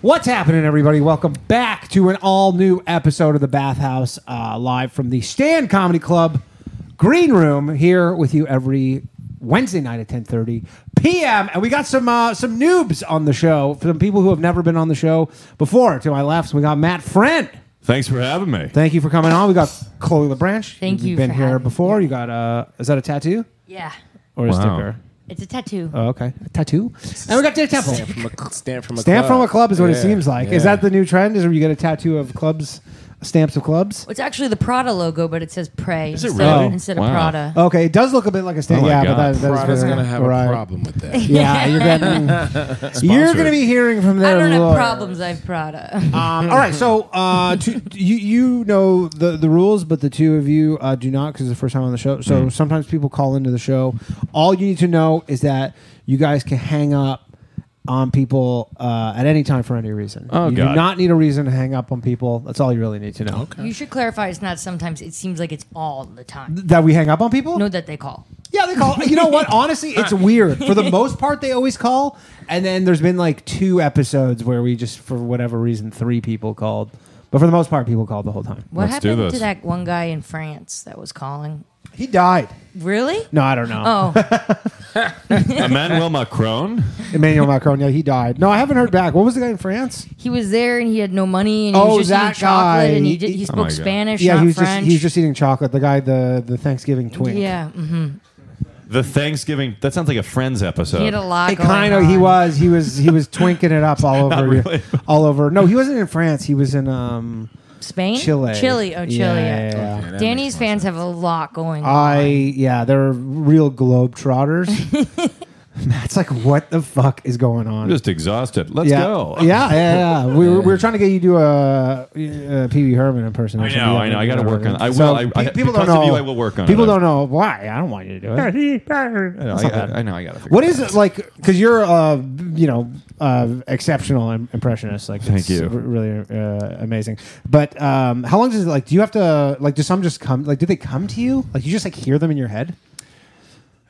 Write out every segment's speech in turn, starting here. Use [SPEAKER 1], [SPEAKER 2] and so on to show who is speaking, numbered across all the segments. [SPEAKER 1] What's happening, everybody? Welcome back to an all new episode of The Bathhouse, uh, live from the Stand Comedy Club green room. Here with you every Wednesday night at ten thirty p.m. And we got some uh, some noobs on the show, some people who have never been on the show before. To my left, we got Matt Friend.
[SPEAKER 2] Thanks for having me.
[SPEAKER 1] Thank you for coming on. We got Chloe LeBranch.
[SPEAKER 3] Thank
[SPEAKER 1] You've
[SPEAKER 3] you
[SPEAKER 1] Been
[SPEAKER 3] for
[SPEAKER 1] here
[SPEAKER 3] having me.
[SPEAKER 1] before. You got a is that a tattoo
[SPEAKER 3] Yeah.
[SPEAKER 1] or a
[SPEAKER 2] Wow.
[SPEAKER 1] sticker?
[SPEAKER 3] It's a tattoo.
[SPEAKER 1] Oh, okay, a tattoo. And we got Dave Temple.
[SPEAKER 4] from a, stamp from a
[SPEAKER 1] Stamp
[SPEAKER 4] club.
[SPEAKER 1] from a club is what it
[SPEAKER 4] Yeah,
[SPEAKER 1] seems like. Is
[SPEAKER 4] yeah.
[SPEAKER 1] that the new trend? Is where you get a tattoo of clubs, stamps of clubs? Oh.
[SPEAKER 3] it's actually the Prada logo, but it says pray.
[SPEAKER 2] Is it
[SPEAKER 3] instead,
[SPEAKER 2] really?
[SPEAKER 3] of- instead
[SPEAKER 2] Wow.
[SPEAKER 3] of Prada.
[SPEAKER 1] Okay, it does look a bit like a
[SPEAKER 2] Oh
[SPEAKER 1] stamp.
[SPEAKER 2] my
[SPEAKER 1] yeah,
[SPEAKER 2] God.
[SPEAKER 1] but that, that is
[SPEAKER 4] Prada's
[SPEAKER 1] very-
[SPEAKER 4] gonna have
[SPEAKER 1] right.
[SPEAKER 4] a problem with that.
[SPEAKER 1] Yeah, you're getting. you're gonna be hearing from
[SPEAKER 3] I
[SPEAKER 1] their
[SPEAKER 3] don't have
[SPEAKER 1] lawyer.
[SPEAKER 3] problems. I have Prada.
[SPEAKER 1] Um, all right, so uh, to, you you know the the rules, but the two of you uh, do not because it's the first time on the show.
[SPEAKER 2] Mm.
[SPEAKER 1] So sometimes people call into the show. All you need to know is that you guys can hang up on people uh, at any time for any reason.
[SPEAKER 2] Oh,
[SPEAKER 1] you do
[SPEAKER 2] God.
[SPEAKER 1] not need a reason to hang up on people. That's all you really need to know.
[SPEAKER 3] you should clarify. It's not sometimes. It seems like it's all the time.
[SPEAKER 1] That we hang up on people?
[SPEAKER 3] No, that they call.
[SPEAKER 1] Yeah, they call. You know what? Honestly, it's weird. For the most part, they always call. And then there's been like two episodes where we just, for whatever reason, three people called. But for the most part, people called the whole time.
[SPEAKER 3] What
[SPEAKER 2] Let's do
[SPEAKER 3] happened to
[SPEAKER 2] this.
[SPEAKER 3] that one guy in France that was calling?
[SPEAKER 1] He died.
[SPEAKER 3] Really?
[SPEAKER 1] No, I don't know.
[SPEAKER 3] Oh,
[SPEAKER 2] Emmanuel Macron.
[SPEAKER 1] Emmanuel Macron. Yeah, he died. No, I haven't heard back. What was the guy in France?
[SPEAKER 3] he was there and he had no money and he
[SPEAKER 1] Oh,
[SPEAKER 3] was just
[SPEAKER 1] that
[SPEAKER 3] eating chocolate
[SPEAKER 1] guy. Oh
[SPEAKER 3] and he did,
[SPEAKER 1] He-
[SPEAKER 3] he
[SPEAKER 2] Oh my
[SPEAKER 3] spoke
[SPEAKER 2] God.
[SPEAKER 3] Spanish,
[SPEAKER 1] yeah,
[SPEAKER 3] not
[SPEAKER 1] he was
[SPEAKER 3] French.
[SPEAKER 1] just he was just eating chocolate. The guy, the the Thanksgiving twink.
[SPEAKER 3] yeah, mhm.
[SPEAKER 2] The Thanksgiving. That sounds like a Friends episode.
[SPEAKER 3] he had a lot.
[SPEAKER 1] It
[SPEAKER 3] going
[SPEAKER 1] kind of he
[SPEAKER 3] on.
[SPEAKER 1] was he was he was twinking it up all over
[SPEAKER 2] really.
[SPEAKER 1] all over. No, he wasn't in France. He was in um
[SPEAKER 3] Spain,
[SPEAKER 1] Chile.
[SPEAKER 3] Chile. Oh, Chile.
[SPEAKER 1] Yeah, yeah, yeah. Ah,
[SPEAKER 4] Okay, that
[SPEAKER 3] Danny's
[SPEAKER 4] makes
[SPEAKER 3] fans have a lot going. on.
[SPEAKER 1] I yeah, they're real globetrotters. Matt's like, what the fuck is going on?
[SPEAKER 2] I'm just exhausted. Let's
[SPEAKER 1] yeah.
[SPEAKER 2] go.
[SPEAKER 1] yeah, yeah, yeah. We were, we were trying to get you to do a, uh Pee Wee Herman
[SPEAKER 2] I
[SPEAKER 1] impersonation.
[SPEAKER 2] know.
[SPEAKER 1] Yeah,
[SPEAKER 2] I know. I got to work on. I will.
[SPEAKER 1] So,
[SPEAKER 2] I,
[SPEAKER 1] pe-
[SPEAKER 2] I,
[SPEAKER 1] people
[SPEAKER 2] because
[SPEAKER 1] don't know.
[SPEAKER 2] Of you, I will work on.
[SPEAKER 1] people
[SPEAKER 2] it.
[SPEAKER 1] don't know why. I don't want you to do it.
[SPEAKER 2] I, know, I, I, I know. I got to.
[SPEAKER 1] What is it like? Because you're, uh, you know, uh, exceptional im- impressionist. Like,
[SPEAKER 2] Thank
[SPEAKER 1] it's
[SPEAKER 2] you.
[SPEAKER 1] r- really uh, amazing. But um, how long does it like? Do you have to like? Do some just come? Like, do they come to you? Like, you just like hear them in your head?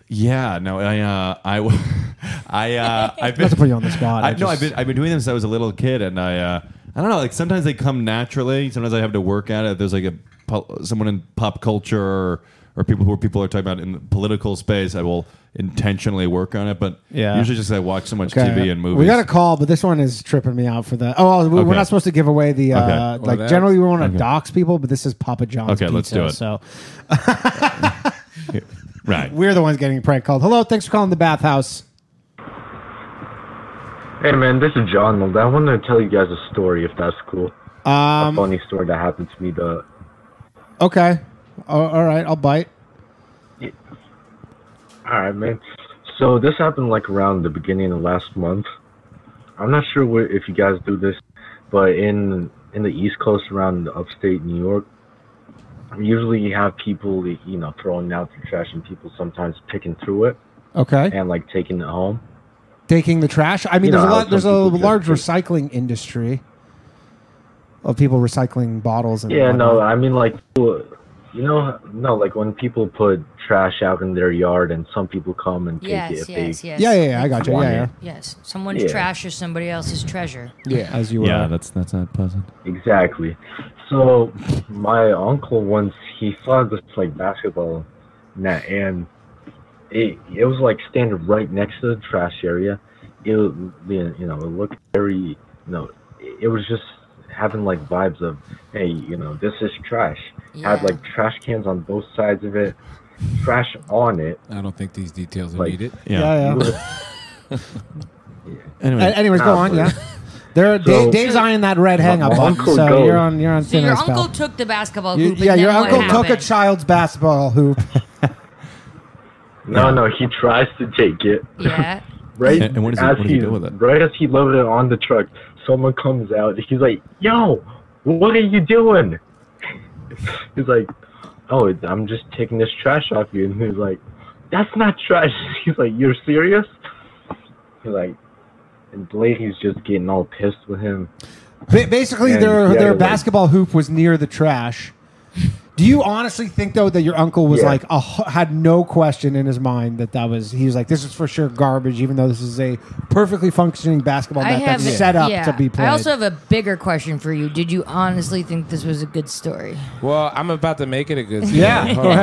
[SPEAKER 2] Yeah. No. I. Uh, I. w- I. Uh, I've been.
[SPEAKER 1] Not to put you on the spot.
[SPEAKER 2] I,
[SPEAKER 1] I
[SPEAKER 2] no, I've
[SPEAKER 1] just-
[SPEAKER 2] been. I've been doing them since I was a little kid, and I. Uh, I don't know. Like sometimes they come naturally. Sometimes I have to work at it. There's like a po- someone in pop culture or, or people who are people are talking about in the political space. I will intentionally work on it, but
[SPEAKER 1] Yeah.
[SPEAKER 2] usually just 'cause I watch so much
[SPEAKER 1] Okay.
[SPEAKER 2] TV and movies.
[SPEAKER 1] We got a call, but this one is tripping me out for the. Oh, we- we're
[SPEAKER 2] Okay.
[SPEAKER 1] not supposed to give away the. Uh,
[SPEAKER 2] Okay.
[SPEAKER 1] Like
[SPEAKER 2] Well,
[SPEAKER 4] that-
[SPEAKER 1] generally, we want to dox people, but this is Papa John's.
[SPEAKER 2] Okay, let's
[SPEAKER 1] Pizza,
[SPEAKER 2] do it.
[SPEAKER 1] So
[SPEAKER 2] right.
[SPEAKER 1] we're the ones getting prank called. Hello, thanks for calling the bathhouse.
[SPEAKER 5] Hey man, this is John. Mold. I want to tell you guys a story, if that's cool.
[SPEAKER 1] Um,
[SPEAKER 5] Funny story that happened to me. The
[SPEAKER 1] okay, all, all right, I'll bite.
[SPEAKER 5] all right, man. So this happened like around the beginning of last month. I'm not sure where, if you guys do this, but in in the East Coast, around upstate New York, usually you have people you know throwing out the trash and people sometimes picking through it
[SPEAKER 1] Okay,
[SPEAKER 5] and like taking it home.
[SPEAKER 1] taking the trash. I
[SPEAKER 5] You
[SPEAKER 1] mean, there's
[SPEAKER 5] know
[SPEAKER 1] a
[SPEAKER 5] how
[SPEAKER 1] lot.
[SPEAKER 5] some
[SPEAKER 1] There's a
[SPEAKER 5] people just
[SPEAKER 1] large
[SPEAKER 5] take-
[SPEAKER 1] recycling industry of people recycling bottles. And
[SPEAKER 5] Yeah, no,
[SPEAKER 1] whatnot.
[SPEAKER 5] I mean like people- you know, no, like when people put trash out in their yard and some people come and take it
[SPEAKER 3] Yes,
[SPEAKER 5] if
[SPEAKER 3] yes,
[SPEAKER 5] they
[SPEAKER 3] yes.
[SPEAKER 1] Yeah, yeah, yeah. I got you. Yeah,
[SPEAKER 5] One
[SPEAKER 1] yeah.
[SPEAKER 5] minute.
[SPEAKER 3] Yes, someone's
[SPEAKER 5] Yeah.
[SPEAKER 3] trash is somebody else's treasure.
[SPEAKER 4] Yeah.
[SPEAKER 1] As you were.
[SPEAKER 2] Yeah, that's that's not pleasant.
[SPEAKER 5] Exactly. So my uncle once he saw this like basketball net and it it was like standing right next to the trash area. It was, you know it looked very you know it it was just having like vibes of hey you know this is trash. Had
[SPEAKER 3] Yeah.
[SPEAKER 5] like trash cans on both sides of it, trash on it.
[SPEAKER 4] I don't think these details are
[SPEAKER 5] Like-
[SPEAKER 4] needed.
[SPEAKER 2] Yeah.
[SPEAKER 1] yeah, yeah. Ah.
[SPEAKER 2] Anyway,
[SPEAKER 1] A- Anyways, go
[SPEAKER 5] Nah,
[SPEAKER 1] on.
[SPEAKER 5] but-
[SPEAKER 1] Yeah. There, Dave,
[SPEAKER 5] So-
[SPEAKER 1] Dave's eyeing that red hang up
[SPEAKER 5] My
[SPEAKER 1] on,
[SPEAKER 5] uncle
[SPEAKER 1] so
[SPEAKER 5] goes-
[SPEAKER 1] you're on you're on
[SPEAKER 3] So
[SPEAKER 1] thin
[SPEAKER 3] your
[SPEAKER 1] ice, pal.
[SPEAKER 3] uncle took the basketball
[SPEAKER 1] You-
[SPEAKER 3] hoop.
[SPEAKER 1] yeah,
[SPEAKER 3] and
[SPEAKER 1] your
[SPEAKER 3] then what
[SPEAKER 1] uncle took a
[SPEAKER 3] happened?
[SPEAKER 1] child's basketball hoop.
[SPEAKER 5] No, no, he tries to take it.
[SPEAKER 3] Yeah.
[SPEAKER 5] right
[SPEAKER 2] And- and what does he-
[SPEAKER 5] as
[SPEAKER 2] what does he do with it?
[SPEAKER 5] Right as he loaded it on the truck, someone comes out. He's like, "Yo, what are you doing?" He's like, "Oh, it- I'm just taking this trash off you." And he's like, "That's not trash." He's like, "You're serious?" He's like, and the lady's just getting all pissed with him.
[SPEAKER 1] Ba- basically,
[SPEAKER 5] And
[SPEAKER 1] their
[SPEAKER 5] the
[SPEAKER 1] their
[SPEAKER 5] other way.
[SPEAKER 1] basketball hoop was near the trash. Do you honestly think though that your uncle was
[SPEAKER 5] Yeah.
[SPEAKER 1] like a, hu- had no question in his mind that that was he was like this is for sure garbage even though this is a perfectly functioning basketball
[SPEAKER 3] I
[SPEAKER 1] net
[SPEAKER 3] have
[SPEAKER 1] that's set up
[SPEAKER 3] yeah.
[SPEAKER 1] to be played.
[SPEAKER 3] I also have a bigger question for you. Did you honestly think this was a good story?
[SPEAKER 4] Well, I'm about to make it a good.
[SPEAKER 1] Yeah,
[SPEAKER 4] story.
[SPEAKER 1] go
[SPEAKER 4] Hold on.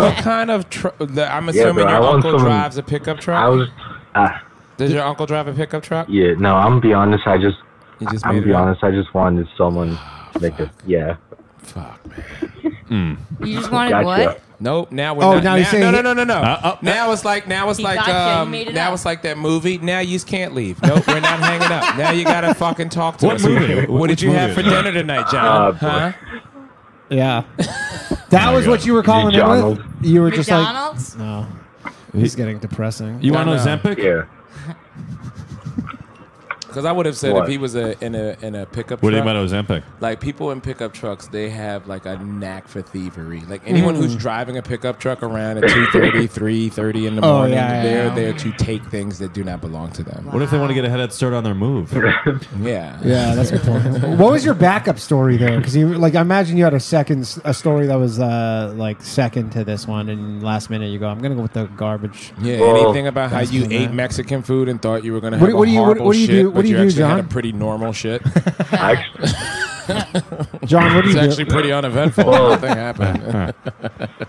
[SPEAKER 4] What kind of? Tr- the, I'm
[SPEAKER 5] Yeah, bro,
[SPEAKER 4] assuming
[SPEAKER 5] I
[SPEAKER 4] your
[SPEAKER 5] want
[SPEAKER 4] uncle
[SPEAKER 5] someone-
[SPEAKER 4] drives a pickup truck.
[SPEAKER 5] I was, uh,
[SPEAKER 4] Does your uncle drive a pickup truck?
[SPEAKER 5] yeah, no, I'm gonna be honest. I just,
[SPEAKER 4] You just
[SPEAKER 5] I'm gonna
[SPEAKER 4] made it
[SPEAKER 5] be
[SPEAKER 4] up.
[SPEAKER 5] honest. I just wanted someone to make a, yeah.
[SPEAKER 4] Fuck, man.
[SPEAKER 2] Hmm.
[SPEAKER 3] You just wanted
[SPEAKER 5] Gotcha.
[SPEAKER 3] what?
[SPEAKER 4] Nope. Now we're
[SPEAKER 1] Oh,
[SPEAKER 4] not.
[SPEAKER 1] now
[SPEAKER 4] Now,
[SPEAKER 1] he's saying-
[SPEAKER 4] no, no, no, no, no.
[SPEAKER 2] Uh, uh,
[SPEAKER 4] now it's like now it's
[SPEAKER 3] He
[SPEAKER 4] like
[SPEAKER 3] got you, he
[SPEAKER 4] um,
[SPEAKER 3] made it
[SPEAKER 4] now
[SPEAKER 3] up.
[SPEAKER 4] it's like that movie. Now you just can't leave. Nope, we're not hanging up. Now you gotta fucking talk to
[SPEAKER 2] What
[SPEAKER 4] us.
[SPEAKER 2] movie?
[SPEAKER 4] What,
[SPEAKER 2] Which
[SPEAKER 4] did you have for
[SPEAKER 2] movie?
[SPEAKER 4] dinner tonight,
[SPEAKER 5] Uh,
[SPEAKER 4] John?
[SPEAKER 5] boy.
[SPEAKER 4] huh?
[SPEAKER 1] yeah, that was
[SPEAKER 2] Oh God.
[SPEAKER 1] what you were calling it with.
[SPEAKER 5] McDonald's.
[SPEAKER 1] You were just like
[SPEAKER 3] McDonald's?
[SPEAKER 1] no. He's getting depressing.
[SPEAKER 2] You want
[SPEAKER 4] No, no.
[SPEAKER 2] Ozempic?
[SPEAKER 5] Yeah.
[SPEAKER 4] Because I would have said if
[SPEAKER 5] What?
[SPEAKER 4] he was a, in a in a pickup
[SPEAKER 2] What do you
[SPEAKER 4] truck,
[SPEAKER 2] mean about Ozempic?
[SPEAKER 4] like people in pickup trucks, they have like a knack for thievery. Like anyone
[SPEAKER 1] Hmm.
[SPEAKER 4] who's driving a pickup truck around at 2.30, 3.30 in the
[SPEAKER 1] Oh,
[SPEAKER 4] morning,
[SPEAKER 1] yeah, yeah,
[SPEAKER 4] they're
[SPEAKER 1] yeah.
[SPEAKER 4] there to take things that do not belong to them.
[SPEAKER 2] What if they want to get a head start on their move?
[SPEAKER 4] Yeah.
[SPEAKER 1] Yeah, that's a good point. what was your backup story there? Because you like, I imagine you had a second s- a story that was uh like second to this one, and last minute you go, I'm gonna go with the garbage.
[SPEAKER 4] Yeah,
[SPEAKER 5] Well,
[SPEAKER 4] anything about how you
[SPEAKER 1] that.
[SPEAKER 4] ate Mexican food and thought you were going to
[SPEAKER 1] What
[SPEAKER 4] have
[SPEAKER 1] do- what
[SPEAKER 4] a
[SPEAKER 1] do you- what-
[SPEAKER 4] horrible
[SPEAKER 1] what do you
[SPEAKER 4] shit,
[SPEAKER 1] do- what
[SPEAKER 4] but
[SPEAKER 1] do you
[SPEAKER 4] you
[SPEAKER 1] do,
[SPEAKER 4] actually had a
[SPEAKER 1] John?
[SPEAKER 4] pretty normal shit.
[SPEAKER 5] I actually,
[SPEAKER 1] John, what do
[SPEAKER 4] It's
[SPEAKER 1] you do?
[SPEAKER 4] actually pretty uneventful. Nothing happened.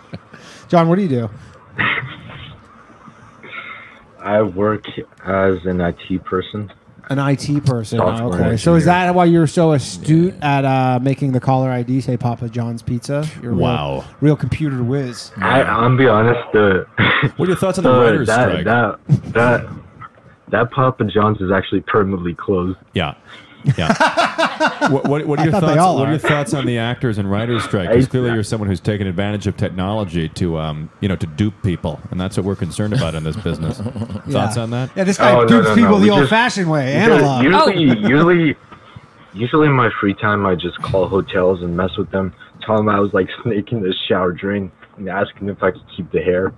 [SPEAKER 1] John, what do you do?
[SPEAKER 5] I work as an IT person.
[SPEAKER 1] An IT person.
[SPEAKER 5] Software
[SPEAKER 1] Oh, okay. So is
[SPEAKER 5] engineer.
[SPEAKER 1] that why you're so astute at uh, making the caller ID say Papa John's Pizza? You're a real-
[SPEAKER 2] Wow.
[SPEAKER 1] real, computer whiz.
[SPEAKER 5] I, I'm gonna be honest. The,
[SPEAKER 2] What are your thoughts on the
[SPEAKER 5] the
[SPEAKER 2] writer's
[SPEAKER 5] that,
[SPEAKER 2] strike?
[SPEAKER 5] that that that Papa John's is actually permanently closed.
[SPEAKER 2] Yeah. Yeah. what, what, what are your
[SPEAKER 1] thought they
[SPEAKER 2] thoughts?
[SPEAKER 1] all
[SPEAKER 2] What are your
[SPEAKER 1] are.
[SPEAKER 2] thoughts on the actors and writers strike?
[SPEAKER 5] I-
[SPEAKER 2] Because clearly you're someone who's taken advantage of technology to, um, you know, to dupe people, and that's what we're concerned about in this business. Thoughts
[SPEAKER 1] Yeah.
[SPEAKER 2] on that?
[SPEAKER 1] Yeah, this guy
[SPEAKER 5] Oh, no,
[SPEAKER 1] dupes
[SPEAKER 5] no, no.
[SPEAKER 1] people
[SPEAKER 5] We
[SPEAKER 1] the
[SPEAKER 5] just-
[SPEAKER 1] old-fashioned way,
[SPEAKER 5] Because
[SPEAKER 1] analog. Oh.
[SPEAKER 5] Usually, usually, usually in my free time, I just call hotels and mess with them. Tell them I was like snaking the shower drain and asking if I could keep the hair.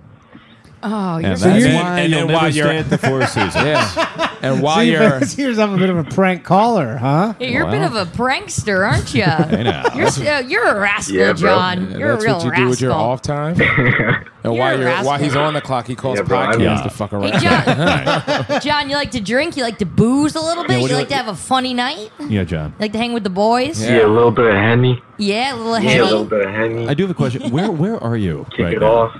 [SPEAKER 3] Oh, you're
[SPEAKER 2] And
[SPEAKER 3] so
[SPEAKER 2] that's
[SPEAKER 4] you're-
[SPEAKER 2] why
[SPEAKER 4] and
[SPEAKER 2] you'll
[SPEAKER 4] then
[SPEAKER 2] never
[SPEAKER 4] while you're-
[SPEAKER 2] stay at the Four Seasons.
[SPEAKER 4] yeah. And while
[SPEAKER 1] So you
[SPEAKER 4] you're.
[SPEAKER 1] here's I'm a bit of a prank caller, huh?
[SPEAKER 3] Yeah, you're a bit
[SPEAKER 2] Wow.
[SPEAKER 3] of a prankster, aren't you?
[SPEAKER 2] know.
[SPEAKER 3] You're, s- uh, you're a rascal,
[SPEAKER 5] Yeah, bro.
[SPEAKER 3] John. you're
[SPEAKER 4] that's
[SPEAKER 3] a real
[SPEAKER 4] what you
[SPEAKER 3] rascal.
[SPEAKER 4] do with your off time. And
[SPEAKER 3] You're a
[SPEAKER 4] while, you're,
[SPEAKER 3] rascal.
[SPEAKER 4] while he's on the clock, he calls
[SPEAKER 5] Yeah, bro, I'm-
[SPEAKER 4] podcasts
[SPEAKER 5] Yeah.
[SPEAKER 4] to fuck around.
[SPEAKER 3] Hey, John, John, you like to drink? You like to booze a little bit?
[SPEAKER 2] what
[SPEAKER 3] you
[SPEAKER 2] do you
[SPEAKER 3] like to
[SPEAKER 2] like-
[SPEAKER 3] have a funny night? You
[SPEAKER 2] Yeah, John.
[SPEAKER 3] like to hang with the boys?
[SPEAKER 4] Yeah.
[SPEAKER 5] Yeah, a little bit of henny.
[SPEAKER 3] Yeah, a little
[SPEAKER 5] Yeah, a little
[SPEAKER 3] hangout.
[SPEAKER 5] bit of henny.
[SPEAKER 2] I do have a question. Where where are you
[SPEAKER 5] Kick
[SPEAKER 2] right
[SPEAKER 5] it
[SPEAKER 2] now?
[SPEAKER 5] off.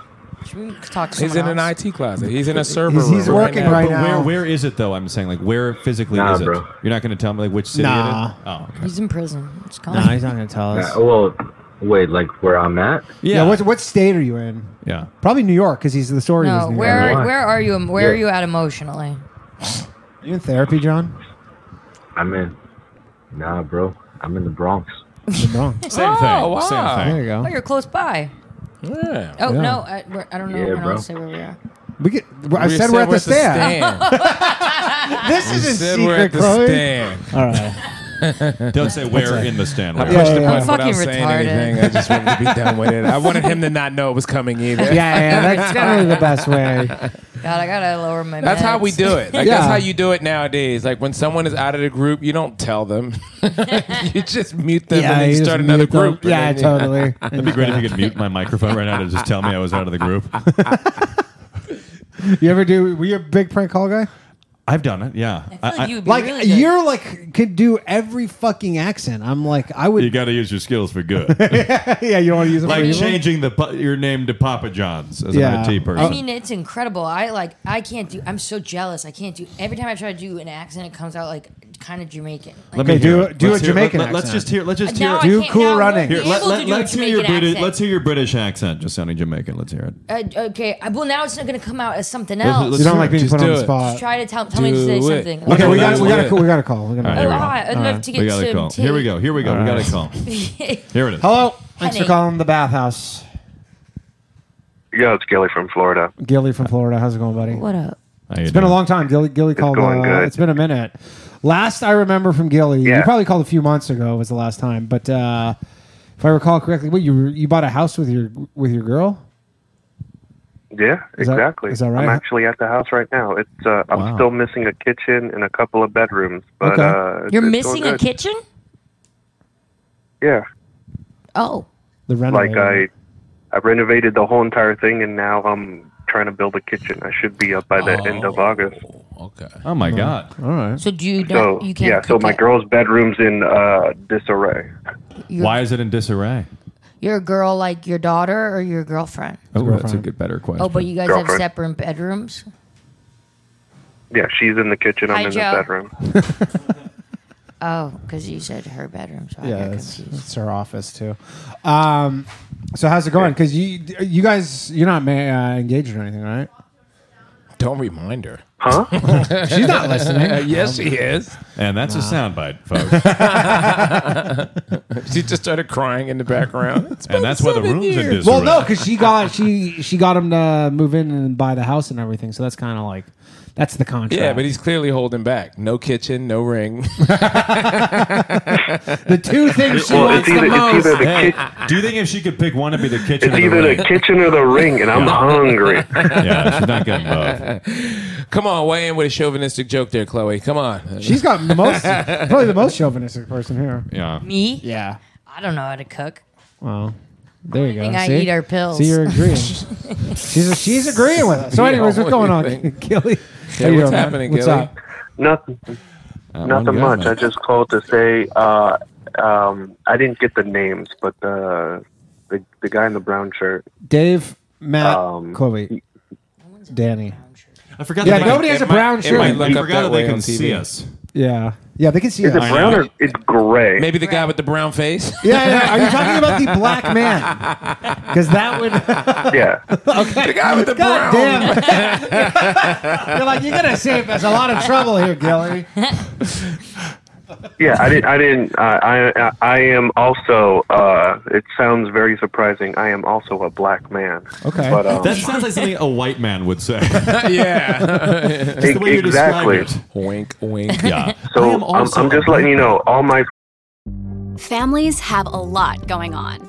[SPEAKER 3] Should we talk to
[SPEAKER 4] He's in an
[SPEAKER 3] someone else?
[SPEAKER 4] IT closet. He's in a server
[SPEAKER 1] He's-
[SPEAKER 4] room.
[SPEAKER 1] he's working
[SPEAKER 4] now.
[SPEAKER 1] right
[SPEAKER 2] But
[SPEAKER 1] now.
[SPEAKER 2] where where is it though? I'm saying like where physically
[SPEAKER 5] Nah,
[SPEAKER 2] is it?
[SPEAKER 5] bro.
[SPEAKER 2] You're not going to tell me like which city
[SPEAKER 1] Nah.
[SPEAKER 2] it is. Oh, okay.
[SPEAKER 3] He's in prison. It's
[SPEAKER 1] No,
[SPEAKER 3] calm.
[SPEAKER 1] he's not gonna tell us.
[SPEAKER 5] Uh, well, wait, like where I'm at?
[SPEAKER 1] Yeah,
[SPEAKER 2] yeah,
[SPEAKER 1] what, what state are you in?
[SPEAKER 2] yeah.
[SPEAKER 1] Probably New York, because he's the story. was
[SPEAKER 3] No,
[SPEAKER 1] New
[SPEAKER 3] where
[SPEAKER 1] York.
[SPEAKER 5] Why?
[SPEAKER 3] where are you? Where are
[SPEAKER 5] Yeah.
[SPEAKER 3] you at emotionally?
[SPEAKER 1] Are you in therapy, John?
[SPEAKER 5] I'm in. Nah, bro. I'm in the Bronx.
[SPEAKER 1] You're wrong.
[SPEAKER 2] Same
[SPEAKER 4] Oh,
[SPEAKER 2] thing.
[SPEAKER 4] wow.
[SPEAKER 2] Same
[SPEAKER 1] There
[SPEAKER 2] thing.
[SPEAKER 1] you go.
[SPEAKER 3] Oh, you're close by.
[SPEAKER 4] Yeah.
[SPEAKER 3] Oh
[SPEAKER 1] Yeah.
[SPEAKER 3] no, I, we're- I don't know.
[SPEAKER 5] Yeah,
[SPEAKER 3] I don't
[SPEAKER 5] bro.
[SPEAKER 3] say where we are.
[SPEAKER 1] We get, I
[SPEAKER 4] We
[SPEAKER 1] said we're at the stand.
[SPEAKER 4] stand.
[SPEAKER 1] This
[SPEAKER 4] We
[SPEAKER 1] is a
[SPEAKER 4] said we're at
[SPEAKER 1] secret,
[SPEAKER 4] the
[SPEAKER 1] Chloe.
[SPEAKER 4] stand.
[SPEAKER 1] All right.
[SPEAKER 2] Don't say where in the stand.
[SPEAKER 4] I
[SPEAKER 2] Where?
[SPEAKER 1] Yeah,
[SPEAKER 4] pushed
[SPEAKER 1] yeah,
[SPEAKER 4] the button
[SPEAKER 1] yeah.
[SPEAKER 3] I'm
[SPEAKER 4] without
[SPEAKER 3] fucking
[SPEAKER 4] saying
[SPEAKER 3] retarded.
[SPEAKER 4] anything. I just wanted to be done with it. I wanted him to not know it was coming either.
[SPEAKER 1] Yeah, yeah, that's probably the best way.
[SPEAKER 3] God, I gotta lower my.
[SPEAKER 4] That's how
[SPEAKER 3] meds.
[SPEAKER 4] we do it. Like
[SPEAKER 1] Yeah.
[SPEAKER 4] that's how you do it nowadays. Like when someone is out of the group, you don't tell them. you just mute them
[SPEAKER 1] yeah,
[SPEAKER 4] and then you
[SPEAKER 1] just
[SPEAKER 4] start
[SPEAKER 1] mute
[SPEAKER 4] another
[SPEAKER 1] them.
[SPEAKER 4] group. and
[SPEAKER 1] Yeah,
[SPEAKER 4] then you-
[SPEAKER 1] totally.
[SPEAKER 2] It'd be great if you could mute my microphone right now to just tell me I was out of the group.
[SPEAKER 1] You ever do? Were you a big prank call guy?
[SPEAKER 2] I've done it. Yeah.
[SPEAKER 3] I feel like Oh, you would be
[SPEAKER 1] Like
[SPEAKER 3] really good.
[SPEAKER 1] you're like could do every fucking accent. I'm like I would.
[SPEAKER 2] got to use your skills for good.
[SPEAKER 1] yeah, you don't want to use it for
[SPEAKER 2] like
[SPEAKER 1] evil?
[SPEAKER 2] changing the pu- your name to Papa John's as
[SPEAKER 1] Yeah.
[SPEAKER 2] an IT person.
[SPEAKER 3] I mean, it's incredible. I like. I can't do. I'm so jealous. I can't do. Every time I try to do an accent, it comes out like kind of Jamaican. Like,
[SPEAKER 2] let
[SPEAKER 1] Okay,
[SPEAKER 2] me
[SPEAKER 1] do
[SPEAKER 2] hear
[SPEAKER 1] a-
[SPEAKER 2] it.
[SPEAKER 1] do a
[SPEAKER 2] Let's hear-
[SPEAKER 1] Jamaican
[SPEAKER 2] Let, us
[SPEAKER 1] accent.
[SPEAKER 2] just hear. Let's just
[SPEAKER 3] Uh, now
[SPEAKER 2] hear.
[SPEAKER 3] I
[SPEAKER 2] it.
[SPEAKER 1] Do
[SPEAKER 3] can't-
[SPEAKER 1] Cool
[SPEAKER 3] now I won't
[SPEAKER 1] Running.
[SPEAKER 3] be
[SPEAKER 2] Here,
[SPEAKER 3] able
[SPEAKER 2] let,
[SPEAKER 3] to do a
[SPEAKER 2] us hear your
[SPEAKER 3] Jamaican
[SPEAKER 2] British.
[SPEAKER 3] accent.
[SPEAKER 2] Let's hear your British accent, just sounding Jamaican. Let's hear it.
[SPEAKER 3] Uh, okay. I, well, now it's not going to come out as something
[SPEAKER 2] Let's-
[SPEAKER 3] else.
[SPEAKER 2] let's-
[SPEAKER 1] You don't like being
[SPEAKER 4] Just
[SPEAKER 1] put on
[SPEAKER 4] do
[SPEAKER 1] the
[SPEAKER 4] it.
[SPEAKER 1] spot.
[SPEAKER 3] Try to tell, tell me to say
[SPEAKER 4] Do it.
[SPEAKER 3] something.
[SPEAKER 4] What
[SPEAKER 3] Like,
[SPEAKER 1] Okay, we
[SPEAKER 4] Oh,
[SPEAKER 1] got
[SPEAKER 4] that's
[SPEAKER 1] we got a
[SPEAKER 4] it.
[SPEAKER 1] we got a call. We got a
[SPEAKER 2] All right,
[SPEAKER 1] call.
[SPEAKER 2] here
[SPEAKER 3] oh,
[SPEAKER 2] we go.
[SPEAKER 3] hi. I'd love to
[SPEAKER 2] We
[SPEAKER 3] get
[SPEAKER 2] got a
[SPEAKER 3] some
[SPEAKER 2] call.
[SPEAKER 3] tea.
[SPEAKER 2] Here we go. Here we go. We got a call. Here it is.
[SPEAKER 1] Hello. Thanks for
[SPEAKER 3] Honey.
[SPEAKER 1] calling the bathhouse.
[SPEAKER 6] Yo, it's Gilly from Florida.
[SPEAKER 1] Gilly from Florida. How's it going, buddy?
[SPEAKER 3] What up?
[SPEAKER 1] It's been a long time. Gilly, Gilly called.
[SPEAKER 6] going
[SPEAKER 1] uh,
[SPEAKER 6] good.
[SPEAKER 1] It's been a minute. Last I remember from Gilly,
[SPEAKER 6] Yeah.
[SPEAKER 1] you probably called a few months ago. Was the last time, but uh, if I recall correctly, what you were- you bought a house with your with your girl?
[SPEAKER 6] Yeah,
[SPEAKER 1] Is that-
[SPEAKER 6] exactly.
[SPEAKER 1] is that right?
[SPEAKER 6] I'm actually at the house right now. It's uh, I'm
[SPEAKER 2] Wow.
[SPEAKER 6] still missing a kitchen and a couple of bedrooms, but
[SPEAKER 1] Okay.
[SPEAKER 6] uh,
[SPEAKER 3] You're
[SPEAKER 6] it's going
[SPEAKER 3] missing a
[SPEAKER 6] good.
[SPEAKER 3] kitchen?
[SPEAKER 6] Yeah,
[SPEAKER 3] Oh.
[SPEAKER 1] The
[SPEAKER 6] like
[SPEAKER 1] renovator.
[SPEAKER 6] I, I renovated the whole entire thing, and now I'm trying to build a kitchen. I should be up by the end
[SPEAKER 1] Oh,
[SPEAKER 6] of August.
[SPEAKER 4] Okay.
[SPEAKER 2] Oh my god! All right.
[SPEAKER 3] So do you
[SPEAKER 6] So
[SPEAKER 3] don't? you can't.
[SPEAKER 6] yeah, so
[SPEAKER 3] cook
[SPEAKER 6] my
[SPEAKER 3] it?
[SPEAKER 6] girl's bedroom's in uh, disarray.
[SPEAKER 3] Your,
[SPEAKER 2] Why is it in disarray?
[SPEAKER 3] Your girl, like your daughter or your girlfriend?
[SPEAKER 2] Oh, that's a
[SPEAKER 1] girlfriend.
[SPEAKER 2] good better question.
[SPEAKER 3] Oh, but you guys have
[SPEAKER 6] Girlfriend.
[SPEAKER 3] separate bedrooms.
[SPEAKER 6] Yeah, she's in the kitchen. I'm
[SPEAKER 3] Hi,
[SPEAKER 6] in
[SPEAKER 3] Joe.
[SPEAKER 6] the bedroom.
[SPEAKER 3] Oh, because you said her bedroom, so I
[SPEAKER 1] yeah,
[SPEAKER 3] got
[SPEAKER 1] it's,
[SPEAKER 3] confused.
[SPEAKER 1] it's her office too. Um, so how's it going? Because you you guys you're not ma- uh, engaged or anything, right?
[SPEAKER 4] Don't remind her.
[SPEAKER 6] Huh?
[SPEAKER 1] She's not listening.
[SPEAKER 4] yes, she is.
[SPEAKER 2] Um, and that's a soundbite, folks.
[SPEAKER 4] She just started crying in the background.
[SPEAKER 2] and that's why the room's in disarray.
[SPEAKER 1] Well, no, because she got she she got him to move in and buy the house and everything. So that's kind of like that's the contract.
[SPEAKER 4] yeah, but he's clearly holding back. No kitchen, no ring.
[SPEAKER 1] the two things she
[SPEAKER 6] well, it's
[SPEAKER 1] wants
[SPEAKER 6] either
[SPEAKER 1] the
[SPEAKER 6] it's
[SPEAKER 1] most.
[SPEAKER 6] either the
[SPEAKER 2] Hey,
[SPEAKER 6] ki-
[SPEAKER 2] do you think if she could pick one, it'd be the kitchen?
[SPEAKER 6] it's
[SPEAKER 2] or the
[SPEAKER 6] either
[SPEAKER 2] ring?
[SPEAKER 6] the kitchen or the ring, and I'm hungry.
[SPEAKER 2] yeah, she's not getting both.
[SPEAKER 4] Come on, weigh in with a chauvinistic joke there, Chloe. Come on.
[SPEAKER 1] She's got the most, probably the most chauvinistic person here.
[SPEAKER 2] Yeah.
[SPEAKER 3] Me?
[SPEAKER 1] Yeah.
[SPEAKER 3] I don't know how to cook.
[SPEAKER 1] Well, there you go.
[SPEAKER 3] thing I
[SPEAKER 1] See?
[SPEAKER 3] eat are pills.
[SPEAKER 1] See, you're agreeing. she's she's agreeing with us. So,
[SPEAKER 4] Yeah,
[SPEAKER 1] anyways, what's
[SPEAKER 4] what
[SPEAKER 1] going
[SPEAKER 4] do you
[SPEAKER 1] on,
[SPEAKER 4] think?
[SPEAKER 1] Gilly? How
[SPEAKER 4] Yeah,
[SPEAKER 1] you
[SPEAKER 4] what's
[SPEAKER 1] doing, man?
[SPEAKER 4] happening,
[SPEAKER 1] What's
[SPEAKER 4] Gilly?
[SPEAKER 1] up?
[SPEAKER 6] Nothing, nothing much. I just called to say uh, um, I didn't get the names, but the the, the guy in the brown shirt.
[SPEAKER 1] Dave, Matt,
[SPEAKER 6] Um,
[SPEAKER 1] Chloe, Danny.
[SPEAKER 2] I forgot.
[SPEAKER 1] Yeah,
[SPEAKER 2] that
[SPEAKER 1] nobody has a brown
[SPEAKER 4] it might
[SPEAKER 1] shirt.
[SPEAKER 4] look-
[SPEAKER 2] I
[SPEAKER 4] up that
[SPEAKER 2] forgot that
[SPEAKER 4] way
[SPEAKER 2] they can
[SPEAKER 4] on TV.
[SPEAKER 2] see us.
[SPEAKER 1] Yeah, yeah, they can see
[SPEAKER 6] Is it
[SPEAKER 1] us.
[SPEAKER 2] I
[SPEAKER 6] brown
[SPEAKER 2] know.
[SPEAKER 6] or it's gray?
[SPEAKER 4] Maybe the guy with the brown face.
[SPEAKER 1] Yeah, yeah. Are you talking about the black man? Because that would.
[SPEAKER 6] Yeah.
[SPEAKER 1] okay. The
[SPEAKER 4] guy with the
[SPEAKER 1] God
[SPEAKER 4] brown.
[SPEAKER 1] damn. you're like you're gonna save us a lot of trouble here, Gilly.
[SPEAKER 6] Yeah, I didn't. I didn't. Uh, I I am also. Uh, it sounds very surprising. I am also a black man.
[SPEAKER 1] Okay.
[SPEAKER 6] But um,
[SPEAKER 2] That sounds like something a white man would say. That's
[SPEAKER 4] yeah.
[SPEAKER 2] the way you describe
[SPEAKER 6] exactly.
[SPEAKER 2] it.
[SPEAKER 4] wink, wink.
[SPEAKER 2] Yeah. I
[SPEAKER 6] So
[SPEAKER 2] am
[SPEAKER 6] I'm,
[SPEAKER 2] also
[SPEAKER 6] I'm
[SPEAKER 2] a
[SPEAKER 6] just letting you know. All my
[SPEAKER 7] Families have a lot going on.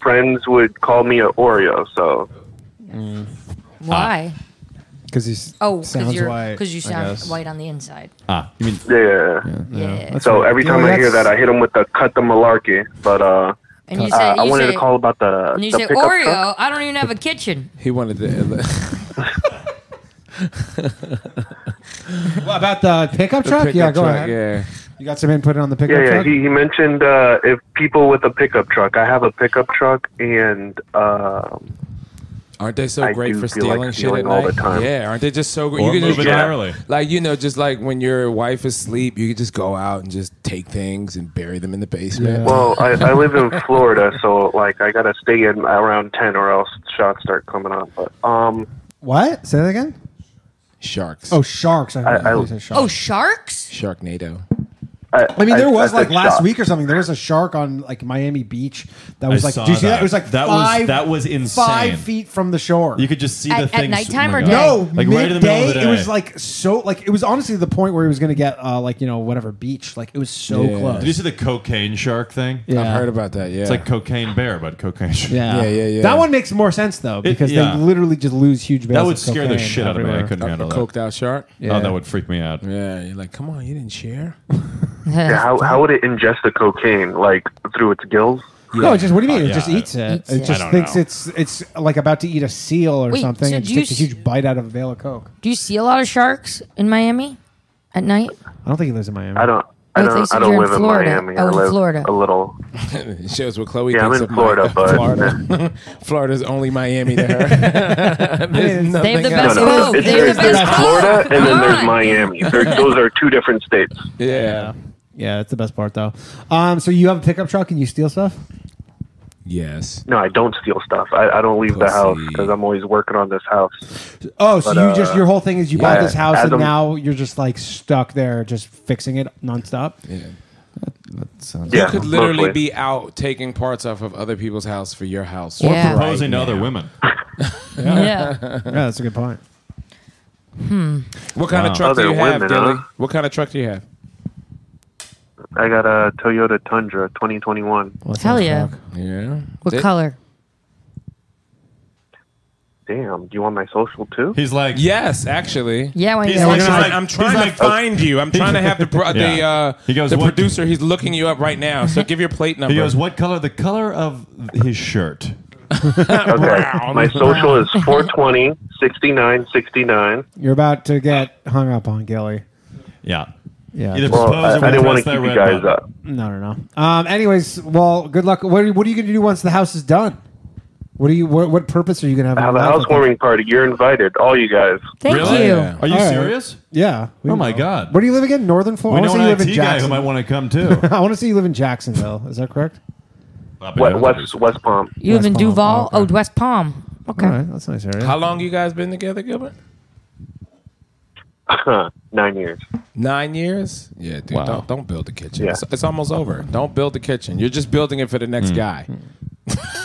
[SPEAKER 6] friends would call me a Oreo. So
[SPEAKER 3] Why?
[SPEAKER 1] Because he's
[SPEAKER 3] oh, because
[SPEAKER 1] Ah. sounds
[SPEAKER 3] you're
[SPEAKER 1] white.
[SPEAKER 3] because you
[SPEAKER 1] I
[SPEAKER 3] sound
[SPEAKER 1] guess.
[SPEAKER 3] white on the inside.
[SPEAKER 2] Ah, you mean
[SPEAKER 6] yeah.
[SPEAKER 3] Yeah.
[SPEAKER 6] So every time
[SPEAKER 1] Well,
[SPEAKER 6] I hear
[SPEAKER 1] that's-
[SPEAKER 6] that, I hit them with the cut the malarkey. But uh,
[SPEAKER 3] and you
[SPEAKER 6] uh,
[SPEAKER 3] said
[SPEAKER 6] I
[SPEAKER 3] you
[SPEAKER 6] wanted to
[SPEAKER 3] said,
[SPEAKER 6] call about the
[SPEAKER 3] and you
[SPEAKER 6] Uh, the
[SPEAKER 3] said
[SPEAKER 6] pickup
[SPEAKER 3] Oreo.
[SPEAKER 6] truck.
[SPEAKER 3] I don't even have a kitchen.
[SPEAKER 4] He wanted to.
[SPEAKER 1] What about the pickup truck?
[SPEAKER 4] Pickup
[SPEAKER 1] yeah, go
[SPEAKER 4] truck,
[SPEAKER 1] ahead.
[SPEAKER 4] Yeah.
[SPEAKER 1] You got some input on the pickup
[SPEAKER 6] Yeah, yeah.
[SPEAKER 1] truck?
[SPEAKER 6] He, he mentioned uh, if people with a pickup truck. I have a pickup truck, and um
[SPEAKER 4] Aren't they so
[SPEAKER 6] I
[SPEAKER 4] great
[SPEAKER 6] do
[SPEAKER 4] for
[SPEAKER 6] feel like
[SPEAKER 4] stealing shit
[SPEAKER 6] stealing
[SPEAKER 4] at
[SPEAKER 6] all
[SPEAKER 4] night?
[SPEAKER 6] the time.
[SPEAKER 4] Yeah, aren't they just so great?
[SPEAKER 2] or
[SPEAKER 4] you can
[SPEAKER 2] moving
[SPEAKER 4] just
[SPEAKER 6] yeah.
[SPEAKER 2] early?
[SPEAKER 4] like you know, just like when your wife is asleep, you can just go out and just take things and bury them in the basement.
[SPEAKER 6] well, I, I live in Florida, so like I gotta stay in around ten, or else shots start coming up. But um,
[SPEAKER 1] What? Say that again?
[SPEAKER 4] Sharks.
[SPEAKER 1] Oh, sharks. I, heard
[SPEAKER 6] I-
[SPEAKER 1] you say sharks.
[SPEAKER 3] Oh, sharks?
[SPEAKER 4] Sharknado.
[SPEAKER 6] I,
[SPEAKER 1] I mean, there was
[SPEAKER 6] I
[SPEAKER 1] like
[SPEAKER 6] said
[SPEAKER 1] last
[SPEAKER 6] shot.
[SPEAKER 1] week or something. There was a shark on like Miami Beach that was
[SPEAKER 2] I
[SPEAKER 1] like.
[SPEAKER 2] saw
[SPEAKER 1] Did you see that?
[SPEAKER 2] that.
[SPEAKER 1] It was like
[SPEAKER 2] That was-
[SPEAKER 1] five.
[SPEAKER 2] that was
[SPEAKER 1] Five
[SPEAKER 2] insane.
[SPEAKER 1] feet from the shore.
[SPEAKER 2] You could just see
[SPEAKER 3] At-
[SPEAKER 2] the
[SPEAKER 3] at
[SPEAKER 2] thing.
[SPEAKER 3] nighttime
[SPEAKER 2] oh my
[SPEAKER 3] or
[SPEAKER 2] God.
[SPEAKER 3] day?
[SPEAKER 1] no,
[SPEAKER 2] like
[SPEAKER 1] midday,
[SPEAKER 2] right in the middle of the day.
[SPEAKER 1] It was like so. Like it was honestly the point where he was going to get uh, like you know whatever beach. Like it was so
[SPEAKER 4] Yeah.
[SPEAKER 1] close.
[SPEAKER 2] Did you see the cocaine shark thing?
[SPEAKER 1] Yeah.
[SPEAKER 4] I've heard about that. Yeah.
[SPEAKER 2] It's like cocaine bear, but cocaine shark.
[SPEAKER 1] yeah.
[SPEAKER 4] Yeah, yeah, yeah.
[SPEAKER 1] That one makes more sense though because
[SPEAKER 2] yeah.
[SPEAKER 1] they literally just lose huge.
[SPEAKER 2] That
[SPEAKER 1] bales
[SPEAKER 2] would
[SPEAKER 1] of
[SPEAKER 2] scare the
[SPEAKER 1] cocaine
[SPEAKER 2] shit out of me. I
[SPEAKER 1] everywhere.
[SPEAKER 2] couldn't
[SPEAKER 4] a
[SPEAKER 2] handle that.
[SPEAKER 4] coked out shark.
[SPEAKER 1] Yeah.
[SPEAKER 2] Oh, that would freak me out.
[SPEAKER 4] Yeah, you're like, come on, you didn't share.
[SPEAKER 6] Yeah, how, how would it ingest the cocaine? Like through its gills?
[SPEAKER 1] No, it's just what do you mean?
[SPEAKER 2] Uh,
[SPEAKER 1] it
[SPEAKER 2] yeah,
[SPEAKER 1] just eats it.
[SPEAKER 3] Eats
[SPEAKER 1] it
[SPEAKER 3] it.
[SPEAKER 1] just
[SPEAKER 2] I don't
[SPEAKER 1] thinks
[SPEAKER 2] know.
[SPEAKER 1] it's it's like about to eat a seal or
[SPEAKER 3] Wait,
[SPEAKER 1] something.
[SPEAKER 3] so
[SPEAKER 1] and
[SPEAKER 3] do
[SPEAKER 1] just
[SPEAKER 3] you
[SPEAKER 1] takes a
[SPEAKER 3] s-
[SPEAKER 1] huge bite out of a veil of coke.
[SPEAKER 3] Do you see a lot of sharks in Miami at night?
[SPEAKER 1] I don't think he lives in Miami.
[SPEAKER 6] I don't. I
[SPEAKER 3] Wait,
[SPEAKER 6] don't.
[SPEAKER 3] you said
[SPEAKER 6] I don't
[SPEAKER 3] you're in
[SPEAKER 6] live in,
[SPEAKER 3] Florida.
[SPEAKER 6] Miami.
[SPEAKER 3] Oh,
[SPEAKER 6] I
[SPEAKER 3] in
[SPEAKER 6] live
[SPEAKER 3] Florida.
[SPEAKER 6] a little.
[SPEAKER 4] It shows what Chloe
[SPEAKER 6] Yeah, I'm
[SPEAKER 4] thinks
[SPEAKER 6] in
[SPEAKER 4] of
[SPEAKER 6] Florida,
[SPEAKER 4] Miami.
[SPEAKER 6] but-
[SPEAKER 4] Florida. Florida's only Miami to her. There's
[SPEAKER 3] They have the
[SPEAKER 4] nothing else.
[SPEAKER 3] best
[SPEAKER 6] No, no.
[SPEAKER 3] food.
[SPEAKER 6] It's,
[SPEAKER 3] They
[SPEAKER 6] there's
[SPEAKER 3] have the
[SPEAKER 6] there's
[SPEAKER 3] best food.
[SPEAKER 6] Florida and then
[SPEAKER 3] Come
[SPEAKER 6] there's
[SPEAKER 3] on.
[SPEAKER 6] Miami. There, those are two different states.
[SPEAKER 4] Yeah.
[SPEAKER 1] Yeah, that's the best part though. Um, so you have a pickup truck and you steal stuff?
[SPEAKER 4] Yes.
[SPEAKER 6] No, I don't steal stuff. I, I don't leave the
[SPEAKER 4] Pussy.
[SPEAKER 6] house because I'm always working on this house.
[SPEAKER 1] Oh, so
[SPEAKER 6] But,
[SPEAKER 1] you just
[SPEAKER 6] uh,
[SPEAKER 1] your whole thing is you bought
[SPEAKER 6] yeah,
[SPEAKER 1] this house
[SPEAKER 6] as
[SPEAKER 1] and
[SPEAKER 6] I'm-
[SPEAKER 1] now you're just like stuck there, just fixing it nonstop.
[SPEAKER 4] Yeah.
[SPEAKER 2] Sounds
[SPEAKER 6] Yeah,
[SPEAKER 4] You could literally
[SPEAKER 6] mostly.
[SPEAKER 4] be out taking parts off of other people's house for your house.
[SPEAKER 3] Or Yeah.
[SPEAKER 2] Proposing to other women.
[SPEAKER 3] Yeah. Hmm.
[SPEAKER 1] Yeah, that's a good point.
[SPEAKER 4] What kind
[SPEAKER 2] Wow.
[SPEAKER 4] of truck do
[SPEAKER 6] Other
[SPEAKER 4] you have,
[SPEAKER 6] women,
[SPEAKER 4] Dilly?
[SPEAKER 6] huh?
[SPEAKER 4] What kind of truck do you have?
[SPEAKER 6] I got a Toyota Tundra 2021.
[SPEAKER 3] Hell yeah.
[SPEAKER 4] Yeah.
[SPEAKER 3] What
[SPEAKER 4] They-
[SPEAKER 3] color?
[SPEAKER 6] Damn, do you want my social too?
[SPEAKER 2] He's like,
[SPEAKER 4] Yes, actually.
[SPEAKER 3] Yeah, why
[SPEAKER 2] He's
[SPEAKER 3] not?
[SPEAKER 2] like-
[SPEAKER 4] I'm
[SPEAKER 2] He's
[SPEAKER 4] trying,
[SPEAKER 2] like-
[SPEAKER 4] I'm
[SPEAKER 2] he's
[SPEAKER 4] trying
[SPEAKER 2] like-
[SPEAKER 4] to find you. I'm trying to have the pro-
[SPEAKER 2] Yeah.
[SPEAKER 4] the, uh,
[SPEAKER 2] He goes,
[SPEAKER 4] the
[SPEAKER 2] "What-
[SPEAKER 4] producer. He's looking you up right now. So give your plate number.
[SPEAKER 2] he goes, what color? The color of his shirt.
[SPEAKER 6] Okay.
[SPEAKER 4] Brown.
[SPEAKER 6] My social is 420 69 69.
[SPEAKER 1] You're about to get hung up on, Gilly.
[SPEAKER 2] Yeah.
[SPEAKER 1] Yeah.
[SPEAKER 2] Either
[SPEAKER 6] Well,
[SPEAKER 2] propose or
[SPEAKER 6] I, I didn't want to
[SPEAKER 2] press that
[SPEAKER 6] keep you
[SPEAKER 2] red
[SPEAKER 6] guys
[SPEAKER 2] button.
[SPEAKER 6] up.
[SPEAKER 1] No, no, no. Um, anyways, well, good luck. What are, what are you going to do once the house is done? What do you? What, what purpose are you going to have? in
[SPEAKER 6] Have a
[SPEAKER 1] your life with that?
[SPEAKER 6] housewarming party. You're invited, all you guys.
[SPEAKER 3] Thank
[SPEAKER 2] Really?
[SPEAKER 3] you.
[SPEAKER 4] Yeah.
[SPEAKER 2] Are you
[SPEAKER 1] All right.
[SPEAKER 2] serious?
[SPEAKER 1] Yeah. we
[SPEAKER 2] Oh my
[SPEAKER 1] know.
[SPEAKER 2] God.
[SPEAKER 1] Where do you live again? Northern Florida.
[SPEAKER 2] We
[SPEAKER 1] I want
[SPEAKER 2] know
[SPEAKER 1] to see you
[SPEAKER 2] an
[SPEAKER 1] live in
[SPEAKER 2] IT guy who might
[SPEAKER 1] Jackson.
[SPEAKER 2] want to come too.
[SPEAKER 1] I want to see you live in Jacksonville. Is that correct?
[SPEAKER 6] What, West West Palm.
[SPEAKER 3] You live
[SPEAKER 1] West
[SPEAKER 3] in
[SPEAKER 1] Palm.
[SPEAKER 3] Duval?
[SPEAKER 1] Oh,
[SPEAKER 3] Oh,
[SPEAKER 1] okay.
[SPEAKER 3] West Palm. Okay.
[SPEAKER 1] All right, that's a nice area.
[SPEAKER 4] How long you guys been together, Gilbert?
[SPEAKER 6] Nine years.
[SPEAKER 4] Nine years. Yeah, dude. Don't don't build the kitchen.
[SPEAKER 6] Yeah.
[SPEAKER 4] It's, it's almost over. Don't build the kitchen. You're just building it for the next guy.
[SPEAKER 2] Yeah.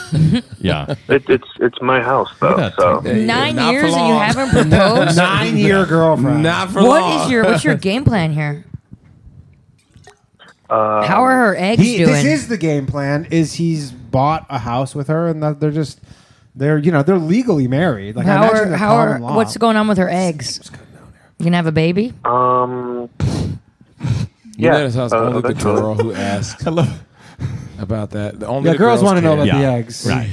[SPEAKER 6] It, it's it's my house though.
[SPEAKER 2] at that
[SPEAKER 6] So
[SPEAKER 3] Nine
[SPEAKER 4] Not for
[SPEAKER 3] years and you
[SPEAKER 4] long.
[SPEAKER 3] haven't proposed?
[SPEAKER 1] Nine year girlfriend.
[SPEAKER 4] Not for long.
[SPEAKER 3] What is your what's your game plan here? How are her eggs
[SPEAKER 1] He,
[SPEAKER 3] doing?
[SPEAKER 1] this is the game plan. Is he's bought a house with her and that they're just they're you know they're legally married. Like I
[SPEAKER 3] how
[SPEAKER 1] imagine
[SPEAKER 3] are,
[SPEAKER 1] they're
[SPEAKER 3] how are
[SPEAKER 1] common law.
[SPEAKER 3] what's going on with her eggs? You gonna have a baby?
[SPEAKER 6] um,
[SPEAKER 4] You
[SPEAKER 6] yeah.
[SPEAKER 4] know this house
[SPEAKER 6] uh,
[SPEAKER 4] only the
[SPEAKER 6] eventually.
[SPEAKER 4] girl who asked about that. The only
[SPEAKER 1] Yeah,
[SPEAKER 4] the
[SPEAKER 1] girls want to know about
[SPEAKER 2] care.
[SPEAKER 1] the
[SPEAKER 2] Yeah.
[SPEAKER 1] eggs.
[SPEAKER 2] Right.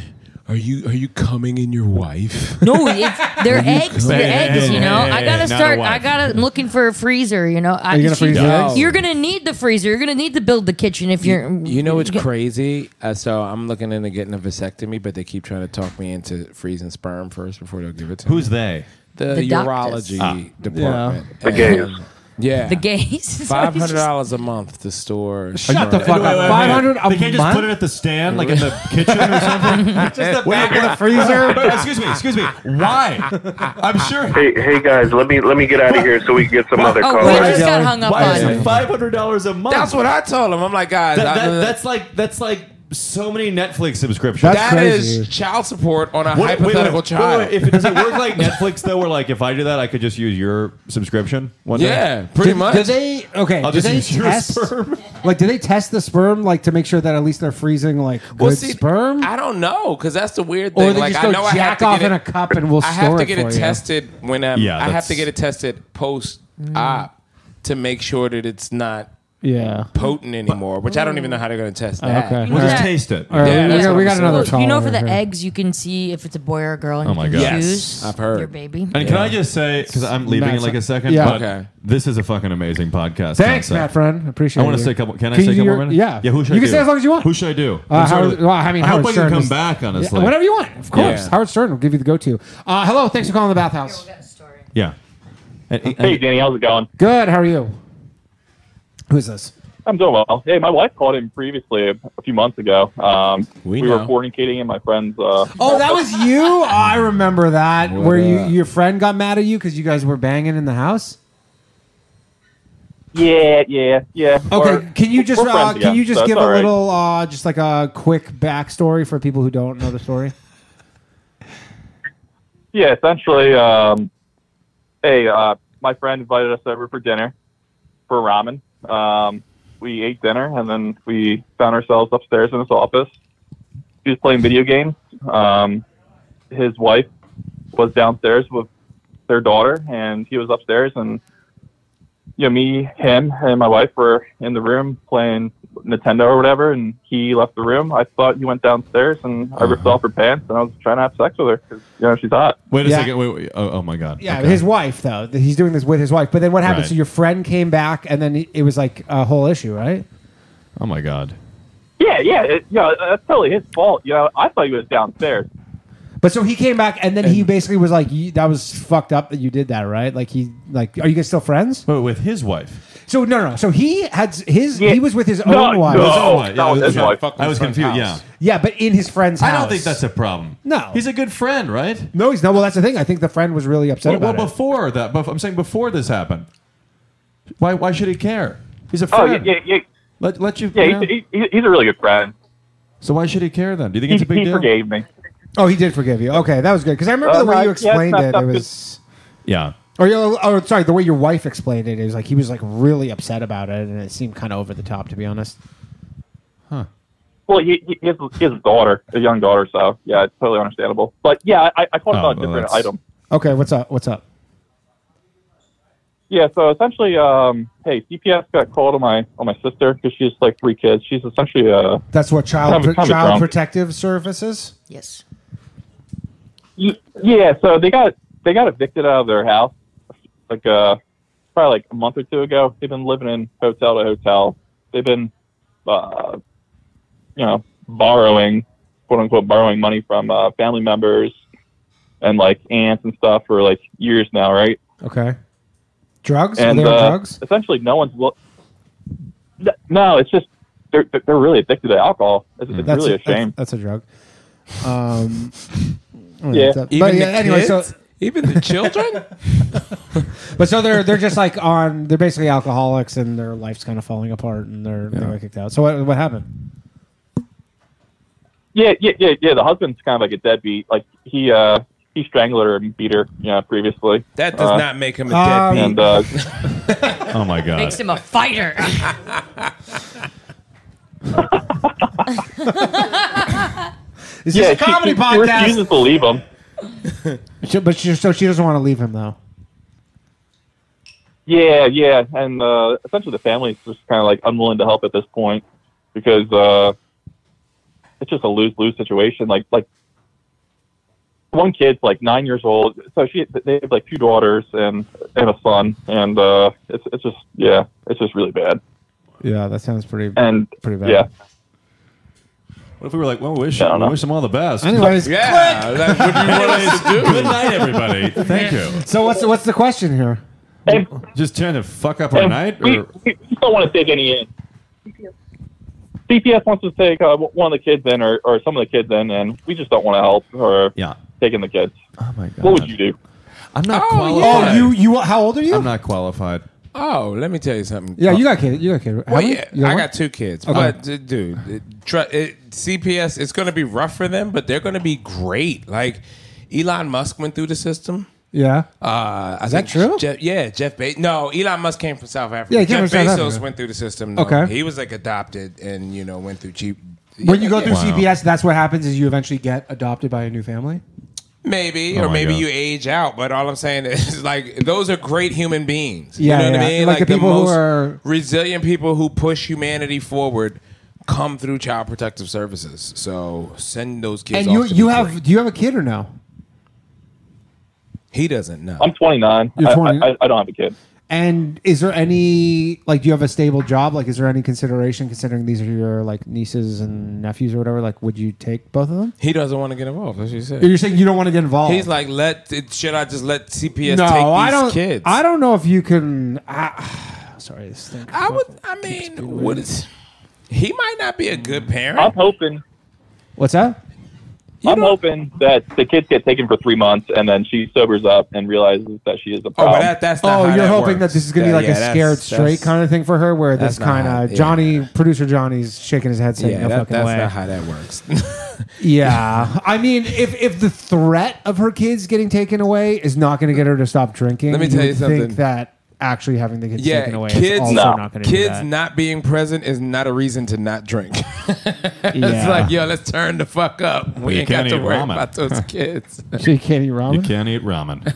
[SPEAKER 4] Are you are you coming in your wife?
[SPEAKER 3] No, it's, they're eggs. They're
[SPEAKER 2] Hey,
[SPEAKER 3] eggs.
[SPEAKER 2] hey,
[SPEAKER 3] You know,
[SPEAKER 2] hey,
[SPEAKER 3] I
[SPEAKER 2] hey,
[SPEAKER 3] gotta
[SPEAKER 2] not a
[SPEAKER 3] start.
[SPEAKER 2] wife.
[SPEAKER 3] I gotta I'm looking for a freezer. You know, I,
[SPEAKER 1] you gonna
[SPEAKER 3] she-
[SPEAKER 1] freeze the
[SPEAKER 4] No. eggs?
[SPEAKER 3] You're gonna need the freezer. You're gonna need to build the kitchen if you're.
[SPEAKER 4] You know what's crazy? Uh, so I'm looking into getting a vasectomy, but they keep trying to talk me into freezing sperm first before they'll give it to me.
[SPEAKER 2] Who's they? Ah.
[SPEAKER 4] the,
[SPEAKER 3] The doctors.
[SPEAKER 4] urology department?
[SPEAKER 6] The gays.
[SPEAKER 4] And- Yeah,
[SPEAKER 3] the gays.
[SPEAKER 4] Five hundred dollars a month to store.
[SPEAKER 1] Shut the fuck up. Five hundred a
[SPEAKER 2] They can't just
[SPEAKER 1] month.
[SPEAKER 2] put it at the stand, like in the kitchen or something. just the back of the
[SPEAKER 1] freezer?
[SPEAKER 2] excuse me, excuse me. Why? I'm sure.
[SPEAKER 6] Hey, hey guys, let me let me get out of here so we can get some other
[SPEAKER 3] Oh,
[SPEAKER 6] calls.
[SPEAKER 3] we just got
[SPEAKER 1] Dylan.
[SPEAKER 3] hung up
[SPEAKER 2] Why is
[SPEAKER 3] on.
[SPEAKER 2] it five hundred dollars a month?
[SPEAKER 4] That's what I told him. I'm like, guys,
[SPEAKER 2] That- that-
[SPEAKER 4] I-
[SPEAKER 2] that's like that's like so many Netflix subscriptions.
[SPEAKER 1] That's-
[SPEAKER 4] that is
[SPEAKER 1] crazy.
[SPEAKER 4] child support on a
[SPEAKER 2] What- wait, wait,
[SPEAKER 4] hypothetical
[SPEAKER 2] wait,
[SPEAKER 4] child.
[SPEAKER 2] wait, if it does it work like Netflix though, where like if I do that, I could just use your subscription one day.
[SPEAKER 4] yeah, pretty much.
[SPEAKER 1] Do they okay?
[SPEAKER 2] I'll
[SPEAKER 1] do
[SPEAKER 2] just
[SPEAKER 1] they
[SPEAKER 2] use your
[SPEAKER 1] test
[SPEAKER 2] sperm.
[SPEAKER 1] like do they test the sperm like to make sure that at least they're freezing like good
[SPEAKER 4] Well, see,
[SPEAKER 1] sperm?
[SPEAKER 4] I don't know because that's the weird thing.
[SPEAKER 1] or they
[SPEAKER 4] like,
[SPEAKER 1] just
[SPEAKER 4] I
[SPEAKER 1] go
[SPEAKER 4] know I have
[SPEAKER 1] jack
[SPEAKER 4] to
[SPEAKER 1] off
[SPEAKER 4] get
[SPEAKER 1] in
[SPEAKER 4] it-
[SPEAKER 1] a cup and we'll
[SPEAKER 4] I
[SPEAKER 1] store
[SPEAKER 4] have to
[SPEAKER 1] it
[SPEAKER 4] get
[SPEAKER 1] for
[SPEAKER 4] it
[SPEAKER 1] you.
[SPEAKER 4] tested when I'm.
[SPEAKER 2] Yeah,
[SPEAKER 4] I have to
[SPEAKER 2] that's-
[SPEAKER 4] get it tested post
[SPEAKER 1] Mm.
[SPEAKER 4] op to make sure that it's not
[SPEAKER 1] Yeah. Mm. Oh,
[SPEAKER 4] potent anymore, which I don't even know how they're going to test that.
[SPEAKER 1] Okay.
[SPEAKER 2] We'll just
[SPEAKER 3] Yeah.
[SPEAKER 2] taste it.
[SPEAKER 1] All right,
[SPEAKER 4] Yeah,
[SPEAKER 1] we,
[SPEAKER 4] that's
[SPEAKER 1] got,
[SPEAKER 4] what
[SPEAKER 1] we
[SPEAKER 4] I'm
[SPEAKER 1] got
[SPEAKER 4] saying.
[SPEAKER 1] another
[SPEAKER 4] Look,
[SPEAKER 1] call.
[SPEAKER 3] You know, for
[SPEAKER 1] over
[SPEAKER 3] the
[SPEAKER 1] here.
[SPEAKER 3] eggs, you can see if it's a boy or a girl. And
[SPEAKER 2] Oh
[SPEAKER 3] you
[SPEAKER 2] my
[SPEAKER 3] can
[SPEAKER 2] God. Yes,
[SPEAKER 3] Choose
[SPEAKER 4] I've heard.
[SPEAKER 3] your baby.
[SPEAKER 2] And can I just say, because I'm leaving
[SPEAKER 1] Matt,
[SPEAKER 2] in like a second,
[SPEAKER 1] yeah.
[SPEAKER 2] but
[SPEAKER 4] Okay.
[SPEAKER 2] this is a fucking amazing podcast.
[SPEAKER 1] Thanks,
[SPEAKER 2] concept.
[SPEAKER 1] Matt, friend. Appreciate
[SPEAKER 2] I
[SPEAKER 1] it.
[SPEAKER 2] want to say a couple. Can I
[SPEAKER 1] Can
[SPEAKER 2] say a
[SPEAKER 1] you do
[SPEAKER 2] couple
[SPEAKER 1] your-
[SPEAKER 2] minutes?
[SPEAKER 1] yeah.
[SPEAKER 2] Yeah. Who should
[SPEAKER 1] You
[SPEAKER 2] I
[SPEAKER 1] can
[SPEAKER 2] do?
[SPEAKER 1] stay as long as you want.
[SPEAKER 2] Who should I do?
[SPEAKER 1] Uh,
[SPEAKER 2] I'm sorry
[SPEAKER 1] Howard-
[SPEAKER 2] to-
[SPEAKER 1] well, I mean,
[SPEAKER 2] I
[SPEAKER 1] Howard
[SPEAKER 2] hope I
[SPEAKER 1] Stern
[SPEAKER 2] can come
[SPEAKER 1] is-
[SPEAKER 2] back. Honestly.
[SPEAKER 1] Yeah, whatever you want, of course.
[SPEAKER 2] Yeah.
[SPEAKER 1] Howard Stern will give you the go-to. Uh, hello, thanks for calling the bathhouse.
[SPEAKER 2] Yeah. And- and-
[SPEAKER 8] Hey, Danny, how's it going?
[SPEAKER 1] Good. How are you? Who is this?
[SPEAKER 8] I'm doing well. Hey, my wife called in previously a few months ago. Um,
[SPEAKER 4] We
[SPEAKER 8] were
[SPEAKER 4] know.
[SPEAKER 8] fornicating in my friend's. Uh,
[SPEAKER 1] Oh, that was you. Oh, I remember that.
[SPEAKER 4] What
[SPEAKER 1] where you,
[SPEAKER 4] up?
[SPEAKER 1] your friend got mad at you because you guys were banging in the house.
[SPEAKER 8] yeah, yeah, yeah.
[SPEAKER 1] Okay, can you just
[SPEAKER 8] we're friends
[SPEAKER 1] uh, can
[SPEAKER 8] again,
[SPEAKER 1] you
[SPEAKER 8] so
[SPEAKER 1] just
[SPEAKER 8] it's
[SPEAKER 1] give a
[SPEAKER 8] all right.
[SPEAKER 1] little uh, just like a quick backstory for people who don't know the story?
[SPEAKER 8] Yeah, essentially, um, hey, uh, my friend invited us over for dinner for ramen. Um, we ate dinner, and then we found ourselves upstairs in his office. He was playing video games. Um, his wife was downstairs with their daughter, and he was upstairs. And you know, me, him, and my wife were in the room playing Nintendo or whatever, and he left the room. I thought he went downstairs, and I ripped off her pants, and I was trying to have sex with her because you know she's hot.
[SPEAKER 2] Wait a
[SPEAKER 1] Yeah.
[SPEAKER 2] second. Wait, wait. Oh, oh my god.
[SPEAKER 1] Yeah,
[SPEAKER 2] Okay.
[SPEAKER 1] his wife though. Th- He's doing this with his wife. But then what happened?
[SPEAKER 2] Right.
[SPEAKER 1] So your friend came back, and then it was like a whole issue, right?
[SPEAKER 2] oh my god.
[SPEAKER 8] Yeah, yeah, it, you know, that's totally his fault. You know, I thought he was downstairs.
[SPEAKER 1] But so he came back, and then he basically was like, "You- "That was fucked up that you did that, right?" Like he, like, are you guys still friends?
[SPEAKER 2] Wait, with his wife.
[SPEAKER 1] So no, no. no. So he had s- his.
[SPEAKER 8] Yeah.
[SPEAKER 1] He was with his own
[SPEAKER 8] No,
[SPEAKER 1] wife.
[SPEAKER 8] no.
[SPEAKER 2] Oh, yeah,
[SPEAKER 8] no,
[SPEAKER 2] okay.
[SPEAKER 8] his wife.
[SPEAKER 4] Fuck
[SPEAKER 2] I was
[SPEAKER 4] with friend's
[SPEAKER 2] confused. Yeah.
[SPEAKER 4] house.
[SPEAKER 1] Yeah, but in his friend's house.
[SPEAKER 2] I don't think that's a problem.
[SPEAKER 1] No.
[SPEAKER 2] He's a good friend, right?
[SPEAKER 1] No, he's not. Well, that's the thing. I think the friend was really upset
[SPEAKER 2] Well, well,
[SPEAKER 1] about it.
[SPEAKER 2] before that, but I'm saying before this happened. Why? Why should he care? He's a
[SPEAKER 8] Oh,
[SPEAKER 2] friend.
[SPEAKER 8] yeah, yeah, yeah,
[SPEAKER 2] Let, let you. you
[SPEAKER 8] yeah
[SPEAKER 2] know?
[SPEAKER 8] he's, he, he's a really good friend.
[SPEAKER 2] so why should he care then? Do you think
[SPEAKER 8] He,
[SPEAKER 2] it's a big
[SPEAKER 8] he
[SPEAKER 2] deal?
[SPEAKER 8] forgave me.
[SPEAKER 1] Oh, he did forgive you. Okay, that was good because I remember
[SPEAKER 8] Uh,
[SPEAKER 1] the way
[SPEAKER 8] no,
[SPEAKER 1] you
[SPEAKER 8] yeah,
[SPEAKER 1] explained
[SPEAKER 8] that's-
[SPEAKER 1] it. It
[SPEAKER 8] that's good.
[SPEAKER 1] was.
[SPEAKER 2] Yeah.
[SPEAKER 1] Or, you- or sorry, the way your wife explained it is like he was like really upset about it, and it seemed kind of over the top, to be honest.
[SPEAKER 8] Well, he, he, he, has, he has a daughter, a young daughter, so yeah, it's totally understandable. But yeah, I, I called
[SPEAKER 2] Oh,
[SPEAKER 8] about a
[SPEAKER 2] well,
[SPEAKER 8] different
[SPEAKER 2] that's-
[SPEAKER 8] item.
[SPEAKER 1] Okay, what's up? What's up?
[SPEAKER 8] Yeah, so essentially, um, hey, CPS got called on my on my sister because she's like three kids. She's essentially uh,
[SPEAKER 1] That's what child
[SPEAKER 8] Have a- have a
[SPEAKER 1] child
[SPEAKER 8] drunk.
[SPEAKER 1] protective services.
[SPEAKER 3] Yes.
[SPEAKER 8] y- yeah. So they got they got evicted out of their house like uh, probably like a month or two ago. They've been living in hotel to hotel. They've been, uh, you know, borrowing quote unquote borrowing money from uh, family members and like aunts and stuff for like years now, right?
[SPEAKER 1] Okay. Drugs?
[SPEAKER 8] and
[SPEAKER 1] Are they on
[SPEAKER 8] uh,
[SPEAKER 1] drugs?
[SPEAKER 8] essentially no one's look. No, it's just they're they're- they're really addicted to alcohol. It's, it's really a shame.
[SPEAKER 1] That's, that's a drug. Um, I don't know
[SPEAKER 8] Yeah.
[SPEAKER 1] what's up.
[SPEAKER 4] Even
[SPEAKER 1] But
[SPEAKER 4] the
[SPEAKER 1] yeah, anyway, so
[SPEAKER 4] kids? even the children.
[SPEAKER 1] but so they're they're just like on they're basically alcoholics and their life's kind of falling apart and they're they got kicked out. So what what happened?
[SPEAKER 8] Yeah, yeah, yeah, yeah. The husband's kind of like a deadbeat. Like he uh he strangled her and beat her, you know, previously.
[SPEAKER 4] That does
[SPEAKER 8] Uh,
[SPEAKER 4] not make him a
[SPEAKER 1] um,
[SPEAKER 4] deadbeat.
[SPEAKER 8] And uh,
[SPEAKER 2] Oh my god.
[SPEAKER 3] Makes him a fighter.
[SPEAKER 1] This
[SPEAKER 8] yeah,
[SPEAKER 1] is a comedy
[SPEAKER 8] she, she, she
[SPEAKER 1] podcast.
[SPEAKER 8] refuses to leave him.
[SPEAKER 1] She- but she, so she doesn't want to leave him though.
[SPEAKER 8] Yeah, yeah, and uh, essentially the family's just kind of like unwilling to help at this point because uh, it's just a lose lose situation. Like like one kid's like nine years old, so she they have like two daughters and and a son, and uh, it's it's just yeah, it's just really bad.
[SPEAKER 1] Yeah, that sounds pretty
[SPEAKER 8] And
[SPEAKER 1] pretty bad.
[SPEAKER 8] yeah,
[SPEAKER 2] What if we were like, well, wish,
[SPEAKER 8] I don't
[SPEAKER 2] we
[SPEAKER 8] know.
[SPEAKER 2] wish them all the best.
[SPEAKER 1] Anyways,
[SPEAKER 4] yeah, like, what do you want us to do?
[SPEAKER 2] Good night, everybody. Thank you.
[SPEAKER 1] so what's the, what's the question here?
[SPEAKER 8] and,
[SPEAKER 2] Just trying to fuck up our
[SPEAKER 8] and
[SPEAKER 2] night,
[SPEAKER 8] we,
[SPEAKER 2] or
[SPEAKER 8] we don't want to take any in. CPS wants to take uh, one of the kids in, or, or some of the kids in, and we just don't want to help or
[SPEAKER 2] yeah.
[SPEAKER 8] taking the kids.
[SPEAKER 2] Oh my god.
[SPEAKER 8] What would you do?
[SPEAKER 2] I'm not
[SPEAKER 4] Oh,
[SPEAKER 2] qualified.
[SPEAKER 1] Oh, you you how old are you?
[SPEAKER 2] I'm not qualified.
[SPEAKER 4] Oh, let me tell you something.
[SPEAKER 1] yeah, you got a kid. You got a kid. How
[SPEAKER 4] Well,
[SPEAKER 1] many?
[SPEAKER 4] yeah,
[SPEAKER 1] You got
[SPEAKER 4] I
[SPEAKER 1] one?
[SPEAKER 4] got two kids,
[SPEAKER 1] Okay.
[SPEAKER 4] but d- dude, it, tr- it, CPS it's going to be rough for them, but they're going to be great. Like Elon Musk went through the system.
[SPEAKER 1] Yeah.
[SPEAKER 4] Uh, I Is
[SPEAKER 1] that true?
[SPEAKER 4] Jeff, yeah, Jeff Bezos. No, Elon Musk came from South Africa.
[SPEAKER 1] Yeah, he
[SPEAKER 4] Jeff
[SPEAKER 1] came from
[SPEAKER 4] Bezos
[SPEAKER 1] South Africa.
[SPEAKER 4] went through the system. though.
[SPEAKER 1] Okay.
[SPEAKER 4] he was like adopted and you know went through cheap.
[SPEAKER 1] When you go through
[SPEAKER 2] Wow.
[SPEAKER 1] CPS, that's what happens is you eventually get adopted by a new family.
[SPEAKER 4] Maybe,
[SPEAKER 2] Oh
[SPEAKER 4] or
[SPEAKER 2] my
[SPEAKER 4] maybe
[SPEAKER 2] God.
[SPEAKER 4] you age out. But all I'm saying is, like, those are great human beings.
[SPEAKER 1] Yeah,
[SPEAKER 4] you know
[SPEAKER 1] yeah.
[SPEAKER 4] what I mean.
[SPEAKER 1] Like the people who
[SPEAKER 4] most
[SPEAKER 1] are-
[SPEAKER 4] resilient people who push humanity forward come through child protective services. So send those kids.
[SPEAKER 1] And you
[SPEAKER 4] off to
[SPEAKER 1] you
[SPEAKER 4] be
[SPEAKER 1] have
[SPEAKER 4] great.
[SPEAKER 1] do you have a kid or no?
[SPEAKER 4] He doesn't know.
[SPEAKER 8] I'm 29.
[SPEAKER 1] You're
[SPEAKER 8] I-
[SPEAKER 1] 20.
[SPEAKER 8] I, I, I don't have a kid.
[SPEAKER 1] And is there any like do you have a stable job? Like is there any consideration considering these are your like nieces and nephews or whatever? Like would you take both of them?
[SPEAKER 4] He doesn't want to get involved. That's what he said.
[SPEAKER 1] You're saying you don't want to get involved.
[SPEAKER 4] He's like, let it, should I just let CPS take these
[SPEAKER 1] no, I don't.
[SPEAKER 4] kids?
[SPEAKER 1] I don't know if you can. I, sorry, this thing.
[SPEAKER 4] I would. I mean, what is? He might not be a good
[SPEAKER 8] I'm
[SPEAKER 4] parent.
[SPEAKER 8] hoping.
[SPEAKER 1] What's that?
[SPEAKER 8] I'm hoping that the kids get taken for three months, and then she sobers up and realizes that she is a
[SPEAKER 4] Oh,
[SPEAKER 8] problem.
[SPEAKER 4] but that, that's not
[SPEAKER 1] oh,
[SPEAKER 4] how
[SPEAKER 1] you're
[SPEAKER 4] that
[SPEAKER 1] hoping
[SPEAKER 4] works.
[SPEAKER 1] that this is going to
[SPEAKER 4] Yeah,
[SPEAKER 1] be
[SPEAKER 4] yeah,
[SPEAKER 1] like a
[SPEAKER 4] that's-
[SPEAKER 1] scared straight
[SPEAKER 4] that's-
[SPEAKER 1] kind of thing for her, where this
[SPEAKER 4] that's not
[SPEAKER 1] kind
[SPEAKER 4] how-
[SPEAKER 1] of
[SPEAKER 4] yeah.
[SPEAKER 1] Johnny, producer Johnny's shaking his head saying,
[SPEAKER 4] Yeah,
[SPEAKER 1] "No
[SPEAKER 4] that,
[SPEAKER 1] fucking
[SPEAKER 4] that's
[SPEAKER 1] way."
[SPEAKER 4] not how that works.
[SPEAKER 1] Yeah, I mean, if if the threat of her kids getting taken away is not going to get her to stop drinking,
[SPEAKER 4] Let me tell you
[SPEAKER 1] would
[SPEAKER 4] something.
[SPEAKER 1] Think that actually having the kids taken
[SPEAKER 4] Yeah,
[SPEAKER 1] away is
[SPEAKER 4] kids,
[SPEAKER 1] also not going to do
[SPEAKER 4] kids
[SPEAKER 1] that.
[SPEAKER 4] not being present is not a reason to not drink.
[SPEAKER 1] Yeah.
[SPEAKER 4] It's like, yo, let's turn the fuck up. We
[SPEAKER 2] you
[SPEAKER 4] ain't got
[SPEAKER 2] can't
[SPEAKER 4] to
[SPEAKER 2] eat
[SPEAKER 4] worry
[SPEAKER 2] ramen.
[SPEAKER 4] about those kids.
[SPEAKER 1] so you can't eat ramen?
[SPEAKER 2] You can't eat ramen.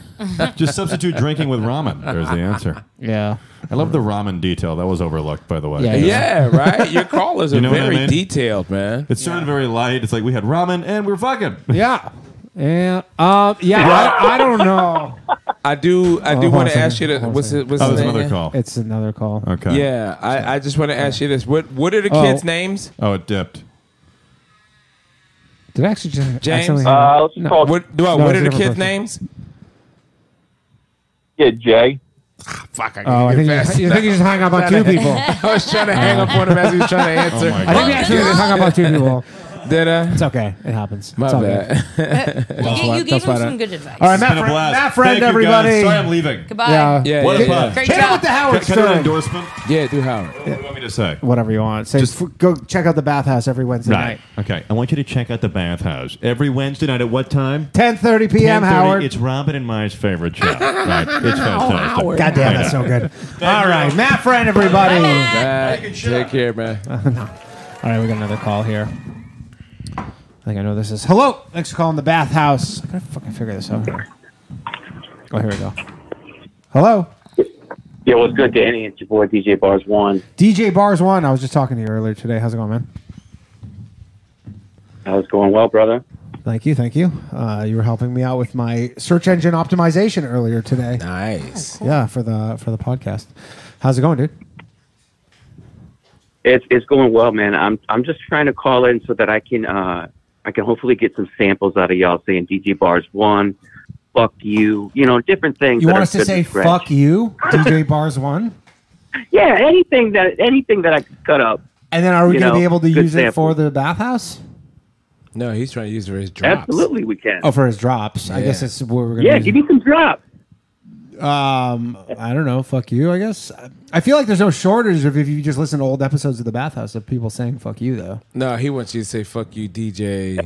[SPEAKER 2] Just substitute drinking with ramen. There's the answer.
[SPEAKER 1] Yeah.
[SPEAKER 2] I love the ramen detail. That was overlooked, by the way.
[SPEAKER 1] Yeah,
[SPEAKER 4] yeah, right? Your callers are
[SPEAKER 2] You know what I
[SPEAKER 4] very
[SPEAKER 2] mean?
[SPEAKER 4] detailed, man.
[SPEAKER 2] It started very light. It's like we had ramen and we were fucking.
[SPEAKER 1] Yeah. Yeah. Um, yeah. I, I don't know.
[SPEAKER 4] I do I do
[SPEAKER 1] oh, hold
[SPEAKER 4] want
[SPEAKER 1] on a
[SPEAKER 4] to ask you to
[SPEAKER 1] second. Hold on a
[SPEAKER 4] what's it, what's
[SPEAKER 2] Oh,
[SPEAKER 4] his
[SPEAKER 2] there's
[SPEAKER 4] name?
[SPEAKER 2] another call.
[SPEAKER 1] It's another call.
[SPEAKER 2] Okay.
[SPEAKER 4] Yeah, I, I just want to ask you this. What what are the
[SPEAKER 1] Oh.
[SPEAKER 4] kids' names?
[SPEAKER 2] Oh, it dipped.
[SPEAKER 1] Did I actually just
[SPEAKER 4] James?
[SPEAKER 1] accidentally-
[SPEAKER 8] Uh, let's just call it,
[SPEAKER 4] What do I,
[SPEAKER 1] No,
[SPEAKER 4] what
[SPEAKER 1] it's
[SPEAKER 4] are the
[SPEAKER 1] a different
[SPEAKER 4] kids'
[SPEAKER 1] person.
[SPEAKER 4] names?
[SPEAKER 8] yeah, Jay.
[SPEAKER 4] Ah, Fuck, I can't
[SPEAKER 1] oh, I
[SPEAKER 4] get
[SPEAKER 1] think you,
[SPEAKER 4] past
[SPEAKER 1] just, you think you just hung up on two people. Oh I
[SPEAKER 4] I was trying to hang up on him as he was trying to answer.
[SPEAKER 2] my
[SPEAKER 4] I
[SPEAKER 2] God.
[SPEAKER 1] think you actually just hung up on two people.
[SPEAKER 4] Did I?
[SPEAKER 1] It's okay. It happens.
[SPEAKER 4] My
[SPEAKER 1] it's all
[SPEAKER 4] bad.
[SPEAKER 1] good.
[SPEAKER 3] Uh, you gave, you
[SPEAKER 1] that's
[SPEAKER 3] gave him
[SPEAKER 1] why I-
[SPEAKER 3] some good advice.
[SPEAKER 1] All right, Matt,
[SPEAKER 2] Been a
[SPEAKER 1] friend,
[SPEAKER 2] blast.
[SPEAKER 1] Matt friend,
[SPEAKER 2] Thank you,
[SPEAKER 1] everybody.
[SPEAKER 2] guys. Sorry, I'm leaving.
[SPEAKER 3] Goodbye.
[SPEAKER 1] Yeah.
[SPEAKER 4] Yeah,
[SPEAKER 2] What
[SPEAKER 4] yeah,
[SPEAKER 2] a fun.
[SPEAKER 4] yeah.
[SPEAKER 3] Great
[SPEAKER 1] Hit him
[SPEAKER 3] job.
[SPEAKER 1] with the
[SPEAKER 2] Can, can
[SPEAKER 1] Howard
[SPEAKER 2] I do an
[SPEAKER 1] Stern.
[SPEAKER 2] endorsement?
[SPEAKER 4] Yeah, do Howard.
[SPEAKER 2] What do you want me to say?
[SPEAKER 1] Whatever you want. Say,
[SPEAKER 2] Just-
[SPEAKER 1] f- go check out the bathhouse every Wednesday night.
[SPEAKER 2] Okay. I want you to check out the bathhouse every Wednesday night at what time?
[SPEAKER 1] 10:30 p.m.
[SPEAKER 2] 10:30.
[SPEAKER 1] Howard.
[SPEAKER 2] It's Robin and Ma's favorite show. right.
[SPEAKER 1] Oh,
[SPEAKER 2] It's fantastic.
[SPEAKER 1] God damn, that's so good. All right, Matt friend, everybody. All
[SPEAKER 4] Uh, take care, man.
[SPEAKER 1] right, we got another call here. I think I know this is. Hello, thanks for calling the bathhouse. I gotta fucking figure this out. Oh, here we go. Hello,
[SPEAKER 9] Yeah, what's good, Danny? It's your boy DJ Bars One.
[SPEAKER 1] DJ Bars One. I was just talking to you earlier today. How's it going, man?
[SPEAKER 9] How's it going, well, brother?
[SPEAKER 1] Thank you, thank you. Uh, you were helping me out with my search engine optimization earlier today.
[SPEAKER 4] Nice.
[SPEAKER 1] Yeah, for the for the podcast. How's it going, dude?
[SPEAKER 9] It's it's going well, man. I'm I'm just trying to call in so that I can uh I can hopefully get some samples out of y'all saying DJ Bars One, fuck you, you know, different things.
[SPEAKER 1] You
[SPEAKER 9] that
[SPEAKER 1] want
[SPEAKER 9] are
[SPEAKER 1] us to
[SPEAKER 9] good
[SPEAKER 1] say
[SPEAKER 9] scratch.
[SPEAKER 1] "fuck you," DJ Bars One,
[SPEAKER 9] Yeah, anything that anything that I could cut up.
[SPEAKER 1] and then are we
[SPEAKER 9] You
[SPEAKER 1] going to
[SPEAKER 9] know,
[SPEAKER 1] be able to
[SPEAKER 9] good
[SPEAKER 1] use it
[SPEAKER 9] sample.
[SPEAKER 1] for the bathhouse?
[SPEAKER 4] No, he's trying to use it for his drops.
[SPEAKER 9] Absolutely, we can.
[SPEAKER 1] Oh, for his drops. I
[SPEAKER 4] Yeah.
[SPEAKER 1] guess that's where we're going.
[SPEAKER 9] yeah,
[SPEAKER 1] use
[SPEAKER 9] give
[SPEAKER 1] it.
[SPEAKER 9] me some drop.
[SPEAKER 1] Um, I don't know. Fuck you. I guess. I feel like there's no shortage of if you just listen to old episodes of the bathhouse of people saying "fuck you" though.
[SPEAKER 4] No, he wants you to say "fuck you, DJ."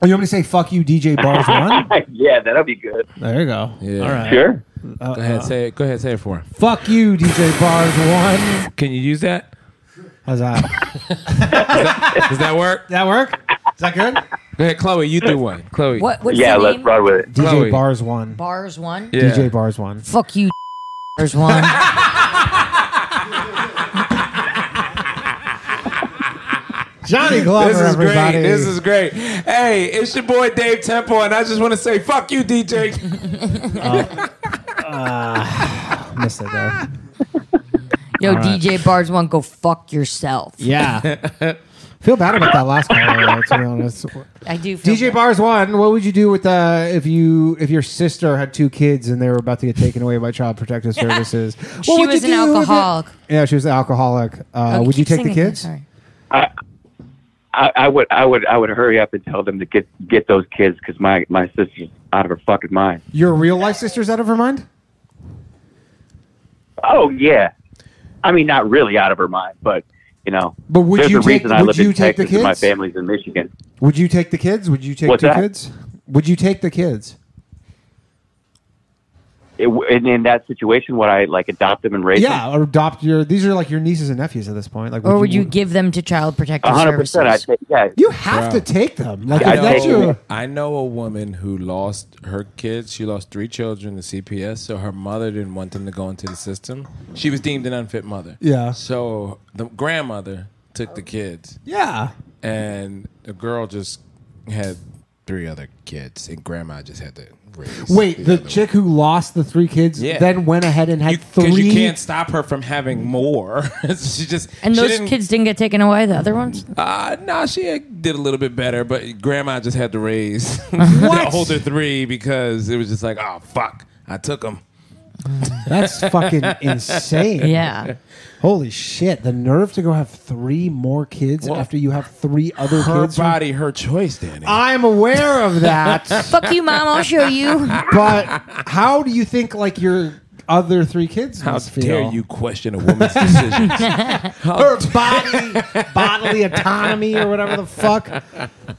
[SPEAKER 1] Oh, you want me to say "fuck you," DJ Bars One?
[SPEAKER 9] yeah, that'll be good.
[SPEAKER 1] There you go.
[SPEAKER 4] Yeah.
[SPEAKER 1] All right. Uh,
[SPEAKER 9] Sure.
[SPEAKER 4] Go ahead, say it. Go ahead, say it for him.
[SPEAKER 1] Fuck you, DJ Bars One.
[SPEAKER 4] Can you use that?
[SPEAKER 1] How's that?
[SPEAKER 4] Does that work?
[SPEAKER 1] that work? Is that good?
[SPEAKER 4] Go ahead, Chloe. You do one, Chloe.
[SPEAKER 3] What? What's
[SPEAKER 9] Yeah,
[SPEAKER 3] the
[SPEAKER 9] let's
[SPEAKER 3] name?
[SPEAKER 9] run with it.
[SPEAKER 1] DJ
[SPEAKER 4] Chloe.
[SPEAKER 1] Bars One.
[SPEAKER 3] Bars one.
[SPEAKER 4] Yeah.
[SPEAKER 1] DJ Bars One.
[SPEAKER 3] Fuck you. Bars one.
[SPEAKER 1] Johnny Glover,
[SPEAKER 4] This is
[SPEAKER 1] everybody.
[SPEAKER 4] great. This is great. Hey, it's your boy Dave Temple, and I just want to say, fuck you, DJ. Uh,
[SPEAKER 1] Ah, missed it there.
[SPEAKER 3] Yo,
[SPEAKER 1] right.
[SPEAKER 3] DJ Bars one, go fuck yourself.
[SPEAKER 1] Yeah. Feel bad about that last call. To be honest,
[SPEAKER 3] I do. Feel
[SPEAKER 1] DJ
[SPEAKER 3] bad.
[SPEAKER 1] Bars One. What would you do with uh, if you if your sister had two kids and they were about to get taken away by Child Protective Services? What
[SPEAKER 3] She
[SPEAKER 1] would you
[SPEAKER 3] was an
[SPEAKER 1] do with it?
[SPEAKER 3] alcoholic.
[SPEAKER 1] Yeah, she was an alcoholic. Uh,
[SPEAKER 3] Oh,
[SPEAKER 1] would you
[SPEAKER 3] keep
[SPEAKER 1] take
[SPEAKER 3] singing.
[SPEAKER 1] the kids?
[SPEAKER 3] Sorry.
[SPEAKER 9] I, I would I would I would hurry up and tell them to get get those kids because my my sister's out of her fucking mind.
[SPEAKER 1] Your real life sister's out of her mind.
[SPEAKER 9] Oh yeah, I mean not really out of her mind, but you know.
[SPEAKER 1] But would
[SPEAKER 9] there's
[SPEAKER 1] you
[SPEAKER 9] a
[SPEAKER 1] take-
[SPEAKER 9] reason I
[SPEAKER 1] would
[SPEAKER 9] live
[SPEAKER 1] you
[SPEAKER 9] in
[SPEAKER 1] take the
[SPEAKER 9] Texas and my
[SPEAKER 1] kids?
[SPEAKER 9] family's in Michigan.
[SPEAKER 1] Would you take the kids? Would you take
[SPEAKER 9] What's
[SPEAKER 1] two
[SPEAKER 9] that?
[SPEAKER 1] kids? Would you take the kids?
[SPEAKER 9] It, w- and in that situation, would I like adopt them and raise them?
[SPEAKER 1] Yeah, or adopt your. These are like your nieces and nephews at this point. Like,
[SPEAKER 3] Or would you give them to child protective
[SPEAKER 9] A hundred percent. I
[SPEAKER 3] services?
[SPEAKER 9] take yeah.
[SPEAKER 1] You have
[SPEAKER 4] Bro.
[SPEAKER 1] to take them. Like,
[SPEAKER 9] Yeah,
[SPEAKER 1] if
[SPEAKER 9] I
[SPEAKER 1] that's
[SPEAKER 9] take
[SPEAKER 1] your.
[SPEAKER 9] them.
[SPEAKER 4] I know a woman who lost her kids. She lost three children to CPS, so her mother didn't want them to go into the system. She was deemed an unfit mother.
[SPEAKER 1] Yeah.
[SPEAKER 4] So the grandmother took the kids,
[SPEAKER 1] Yeah.
[SPEAKER 4] and the girl just had three other kids, and grandma just had to raise.
[SPEAKER 1] Wait, the
[SPEAKER 4] other one.
[SPEAKER 1] chick who lost the three kids
[SPEAKER 4] Yeah.
[SPEAKER 1] then went ahead and had
[SPEAKER 4] Because
[SPEAKER 1] three.
[SPEAKER 4] you can't stop her from having more. she just
[SPEAKER 3] And
[SPEAKER 4] she
[SPEAKER 3] those
[SPEAKER 4] didn't-
[SPEAKER 3] kids didn't get taken away. The other ones.
[SPEAKER 4] Uh, nah, she had- did a little bit better, but grandma just had to raise the
[SPEAKER 1] What?
[SPEAKER 4] older three because it was just like, oh fuck, I took them.
[SPEAKER 1] That's fucking insane.
[SPEAKER 3] Yeah.
[SPEAKER 1] Holy shit! The nerve to go have three more kids
[SPEAKER 4] Well,
[SPEAKER 1] after you have three other
[SPEAKER 4] Her
[SPEAKER 1] kids. from-
[SPEAKER 4] body, her choice, Danny.
[SPEAKER 1] I'm aware of that,
[SPEAKER 3] Fuck you, mom. I'll show you.
[SPEAKER 1] but how do you think like your other three kids.
[SPEAKER 4] How
[SPEAKER 1] must feel.
[SPEAKER 4] dare you question a woman's decisions? How
[SPEAKER 1] Her bodily bodily autonomy or whatever the fuck.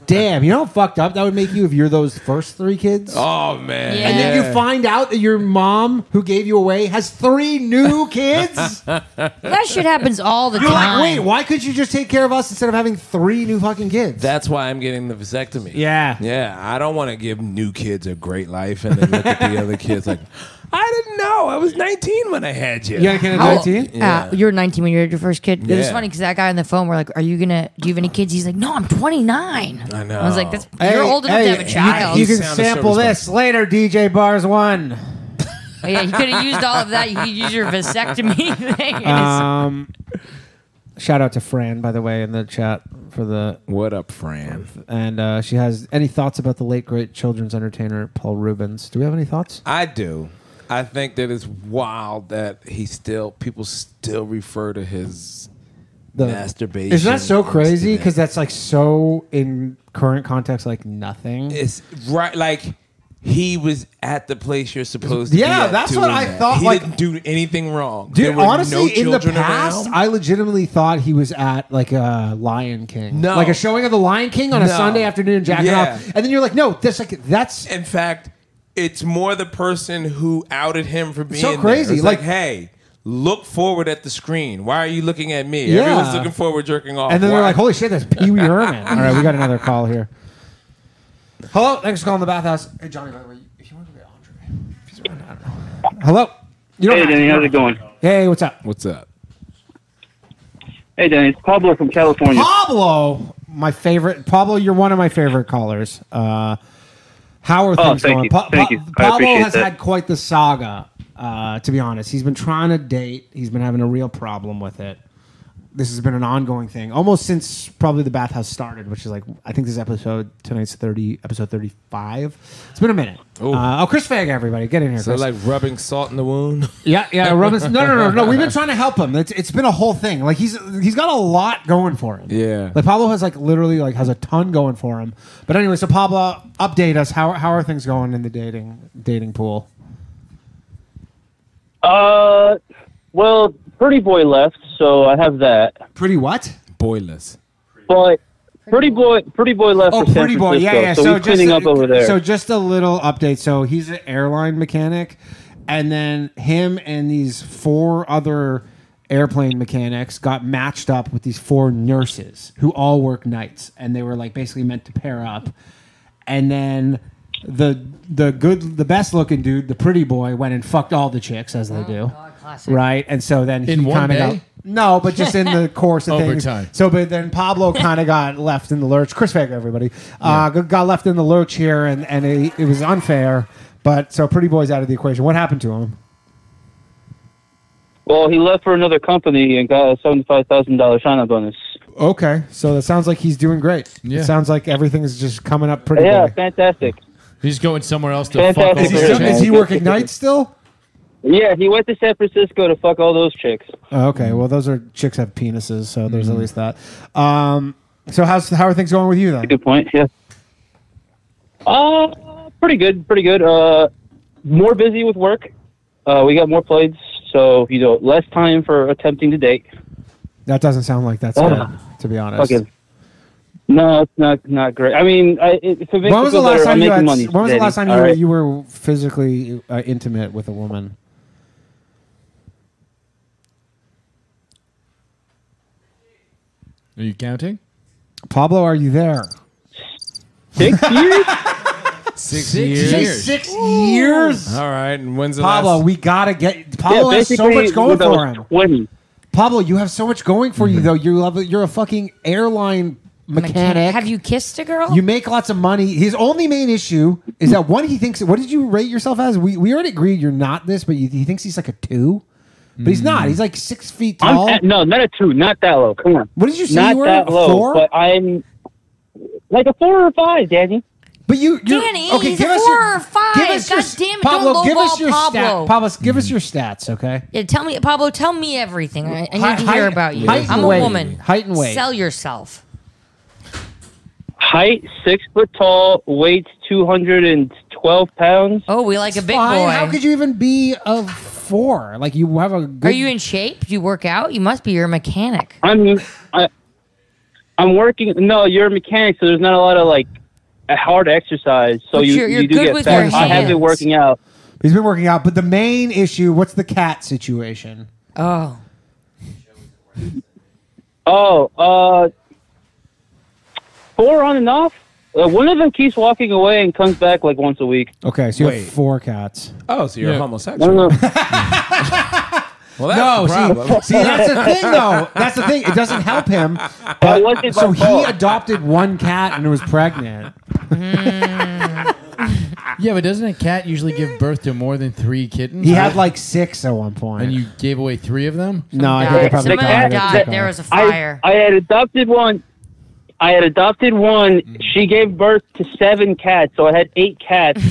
[SPEAKER 1] Damn, you know how fucked up that would make you if you're those first three kids.
[SPEAKER 4] Oh man!
[SPEAKER 1] And then you find out that your mom, who gave you away, has three new kids.
[SPEAKER 3] That shit happens all the
[SPEAKER 1] You're
[SPEAKER 3] time.
[SPEAKER 1] like, wait, why could you just take care of us instead of having three new fucking kids?
[SPEAKER 4] That's why I'm getting the vasectomy.
[SPEAKER 1] yeah.
[SPEAKER 4] Yeah, I don't want to give new kids a great life and then look at the other kids like, I didn't know. I was 19 when I had you.
[SPEAKER 1] You got a kid at
[SPEAKER 3] How-
[SPEAKER 1] 19?
[SPEAKER 4] Yeah.
[SPEAKER 3] Uh, you were 19 when you had your first kid. It was
[SPEAKER 4] Yeah.
[SPEAKER 3] funny because that guy on the phone, we're like, "Are you gonna? Do you have any kids?" He's like, "No, I'm 29."
[SPEAKER 4] I know.
[SPEAKER 3] I was like, "That's
[SPEAKER 1] Hey,
[SPEAKER 3] you're old enough
[SPEAKER 1] hey,
[SPEAKER 3] to have a child."
[SPEAKER 1] You, you can
[SPEAKER 4] Sound of
[SPEAKER 1] sample
[SPEAKER 4] service
[SPEAKER 1] this later, DJ Bars One.
[SPEAKER 3] Oh, yeah, you could have used all of that. You could use your vasectomy thing. And it's-
[SPEAKER 1] Um, shout out to Fran, by the way, in the chat for the
[SPEAKER 4] what up, Fran?
[SPEAKER 1] and uh, she has any thoughts about the late great children's entertainer Paul Rubens. Do we have any thoughts?
[SPEAKER 4] I do. I think that it's wild that he still people still refer to his
[SPEAKER 1] The-
[SPEAKER 4] masturbation.
[SPEAKER 1] Is that so crazy?
[SPEAKER 4] incident.
[SPEAKER 1] Because that's like so in current context, like nothing.
[SPEAKER 4] it's right like he was at the place you're supposed to be.
[SPEAKER 1] Yeah,
[SPEAKER 4] at
[SPEAKER 1] that's what
[SPEAKER 4] doing
[SPEAKER 1] I
[SPEAKER 4] that.
[SPEAKER 1] thought,
[SPEAKER 4] He
[SPEAKER 1] like-
[SPEAKER 4] didn't do anything wrong. There
[SPEAKER 1] Dude,
[SPEAKER 4] were
[SPEAKER 1] honestly,
[SPEAKER 4] no
[SPEAKER 1] in the
[SPEAKER 4] children
[SPEAKER 1] past,
[SPEAKER 4] around.
[SPEAKER 1] I legitimately thought he was at like a Lion King,
[SPEAKER 4] No.
[SPEAKER 1] like a showing of the Lion King on a
[SPEAKER 4] No.
[SPEAKER 1] Sunday afternoon, jacking
[SPEAKER 4] Yeah.
[SPEAKER 1] off, and then you're like, no, that's like that's
[SPEAKER 4] In fact, it's more the person who outed him for being
[SPEAKER 1] So
[SPEAKER 4] there.
[SPEAKER 1] crazy,
[SPEAKER 4] It's like,
[SPEAKER 1] like-
[SPEAKER 4] hey, look forward at the screen. Why are you looking at me?
[SPEAKER 1] Yeah.
[SPEAKER 4] Everyone's looking forward, jerking off.
[SPEAKER 1] And then they're
[SPEAKER 4] Why-
[SPEAKER 1] like, "Holy shit, that's Pee Wee Herman." All right, we got another call here. Hello, thanks for calling the bathhouse. Hey Johnny, by the way, if you want to get Andre, if he's around, I don't know. Hello. You don't
[SPEAKER 6] Hey,
[SPEAKER 1] have-
[SPEAKER 6] Danny, how's it going?
[SPEAKER 1] Hey, what's up?
[SPEAKER 4] what's up?
[SPEAKER 6] Hey, Danny, it's Pablo from California.
[SPEAKER 1] Pablo, my favorite. Pablo, you're one of my favorite callers. Uh, how are
[SPEAKER 6] Oh,
[SPEAKER 1] things
[SPEAKER 6] thank
[SPEAKER 1] going?
[SPEAKER 6] you, thank you. I
[SPEAKER 1] Pablo
[SPEAKER 6] appreciate
[SPEAKER 1] has
[SPEAKER 6] that.
[SPEAKER 1] had quite the saga. Uh, to be honest, he's been trying to date. He's been having a real problem with it. This has been an ongoing thing, almost since probably the bathhouse started, which is like I think this episode tonight's thirty, episode thirty-five. It's been a minute. Uh, oh, Chris Fag, everybody, get in here.
[SPEAKER 4] So
[SPEAKER 1] Chris.
[SPEAKER 4] like rubbing salt in the wound.
[SPEAKER 1] Yeah, yeah. Robinson. No, no, no, no. We've been trying to help him. It's, it's been a whole thing. Like he's he's got a lot going for him.
[SPEAKER 4] Yeah.
[SPEAKER 1] Like Pablo has like literally like has a ton going for him. But anyway, so Pablo, update us. How how are things going in the dating dating pool?
[SPEAKER 6] Uh, well, Pretty Boy left, so I have that.
[SPEAKER 1] Pretty what?
[SPEAKER 4] Boyless.
[SPEAKER 6] But Pretty Boy, Pretty Boy left
[SPEAKER 1] Oh,
[SPEAKER 6] for San
[SPEAKER 1] pretty boy.
[SPEAKER 6] Francisco,
[SPEAKER 1] Yeah, yeah.
[SPEAKER 6] so,
[SPEAKER 1] So,
[SPEAKER 6] he's
[SPEAKER 1] just
[SPEAKER 6] cleaning up over there.
[SPEAKER 1] So just a little update. So he's an airline mechanic, and then him and these four other airplane mechanics got matched up with these four nurses who all work nights, and they were like basically meant to pair up. And then the the good, the best looking dude, the pretty boy, went and fucked all the chicks as they do.
[SPEAKER 3] Oh, God, classic.
[SPEAKER 1] Right, and so then he
[SPEAKER 10] In one
[SPEAKER 1] kind of got
[SPEAKER 10] day?
[SPEAKER 1] no, Oh, but just in the course of things.
[SPEAKER 10] Overtime.
[SPEAKER 1] So, but then Pablo kind of got left in the lurch. Chris Vega, everybody, uh, g- got left in the lurch here, and and it, it was unfair. But so Pretty Boy's out of the equation. What happened to him?
[SPEAKER 6] well, he left for another company and got a seventy-five thousand dollars sign-up bonus.
[SPEAKER 1] Okay, so that sounds like he's doing great.
[SPEAKER 10] Yeah.
[SPEAKER 1] It sounds like everything is just coming up pretty
[SPEAKER 6] yeah,
[SPEAKER 1] boy.
[SPEAKER 6] fantastic.
[SPEAKER 10] He's going somewhere else to fuck
[SPEAKER 6] Fantastic.
[SPEAKER 1] Is
[SPEAKER 6] Yeah,
[SPEAKER 10] over
[SPEAKER 1] he, still-
[SPEAKER 10] the
[SPEAKER 6] man.
[SPEAKER 1] is he working nights still?
[SPEAKER 6] Yeah, he went to San Francisco to fuck all those chicks.
[SPEAKER 1] Oh, okay, well those are chicks have penises, so there's at least that. Um, so how's how are things going with you then?
[SPEAKER 6] Good point. Yeah. Uh, pretty good. Pretty good. Uh, more busy with work. Uh, we got more plates, so you know, less time for attempting to date.
[SPEAKER 1] That doesn't sound like that's
[SPEAKER 6] Oh.
[SPEAKER 1] good, to be honest.
[SPEAKER 6] Fucking. No, it's not not great. I mean, I, it, for me,
[SPEAKER 1] When was the last time
[SPEAKER 6] I'm
[SPEAKER 1] you
[SPEAKER 6] making
[SPEAKER 1] had,
[SPEAKER 6] money.
[SPEAKER 1] When was the
[SPEAKER 6] Danny,
[SPEAKER 1] last time you,
[SPEAKER 6] all
[SPEAKER 1] were,
[SPEAKER 6] right?
[SPEAKER 1] you were physically uh, intimate with a woman?
[SPEAKER 10] Are you counting?
[SPEAKER 1] Pablo, are you there?
[SPEAKER 6] Six years?
[SPEAKER 4] Six,
[SPEAKER 1] six years.
[SPEAKER 4] All right, and when's the
[SPEAKER 1] Pablo,
[SPEAKER 4] last?
[SPEAKER 1] we gotta get. Pablo has so
[SPEAKER 6] basically,
[SPEAKER 1] much going
[SPEAKER 6] when I
[SPEAKER 1] for
[SPEAKER 6] was
[SPEAKER 1] him.
[SPEAKER 6] Twenty.
[SPEAKER 1] Pablo, you have so much going for you though. You love. You're a fucking airline mechanic.
[SPEAKER 3] Have you kissed a girl?
[SPEAKER 1] You make lots of money. His only main issue is that one, he thinks. What did you rate yourself as? We we already agreed you're not this, but you, he thinks he's like a two, but he's not. He's like six feet tall.
[SPEAKER 6] I'm at, no, not a two, not that low. Come on.
[SPEAKER 1] What did you say
[SPEAKER 6] Not
[SPEAKER 1] you were?
[SPEAKER 6] that
[SPEAKER 1] A
[SPEAKER 6] low,
[SPEAKER 1] four?
[SPEAKER 6] but I'm like a four or a five, Danny.
[SPEAKER 1] But you, you
[SPEAKER 3] Danny,
[SPEAKER 1] okay?
[SPEAKER 3] he's
[SPEAKER 1] give
[SPEAKER 3] a
[SPEAKER 1] us
[SPEAKER 3] four
[SPEAKER 1] your,
[SPEAKER 3] or five.
[SPEAKER 1] Give us
[SPEAKER 3] God
[SPEAKER 1] your,
[SPEAKER 3] damn it,
[SPEAKER 1] Pablo,
[SPEAKER 3] don't
[SPEAKER 1] give us
[SPEAKER 3] lowball
[SPEAKER 1] your
[SPEAKER 3] Pablo.
[SPEAKER 1] stat. Pablo, give us your stats, okay?
[SPEAKER 3] yeah, tell me, Pablo. Tell me everything. I, I need
[SPEAKER 1] Height-
[SPEAKER 3] to hear
[SPEAKER 1] height-
[SPEAKER 3] about you.
[SPEAKER 1] height
[SPEAKER 3] I'm
[SPEAKER 1] and
[SPEAKER 3] a
[SPEAKER 1] weight.
[SPEAKER 3] woman.
[SPEAKER 1] Height and weight.
[SPEAKER 3] Sell yourself.
[SPEAKER 6] Height six foot tall, weight two hundred and twelve pounds.
[SPEAKER 3] Oh, we like a big
[SPEAKER 1] Why-
[SPEAKER 3] boy.
[SPEAKER 1] How could you even be a for? Like you have a good
[SPEAKER 3] Are you in shape? Do you work out? You must be. You're a mechanic.
[SPEAKER 11] I'm I, I'm working. No, you're a mechanic, so there's not a lot of like a hard exercise. So
[SPEAKER 1] But
[SPEAKER 11] you
[SPEAKER 1] you're- you're
[SPEAKER 11] you do
[SPEAKER 1] good
[SPEAKER 11] get
[SPEAKER 1] with
[SPEAKER 11] fat.
[SPEAKER 1] your
[SPEAKER 11] I have
[SPEAKER 1] hands.
[SPEAKER 11] been working out.
[SPEAKER 1] He's been working out, but the main issue, what's the cat situation?
[SPEAKER 3] Oh.
[SPEAKER 11] Oh, uh, four on and off. Uh, one of them keeps walking away and comes back like once a week.
[SPEAKER 1] Okay, so you
[SPEAKER 11] Wait.
[SPEAKER 1] have four cats.
[SPEAKER 4] Oh, so you're
[SPEAKER 1] Yeah.
[SPEAKER 4] homosexual.
[SPEAKER 11] Well,
[SPEAKER 1] no, See, see, that's the thing, though. That's the thing. It doesn't help him. But-
[SPEAKER 11] wasn't my
[SPEAKER 1] so he
[SPEAKER 11] fault.
[SPEAKER 1] adopted one cat and was pregnant.
[SPEAKER 10] Yeah, but doesn't a cat usually give birth to more than three kittens?
[SPEAKER 1] He had like six at one point.
[SPEAKER 10] and you gave away three of them.
[SPEAKER 1] No, I think they probably died.
[SPEAKER 3] died. There was a
[SPEAKER 11] I-
[SPEAKER 3] fire.
[SPEAKER 11] I, had adopted one. I had adopted one.
[SPEAKER 10] Mm.
[SPEAKER 11] She gave birth to seven cats, so I had eight cats.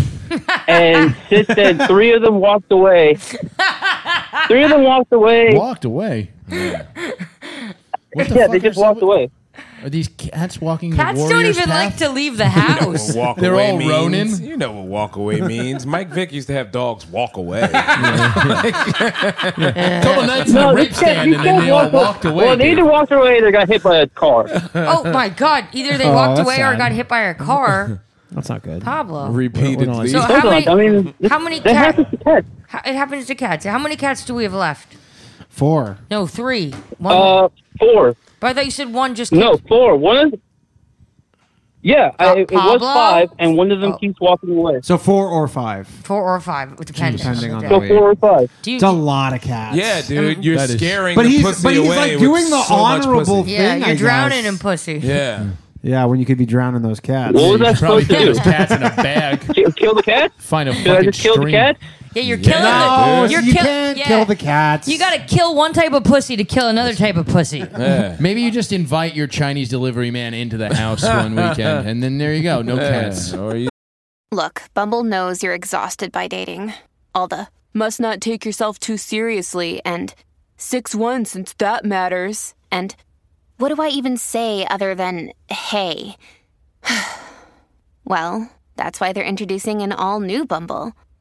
[SPEAKER 11] and since then, three of them walked away. Three of them walked away.
[SPEAKER 10] Walked away. What the
[SPEAKER 11] yeah,
[SPEAKER 10] fuck
[SPEAKER 11] they just walked away.
[SPEAKER 10] Are these cats walking
[SPEAKER 3] Cats
[SPEAKER 10] the
[SPEAKER 3] don't
[SPEAKER 10] warrior's
[SPEAKER 3] even
[SPEAKER 10] path?
[SPEAKER 3] like to leave the house.
[SPEAKER 4] Walk
[SPEAKER 10] They're
[SPEAKER 4] away
[SPEAKER 10] all
[SPEAKER 4] means,
[SPEAKER 10] Ronin.
[SPEAKER 4] You know what walk away means. Mike Vick used to have dogs walk away.
[SPEAKER 10] Couple nights in the rape stand, and then they all walked away.
[SPEAKER 11] Well, they either walked away or they got hit by a car.
[SPEAKER 3] oh my god! Either they
[SPEAKER 11] Oh,
[SPEAKER 3] walked
[SPEAKER 11] that's
[SPEAKER 3] away or
[SPEAKER 11] sad.
[SPEAKER 3] got hit by a car.
[SPEAKER 1] That's not good.
[SPEAKER 3] Pablo.
[SPEAKER 4] Repeatedly.
[SPEAKER 3] So how many?
[SPEAKER 11] I mean,
[SPEAKER 3] how many
[SPEAKER 11] that
[SPEAKER 3] cats?
[SPEAKER 11] happens to cats.
[SPEAKER 3] It happens to cats. How many cats do we have left?
[SPEAKER 1] Four.
[SPEAKER 3] No, three. One.
[SPEAKER 11] Uh, four.
[SPEAKER 3] but I thought you said one just. Oh,
[SPEAKER 11] No, four. One. Of, yeah, I, it
[SPEAKER 3] Pablo? Oh.
[SPEAKER 11] was five, and one of them keeps walking away.
[SPEAKER 1] So four or five.
[SPEAKER 3] Four or five, depending.
[SPEAKER 1] Depending on
[SPEAKER 11] So
[SPEAKER 1] the
[SPEAKER 11] four or
[SPEAKER 1] week.
[SPEAKER 11] five.
[SPEAKER 3] Do you-
[SPEAKER 1] It's a lot of cats.
[SPEAKER 4] Yeah, dude, you're
[SPEAKER 1] That is-
[SPEAKER 4] scaring
[SPEAKER 1] But
[SPEAKER 4] the
[SPEAKER 1] he's-
[SPEAKER 4] pussy
[SPEAKER 1] but he's,
[SPEAKER 4] away.
[SPEAKER 1] like,
[SPEAKER 4] with
[SPEAKER 1] doing the
[SPEAKER 4] so much
[SPEAKER 1] honorable
[SPEAKER 4] pussy.
[SPEAKER 3] Yeah,
[SPEAKER 1] thing,
[SPEAKER 3] you're
[SPEAKER 1] I
[SPEAKER 3] drowning
[SPEAKER 1] guess.
[SPEAKER 3] in pussy.
[SPEAKER 4] Yeah.
[SPEAKER 1] Yeah, when you could be drowning those cats.
[SPEAKER 11] What was I supposed to do?
[SPEAKER 10] Cats in a bag.
[SPEAKER 11] Kill the cat?
[SPEAKER 10] Find a
[SPEAKER 11] Should I
[SPEAKER 10] fucking
[SPEAKER 11] just kill the
[SPEAKER 10] stream.
[SPEAKER 11] cat?
[SPEAKER 3] Yeah, you're
[SPEAKER 10] Yeah,
[SPEAKER 3] killing
[SPEAKER 1] Oh,
[SPEAKER 10] No,
[SPEAKER 3] the. You're
[SPEAKER 10] you
[SPEAKER 3] kill-
[SPEAKER 10] can't
[SPEAKER 3] yeah.
[SPEAKER 10] kill the
[SPEAKER 1] cats.
[SPEAKER 3] You gotta kill one type of pussy to kill another type of pussy.
[SPEAKER 10] Maybe you just invite your Chinese delivery man into the house one weekend, and then there you go. No
[SPEAKER 4] Yeah.
[SPEAKER 10] cats.
[SPEAKER 12] Look, Bumble knows you're exhausted by dating. All the must not take yourself too seriously and 6 1 since that matters.
[SPEAKER 7] And what do I even say other than hey? well, that's why they're introducing an all new Bumble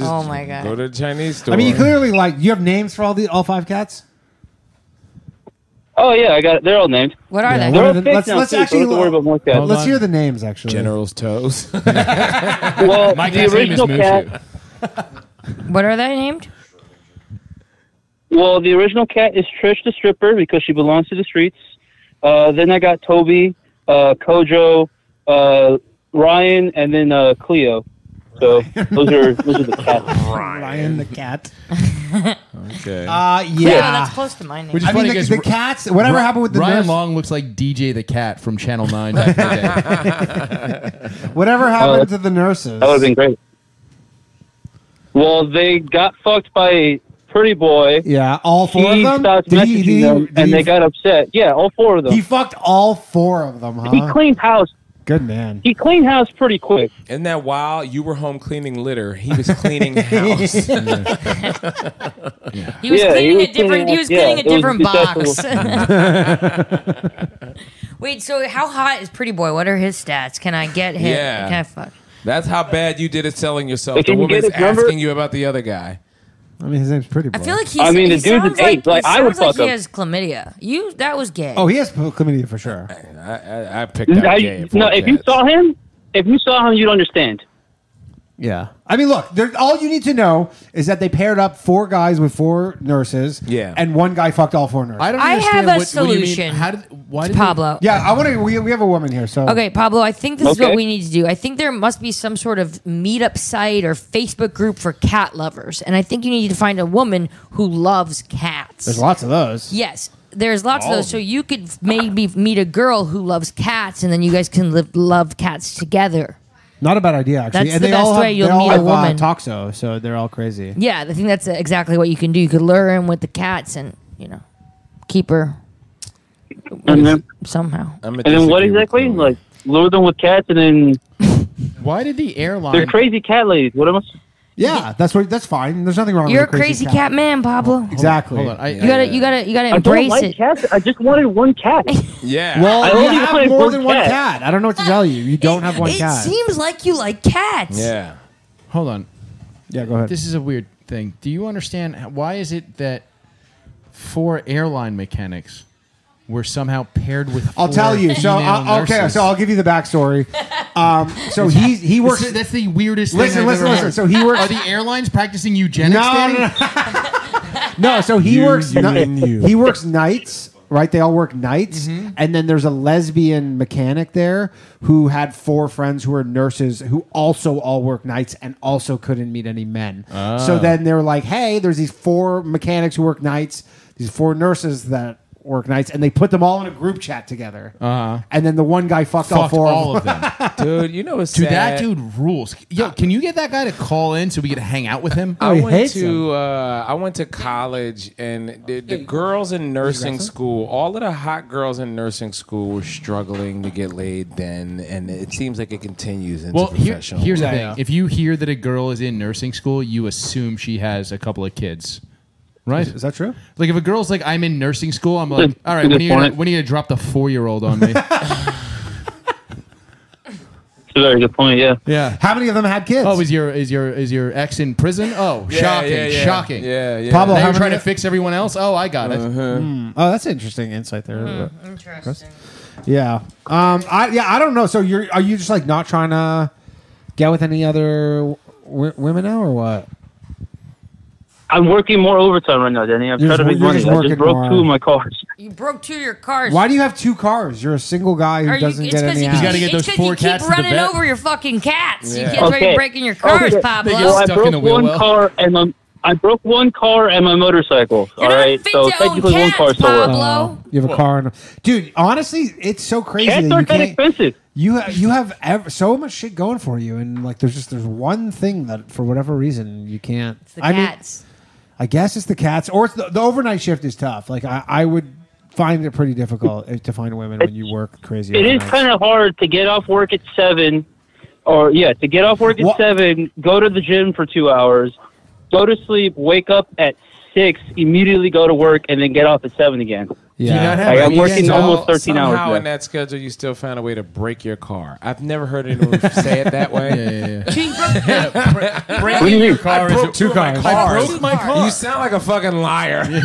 [SPEAKER 1] Oh my God.
[SPEAKER 4] Go to the Chinese store.
[SPEAKER 1] I mean, you clearly like you have names for all the all five cats.
[SPEAKER 11] Oh yeah, I got it. They're all named.
[SPEAKER 3] What
[SPEAKER 1] Yeah,
[SPEAKER 11] They're all
[SPEAKER 1] what are the-
[SPEAKER 11] fixed
[SPEAKER 1] let's
[SPEAKER 11] now,
[SPEAKER 1] let's
[SPEAKER 11] too, so
[SPEAKER 1] actually
[SPEAKER 11] don't worry about more cats.
[SPEAKER 1] let's hear the names actually.
[SPEAKER 4] General's toes.
[SPEAKER 11] Well,
[SPEAKER 4] My
[SPEAKER 11] the
[SPEAKER 4] cat's name is
[SPEAKER 11] original
[SPEAKER 4] Mushu.
[SPEAKER 11] cat.
[SPEAKER 3] What are they named?
[SPEAKER 11] Well, the original cat is Trish the stripper because she belongs to the streets. Uh, then I got Toby, uh, Kojo, uh, Ryan, and then uh, Cleo. So those are those are the cats.
[SPEAKER 1] Ryan the cat.
[SPEAKER 4] okay.
[SPEAKER 1] Uh, yeah.
[SPEAKER 3] Cleo, that's close to my name.
[SPEAKER 10] Which is
[SPEAKER 1] I mean,
[SPEAKER 10] funny
[SPEAKER 1] the-
[SPEAKER 10] 'cause
[SPEAKER 1] the
[SPEAKER 10] Ri-
[SPEAKER 1] cats- whatever
[SPEAKER 10] Ri-
[SPEAKER 1] happened with the
[SPEAKER 10] Ryan
[SPEAKER 1] nurse-
[SPEAKER 10] Long looks like DJ the Cat from Channel Nine back in the day.
[SPEAKER 1] Whatever happened to the nurses? That would have
[SPEAKER 11] Uh, been great. Well, they got fucked by Pretty Boy.
[SPEAKER 1] Yeah, all four of
[SPEAKER 11] he
[SPEAKER 1] them?
[SPEAKER 11] Starts
[SPEAKER 1] Did
[SPEAKER 11] messaging
[SPEAKER 1] he- did he-
[SPEAKER 11] them,
[SPEAKER 1] did
[SPEAKER 11] and
[SPEAKER 1] he-
[SPEAKER 11] they got upset. Yeah, all four of them.
[SPEAKER 1] He fucked all four of them, huh?
[SPEAKER 11] He cleaned house.
[SPEAKER 1] Good man.
[SPEAKER 11] He cleaned house pretty quick.
[SPEAKER 4] Isn't that while you were home cleaning litter, he was cleaning house.
[SPEAKER 3] He was
[SPEAKER 4] Yeah, he
[SPEAKER 3] cleaning
[SPEAKER 4] was
[SPEAKER 3] a different.
[SPEAKER 4] cleaning
[SPEAKER 3] He
[SPEAKER 4] up-
[SPEAKER 3] was
[SPEAKER 4] yeah,
[SPEAKER 3] cleaning a
[SPEAKER 4] it was
[SPEAKER 3] different box.
[SPEAKER 4] successful.
[SPEAKER 3] Wait, so how hot is Pretty Boy? What are his stats? Can I get him?
[SPEAKER 4] Yeah.
[SPEAKER 3] Can I fuck?
[SPEAKER 4] That's how bad you did at selling yourself.
[SPEAKER 11] But
[SPEAKER 4] The
[SPEAKER 11] can you get
[SPEAKER 4] woman's
[SPEAKER 11] his number?
[SPEAKER 4] asking you about the other guy.
[SPEAKER 1] I mean, his name's Pretty
[SPEAKER 3] I feel like he's.
[SPEAKER 4] I mean,
[SPEAKER 3] he
[SPEAKER 4] the dude's an
[SPEAKER 3] sounds like,
[SPEAKER 4] ape. Like,
[SPEAKER 3] he
[SPEAKER 4] I would
[SPEAKER 3] sounds like
[SPEAKER 4] fuck
[SPEAKER 3] he
[SPEAKER 4] him.
[SPEAKER 3] has chlamydia. You that was gay.
[SPEAKER 1] Oh, he has chlamydia for sure.
[SPEAKER 4] I, I, I picked out
[SPEAKER 11] I-
[SPEAKER 4] gay.
[SPEAKER 11] no, if you saw him, if you saw him, you'd understand.
[SPEAKER 1] Yeah. I mean, look, there- all you need to know is that they paired up four guys with four nurses. Yeah. And one guy fucked all four nurses.
[SPEAKER 10] I don't
[SPEAKER 3] I
[SPEAKER 10] understand
[SPEAKER 3] have a
[SPEAKER 10] what- what do you mean?
[SPEAKER 3] solution.
[SPEAKER 10] How did why
[SPEAKER 3] It's
[SPEAKER 10] did they-
[SPEAKER 3] Pablo.
[SPEAKER 1] Yeah, I want to. We, we have a woman here, so
[SPEAKER 3] Okay, Pablo, I think this is what
[SPEAKER 1] Okay.
[SPEAKER 3] we need to do. I think there must be some sort of meetup site or Facebook group for cat lovers. And I think you need to find a woman who loves cats.
[SPEAKER 1] There's lots of those.
[SPEAKER 3] Yes. there's lots
[SPEAKER 13] All
[SPEAKER 3] of those.
[SPEAKER 10] Oh.
[SPEAKER 13] of
[SPEAKER 3] So you could f- maybe meet a girl who loves cats, and then you guys can live, love cats together.
[SPEAKER 1] Not a bad idea, actually.
[SPEAKER 3] That's
[SPEAKER 1] and
[SPEAKER 3] the
[SPEAKER 1] they
[SPEAKER 3] best
[SPEAKER 1] all have,
[SPEAKER 3] way you'll
[SPEAKER 1] they all
[SPEAKER 3] meet a
[SPEAKER 1] have, uh,
[SPEAKER 3] woman.
[SPEAKER 1] Toxo, so they're all crazy.
[SPEAKER 3] Yeah, I think that's exactly what you can do. You could lure him with the cats, and you know, keep her
[SPEAKER 11] And then,
[SPEAKER 3] somehow.
[SPEAKER 11] and then what exactly? Like lure them with cats, and then
[SPEAKER 10] Why did the airline?
[SPEAKER 11] they're crazy cat ladies. What am I?
[SPEAKER 1] Yeah, that's what. That's fine. There's nothing wrong.
[SPEAKER 3] You're a
[SPEAKER 1] with
[SPEAKER 3] crazy cat. man, Pablo.
[SPEAKER 1] Exactly.
[SPEAKER 10] Hold on, I-
[SPEAKER 3] You gotta, you gotta, you gotta
[SPEAKER 11] I don't
[SPEAKER 3] embrace
[SPEAKER 11] like
[SPEAKER 3] it.
[SPEAKER 11] cats. I just wanted one cat.
[SPEAKER 4] Yeah.
[SPEAKER 1] Well,
[SPEAKER 11] I
[SPEAKER 1] you
[SPEAKER 11] only
[SPEAKER 1] have
[SPEAKER 11] wanted
[SPEAKER 1] more
[SPEAKER 11] one
[SPEAKER 1] than one
[SPEAKER 11] cat.
[SPEAKER 1] cat. I don't know what to tell you. You don't have one
[SPEAKER 3] it
[SPEAKER 1] cat.
[SPEAKER 3] seems like you like cats.
[SPEAKER 4] Yeah.
[SPEAKER 10] Hold on.
[SPEAKER 1] Yeah, go ahead.
[SPEAKER 10] This is a weird thing. Do you understand h- why is it that four airline mechanics were somehow paired with?
[SPEAKER 1] I'll
[SPEAKER 10] four
[SPEAKER 1] tell you. So
[SPEAKER 10] female
[SPEAKER 1] I'll, okay,
[SPEAKER 10] nurses?
[SPEAKER 1] so I'll give you the backstory. Um, so he he works.
[SPEAKER 10] That's, that's the weirdest.
[SPEAKER 1] Listen,
[SPEAKER 10] thing I've
[SPEAKER 1] listen,
[SPEAKER 10] ever
[SPEAKER 1] listen.
[SPEAKER 10] heard.
[SPEAKER 1] So he works-
[SPEAKER 10] Are the airlines practicing eugenics?
[SPEAKER 1] No,
[SPEAKER 10] Danny?
[SPEAKER 1] no, No, so he works. ni- He works nights, right? They all work nights,
[SPEAKER 10] Mm-hmm.
[SPEAKER 1] and then there's a lesbian mechanic there who had four friends who were nurses who also all work nights and also couldn't meet any men. So
[SPEAKER 13] Ah.
[SPEAKER 1] then they were like, "Hey, there's these four mechanics who work nights, these four nurses that work nights," and they put them all in a group chat together.
[SPEAKER 10] Uh-huh.
[SPEAKER 1] And then the one guy fucked, all
[SPEAKER 10] Fucked
[SPEAKER 1] four
[SPEAKER 10] all of
[SPEAKER 1] them.
[SPEAKER 10] them.
[SPEAKER 4] Dude, you know what's
[SPEAKER 10] Dude,
[SPEAKER 4] sad?
[SPEAKER 10] that dude rules. Yo, can you get that guy to call in so we could hang out with him?
[SPEAKER 4] I went to uh, I went to college, and the, the girls in nursing school, all of the hot girls in nursing school, were struggling to get laid then, and it seems like it continues into
[SPEAKER 10] Well, here-
[SPEAKER 4] professional.
[SPEAKER 10] here's the
[SPEAKER 4] life.
[SPEAKER 10] thing: if you hear that a girl is in nursing school, you assume she has a couple of kids, right?
[SPEAKER 1] Is, is that true?
[SPEAKER 10] Like, if a girl's like, "I'm in nursing school," I'm like, "All right, when are you gonna, when are you gonna drop the four year old on me?"
[SPEAKER 11] Very good point. Yeah.
[SPEAKER 10] yeah.
[SPEAKER 1] How many of them had kids?
[SPEAKER 10] Oh, is your is your is your ex in prison? Oh,
[SPEAKER 4] Yeah,
[SPEAKER 10] shocking,
[SPEAKER 4] yeah, yeah.
[SPEAKER 10] shocking.
[SPEAKER 4] Yeah, yeah.
[SPEAKER 1] Pablo,
[SPEAKER 10] Now
[SPEAKER 1] how
[SPEAKER 10] you're trying
[SPEAKER 1] many-
[SPEAKER 10] to fix everyone else. Oh, I got it.
[SPEAKER 1] Hmm. Oh, that's an interesting insight there.
[SPEAKER 3] Hmm, interesting.
[SPEAKER 1] Chris. Yeah. Um. I yeah. I don't know. So you're are you just like not trying to get with any other w- women now or what?
[SPEAKER 11] I'm working more overtime right now, Danny. I'm
[SPEAKER 1] You're
[SPEAKER 11] trying to
[SPEAKER 1] just-
[SPEAKER 11] make
[SPEAKER 1] you're
[SPEAKER 11] money.
[SPEAKER 1] just
[SPEAKER 11] I
[SPEAKER 1] working
[SPEAKER 11] just broke
[SPEAKER 1] more.
[SPEAKER 11] two of my cars.
[SPEAKER 3] You broke two of your cars.
[SPEAKER 1] Why do you have two cars? You're a single guy who
[SPEAKER 3] Are you-
[SPEAKER 1] doesn't
[SPEAKER 3] it's
[SPEAKER 1] get
[SPEAKER 3] 'cause
[SPEAKER 1] any.
[SPEAKER 3] you
[SPEAKER 1] ass.
[SPEAKER 10] gotta get
[SPEAKER 3] It's
[SPEAKER 10] those
[SPEAKER 3] 'cause
[SPEAKER 10] four
[SPEAKER 3] you
[SPEAKER 10] cats
[SPEAKER 3] keep
[SPEAKER 10] to the
[SPEAKER 3] running
[SPEAKER 10] vet.
[SPEAKER 3] over your fucking cats.
[SPEAKER 10] Yeah.
[SPEAKER 3] You kids
[SPEAKER 11] Okay.
[SPEAKER 3] are breaking your cars,
[SPEAKER 11] Okay.
[SPEAKER 3] Pablo.
[SPEAKER 11] Well, I
[SPEAKER 10] stuck in the
[SPEAKER 11] broke
[SPEAKER 10] wheel
[SPEAKER 11] one
[SPEAKER 10] well.
[SPEAKER 11] car and my, I broke one car and my motorcycle. all right, so technically one car still works.
[SPEAKER 1] Oh, you have a car, and dude. Honestly, it's so crazy.
[SPEAKER 11] Cats
[SPEAKER 1] that you
[SPEAKER 11] aren't that
[SPEAKER 1] can't-
[SPEAKER 11] expensive.
[SPEAKER 1] You have, you have ev- so much shit going for you, and like there's just there's one thing that for whatever reason you can't.
[SPEAKER 3] the
[SPEAKER 1] I mean,
[SPEAKER 3] cats.
[SPEAKER 1] I guess it's the cats, or it's the, the overnight shift is tough. Like I, I would find it pretty difficult eh, to find women when you work crazy.
[SPEAKER 11] It is
[SPEAKER 1] overnights.
[SPEAKER 11] kind of hard to get off work at seven, or yeah, to get off work at seven, go to the gym for two hours, go to sleep, wake up at six, immediately go to work, and then get off at seven again. Like, I'm working almost thirteen
[SPEAKER 4] somehow
[SPEAKER 11] hours.
[SPEAKER 4] in that schedule, you still found a way to break your car. I've never heard anyone say it that way.
[SPEAKER 10] Breaking What do you your mean? car
[SPEAKER 4] I
[SPEAKER 10] is-
[SPEAKER 4] broke
[SPEAKER 10] two
[SPEAKER 4] two of my
[SPEAKER 10] cars.
[SPEAKER 4] cars.
[SPEAKER 10] I broke my car.
[SPEAKER 4] You sound like a fucking liar.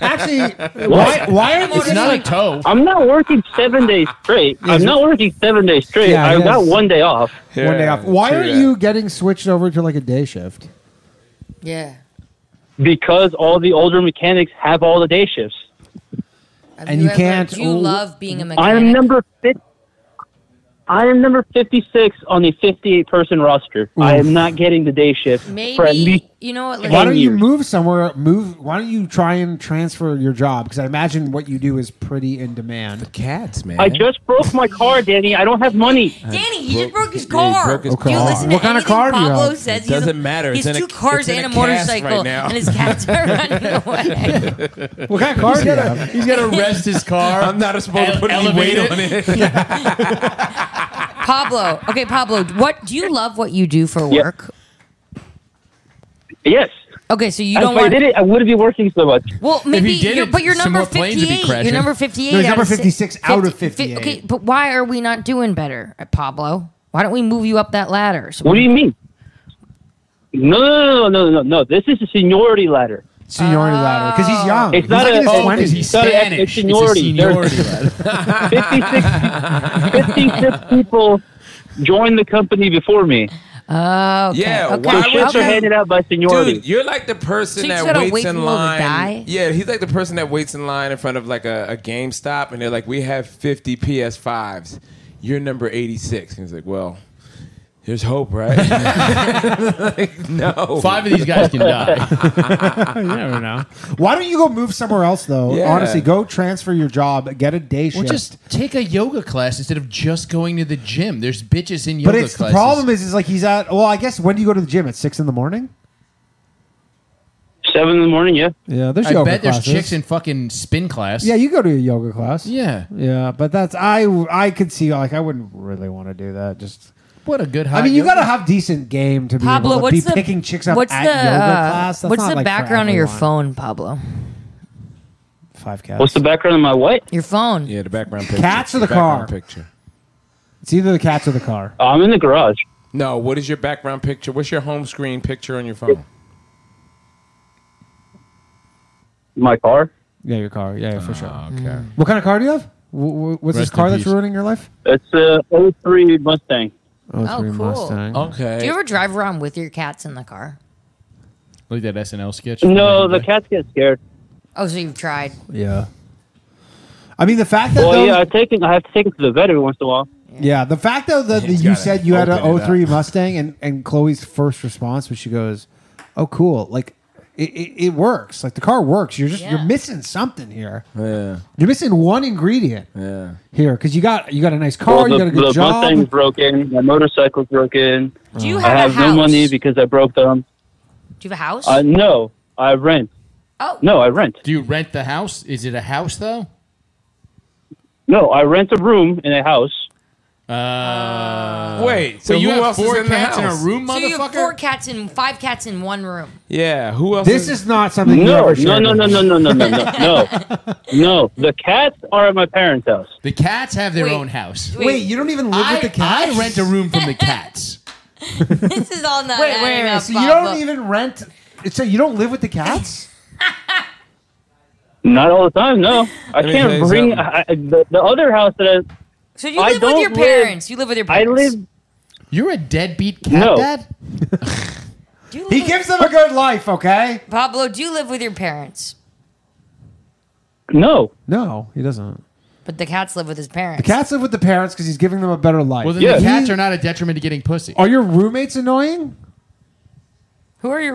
[SPEAKER 1] Actually,
[SPEAKER 11] Why-
[SPEAKER 1] why
[SPEAKER 11] aren't you It's not doing- a
[SPEAKER 10] toe.
[SPEAKER 11] I'm not working seven days straight. I'm not working seven days straight.
[SPEAKER 1] Yeah,
[SPEAKER 11] I
[SPEAKER 1] yes.
[SPEAKER 11] got one day off.
[SPEAKER 1] One day off. Why are you getting switched over to like a day shift?
[SPEAKER 3] Yeah.
[SPEAKER 11] Because all the older mechanics have all the day shifts.
[SPEAKER 1] And you can't-
[SPEAKER 3] You love being a
[SPEAKER 11] I
[SPEAKER 3] mechanic.
[SPEAKER 11] am number fif- I am number fifty-six on the fifty-eight person roster. I am not getting the day shift for at least
[SPEAKER 3] Maybe you know what? Like,
[SPEAKER 1] Why don't you move somewhere? Move. Why don't you try and transfer your job? Because I imagine what you do is pretty in demand. The
[SPEAKER 4] cats, man.
[SPEAKER 11] I just broke my car, Danny. I don't have money.
[SPEAKER 3] Danny, he just broke his car.
[SPEAKER 4] broke his
[SPEAKER 3] Do you
[SPEAKER 4] car.
[SPEAKER 3] listen to
[SPEAKER 4] What kind of
[SPEAKER 3] anything
[SPEAKER 4] car do you
[SPEAKER 3] Pablo
[SPEAKER 4] have?
[SPEAKER 3] says
[SPEAKER 4] It
[SPEAKER 3] He has a-
[SPEAKER 4] doesn't matter.
[SPEAKER 3] He
[SPEAKER 4] It's
[SPEAKER 3] has
[SPEAKER 4] in
[SPEAKER 3] two
[SPEAKER 4] a-
[SPEAKER 3] cars
[SPEAKER 4] it's in
[SPEAKER 3] and a,
[SPEAKER 4] a cast right
[SPEAKER 3] motorcycle,
[SPEAKER 4] now.
[SPEAKER 3] and his cats are running away.
[SPEAKER 1] What kind of car do you have?
[SPEAKER 10] He's got to rest his car.
[SPEAKER 4] I'm not supposed to put any
[SPEAKER 10] elevate
[SPEAKER 4] weight
[SPEAKER 10] it.
[SPEAKER 4] on it.
[SPEAKER 3] Pablo, okay, Pablo, what do you love? What you do for work?
[SPEAKER 11] Yes.
[SPEAKER 3] Okay, so you
[SPEAKER 11] If
[SPEAKER 3] don't
[SPEAKER 11] I
[SPEAKER 3] want.
[SPEAKER 11] did it, I wouldn't be working so much.
[SPEAKER 3] Well, maybe, you're, but you're number fifty-eight. You're number fifty-eight.
[SPEAKER 11] No, he's
[SPEAKER 3] out
[SPEAKER 11] number
[SPEAKER 3] of si-
[SPEAKER 11] 56 out of
[SPEAKER 3] fifty- fi-
[SPEAKER 11] 58.
[SPEAKER 3] Okay, but why are we not doing better at Pablo? Why don't we move you up that ladder? So
[SPEAKER 11] What do you mean? No, no, no, no, no, no, no. This is a seniority ladder.
[SPEAKER 1] Seniority ladder. Because he's young.
[SPEAKER 11] It's
[SPEAKER 1] He's
[SPEAKER 11] not
[SPEAKER 1] like
[SPEAKER 11] a-
[SPEAKER 1] in his
[SPEAKER 11] oh,
[SPEAKER 1] 20s.
[SPEAKER 11] it's not a- it's Spanish. It's a seniority. seniority Fifty-six people joined the company before me.
[SPEAKER 3] Oh, okay.
[SPEAKER 4] Yeah,
[SPEAKER 3] okay.
[SPEAKER 4] why
[SPEAKER 11] so shifts are handed out by seniority.
[SPEAKER 4] Dude, you're like the person
[SPEAKER 11] So you just
[SPEAKER 4] that
[SPEAKER 11] gotta
[SPEAKER 4] waits
[SPEAKER 11] wait
[SPEAKER 4] in
[SPEAKER 11] for people to
[SPEAKER 4] line.
[SPEAKER 11] die?
[SPEAKER 4] Yeah, he's like the person that waits in line in front of like a, a GameStop, and they're like, "We have 50 PS5s. You're number 86." And he's like, "Well, There's hope, right? Like, no.
[SPEAKER 10] Five of these guys can die.
[SPEAKER 1] you never know. Why don't you go move somewhere else though?
[SPEAKER 10] Yeah.
[SPEAKER 1] Honestly, go transfer your job, get a day
[SPEAKER 10] Or
[SPEAKER 1] shift.
[SPEAKER 10] just take a yoga class instead of just going to the gym. There's bitches in yoga
[SPEAKER 1] but it's the
[SPEAKER 10] classes.
[SPEAKER 1] problem is, is like he's at. Well, I guess when do you go to the gym at six in the morning?
[SPEAKER 11] Seven in the morning, yeah.
[SPEAKER 1] Yeah, there's
[SPEAKER 10] I
[SPEAKER 1] yoga
[SPEAKER 10] bet
[SPEAKER 1] classes.
[SPEAKER 10] there's chicks in fucking spin class.
[SPEAKER 1] Yeah, you go to a yoga class.
[SPEAKER 10] Yeah,
[SPEAKER 1] yeah, but that's I. I could see like I wouldn't really want to do that. Just
[SPEAKER 10] what a good.
[SPEAKER 1] I
[SPEAKER 10] hot
[SPEAKER 1] mean, you
[SPEAKER 10] yoga-
[SPEAKER 1] got to have decent game to be
[SPEAKER 3] Pablo,
[SPEAKER 1] able to
[SPEAKER 3] what's
[SPEAKER 1] be
[SPEAKER 3] the
[SPEAKER 1] picking chicks up
[SPEAKER 3] what's
[SPEAKER 1] at
[SPEAKER 3] the,
[SPEAKER 1] yoga
[SPEAKER 3] uh,
[SPEAKER 1] class. That's
[SPEAKER 3] what's
[SPEAKER 1] not,
[SPEAKER 3] the
[SPEAKER 1] like, for
[SPEAKER 3] background of your
[SPEAKER 1] everyone.
[SPEAKER 3] phone, Pablo?
[SPEAKER 1] Five cats.
[SPEAKER 11] What's the background of my what?
[SPEAKER 3] Your phone.
[SPEAKER 4] Yeah, the background
[SPEAKER 1] picture. Cats or the The background car?
[SPEAKER 4] Picture.
[SPEAKER 1] It's either the cats or the car.
[SPEAKER 11] I'm in the garage.
[SPEAKER 4] No, what is your background picture? What's your home screen picture on your phone?
[SPEAKER 11] My car.
[SPEAKER 1] Yeah, your car. Yeah, for sure.
[SPEAKER 4] Ah,
[SPEAKER 1] Mm.
[SPEAKER 4] Okay.
[SPEAKER 1] What kind of car do you have? Wh- wh- What's this
[SPEAKER 11] Rest
[SPEAKER 1] car
[SPEAKER 11] in
[SPEAKER 1] that's
[SPEAKER 11] peace.
[SPEAKER 1] ruining your life?
[SPEAKER 11] It's a 03 Mustang.
[SPEAKER 3] Oh, cool.
[SPEAKER 10] Okay.
[SPEAKER 3] Do you ever drive around with your cats in the car?
[SPEAKER 10] Look at that SNL sketch.
[SPEAKER 11] No, the cats get scared.
[SPEAKER 3] Oh, so you've tried.
[SPEAKER 1] Yeah. I mean, the fact that
[SPEAKER 11] Well,
[SPEAKER 1] those-
[SPEAKER 11] yeah, I take it. I have to take it to the vet every once in a while.
[SPEAKER 1] Yeah, the fact though that you said you had
[SPEAKER 11] open
[SPEAKER 1] an
[SPEAKER 11] it up.
[SPEAKER 1] 03 Mustang and, and Chloe's first response was she goes, "Oh, cool! Like it, it, it works. Like the car works. You're just you're missing something here.
[SPEAKER 4] Yeah,
[SPEAKER 1] you're missing one ingredient
[SPEAKER 4] yeah.
[SPEAKER 1] here because you got you got a nice car.
[SPEAKER 11] well, the,
[SPEAKER 1] you got a good
[SPEAKER 11] the
[SPEAKER 1] job.
[SPEAKER 11] Mustang's broken. My motorcycle's broken.
[SPEAKER 3] Do you
[SPEAKER 11] I
[SPEAKER 3] have a
[SPEAKER 11] have no
[SPEAKER 3] house?
[SPEAKER 11] money because I broke them.
[SPEAKER 3] Do you have a house?
[SPEAKER 11] Uh, no, I rent.
[SPEAKER 3] Oh.
[SPEAKER 11] No, I rent.
[SPEAKER 10] Do you rent the house? Is it a house though?
[SPEAKER 11] No, I rent a room in a house.
[SPEAKER 10] Uh,
[SPEAKER 4] Wait, so
[SPEAKER 10] you
[SPEAKER 4] who
[SPEAKER 10] have
[SPEAKER 4] else is
[SPEAKER 10] four
[SPEAKER 4] in the
[SPEAKER 10] cats in
[SPEAKER 4] house?
[SPEAKER 10] a room,
[SPEAKER 3] so you have
[SPEAKER 10] motherfucker?
[SPEAKER 3] four cats in five cats in one room.
[SPEAKER 4] Yeah. Who else?
[SPEAKER 1] This is not something you
[SPEAKER 11] No,
[SPEAKER 1] ever
[SPEAKER 11] no,
[SPEAKER 1] shared
[SPEAKER 11] no,
[SPEAKER 1] with
[SPEAKER 11] no,
[SPEAKER 1] me.
[SPEAKER 11] no, no, no, no, no, no, no. The cats are at my parents' house.
[SPEAKER 10] The cats have their own house.
[SPEAKER 1] Wait, you don't even live
[SPEAKER 10] I,
[SPEAKER 1] with the cats?
[SPEAKER 10] I rent a room from the cats.
[SPEAKER 3] This is all not.
[SPEAKER 1] Wait,
[SPEAKER 3] adding
[SPEAKER 1] wait, wait.
[SPEAKER 3] up,
[SPEAKER 1] So you don't
[SPEAKER 3] Pablo.
[SPEAKER 1] even rent? So you don't live with the cats?
[SPEAKER 11] Not all the time. No, I
[SPEAKER 1] Let me tell
[SPEAKER 11] can't
[SPEAKER 1] you
[SPEAKER 11] bring
[SPEAKER 1] something.
[SPEAKER 11] I, I- the, the other house that I.
[SPEAKER 3] So you
[SPEAKER 11] I
[SPEAKER 3] live with
[SPEAKER 11] don't
[SPEAKER 3] your parents. you live with your
[SPEAKER 11] I
[SPEAKER 3] parents.
[SPEAKER 11] live.
[SPEAKER 10] You're a deadbeat cat
[SPEAKER 11] No.
[SPEAKER 10] dad.
[SPEAKER 1] He gives them a good life, okay?
[SPEAKER 3] Pablo, do you live with your parents?
[SPEAKER 11] No,
[SPEAKER 1] no, he doesn't.
[SPEAKER 3] But the cats live with his
[SPEAKER 1] The
[SPEAKER 3] parents.
[SPEAKER 1] cats live with the parents because he's giving them a better life.
[SPEAKER 10] Well, then the cats are not a detriment to getting pussy.
[SPEAKER 1] Are your roommates annoying?
[SPEAKER 3] Who are your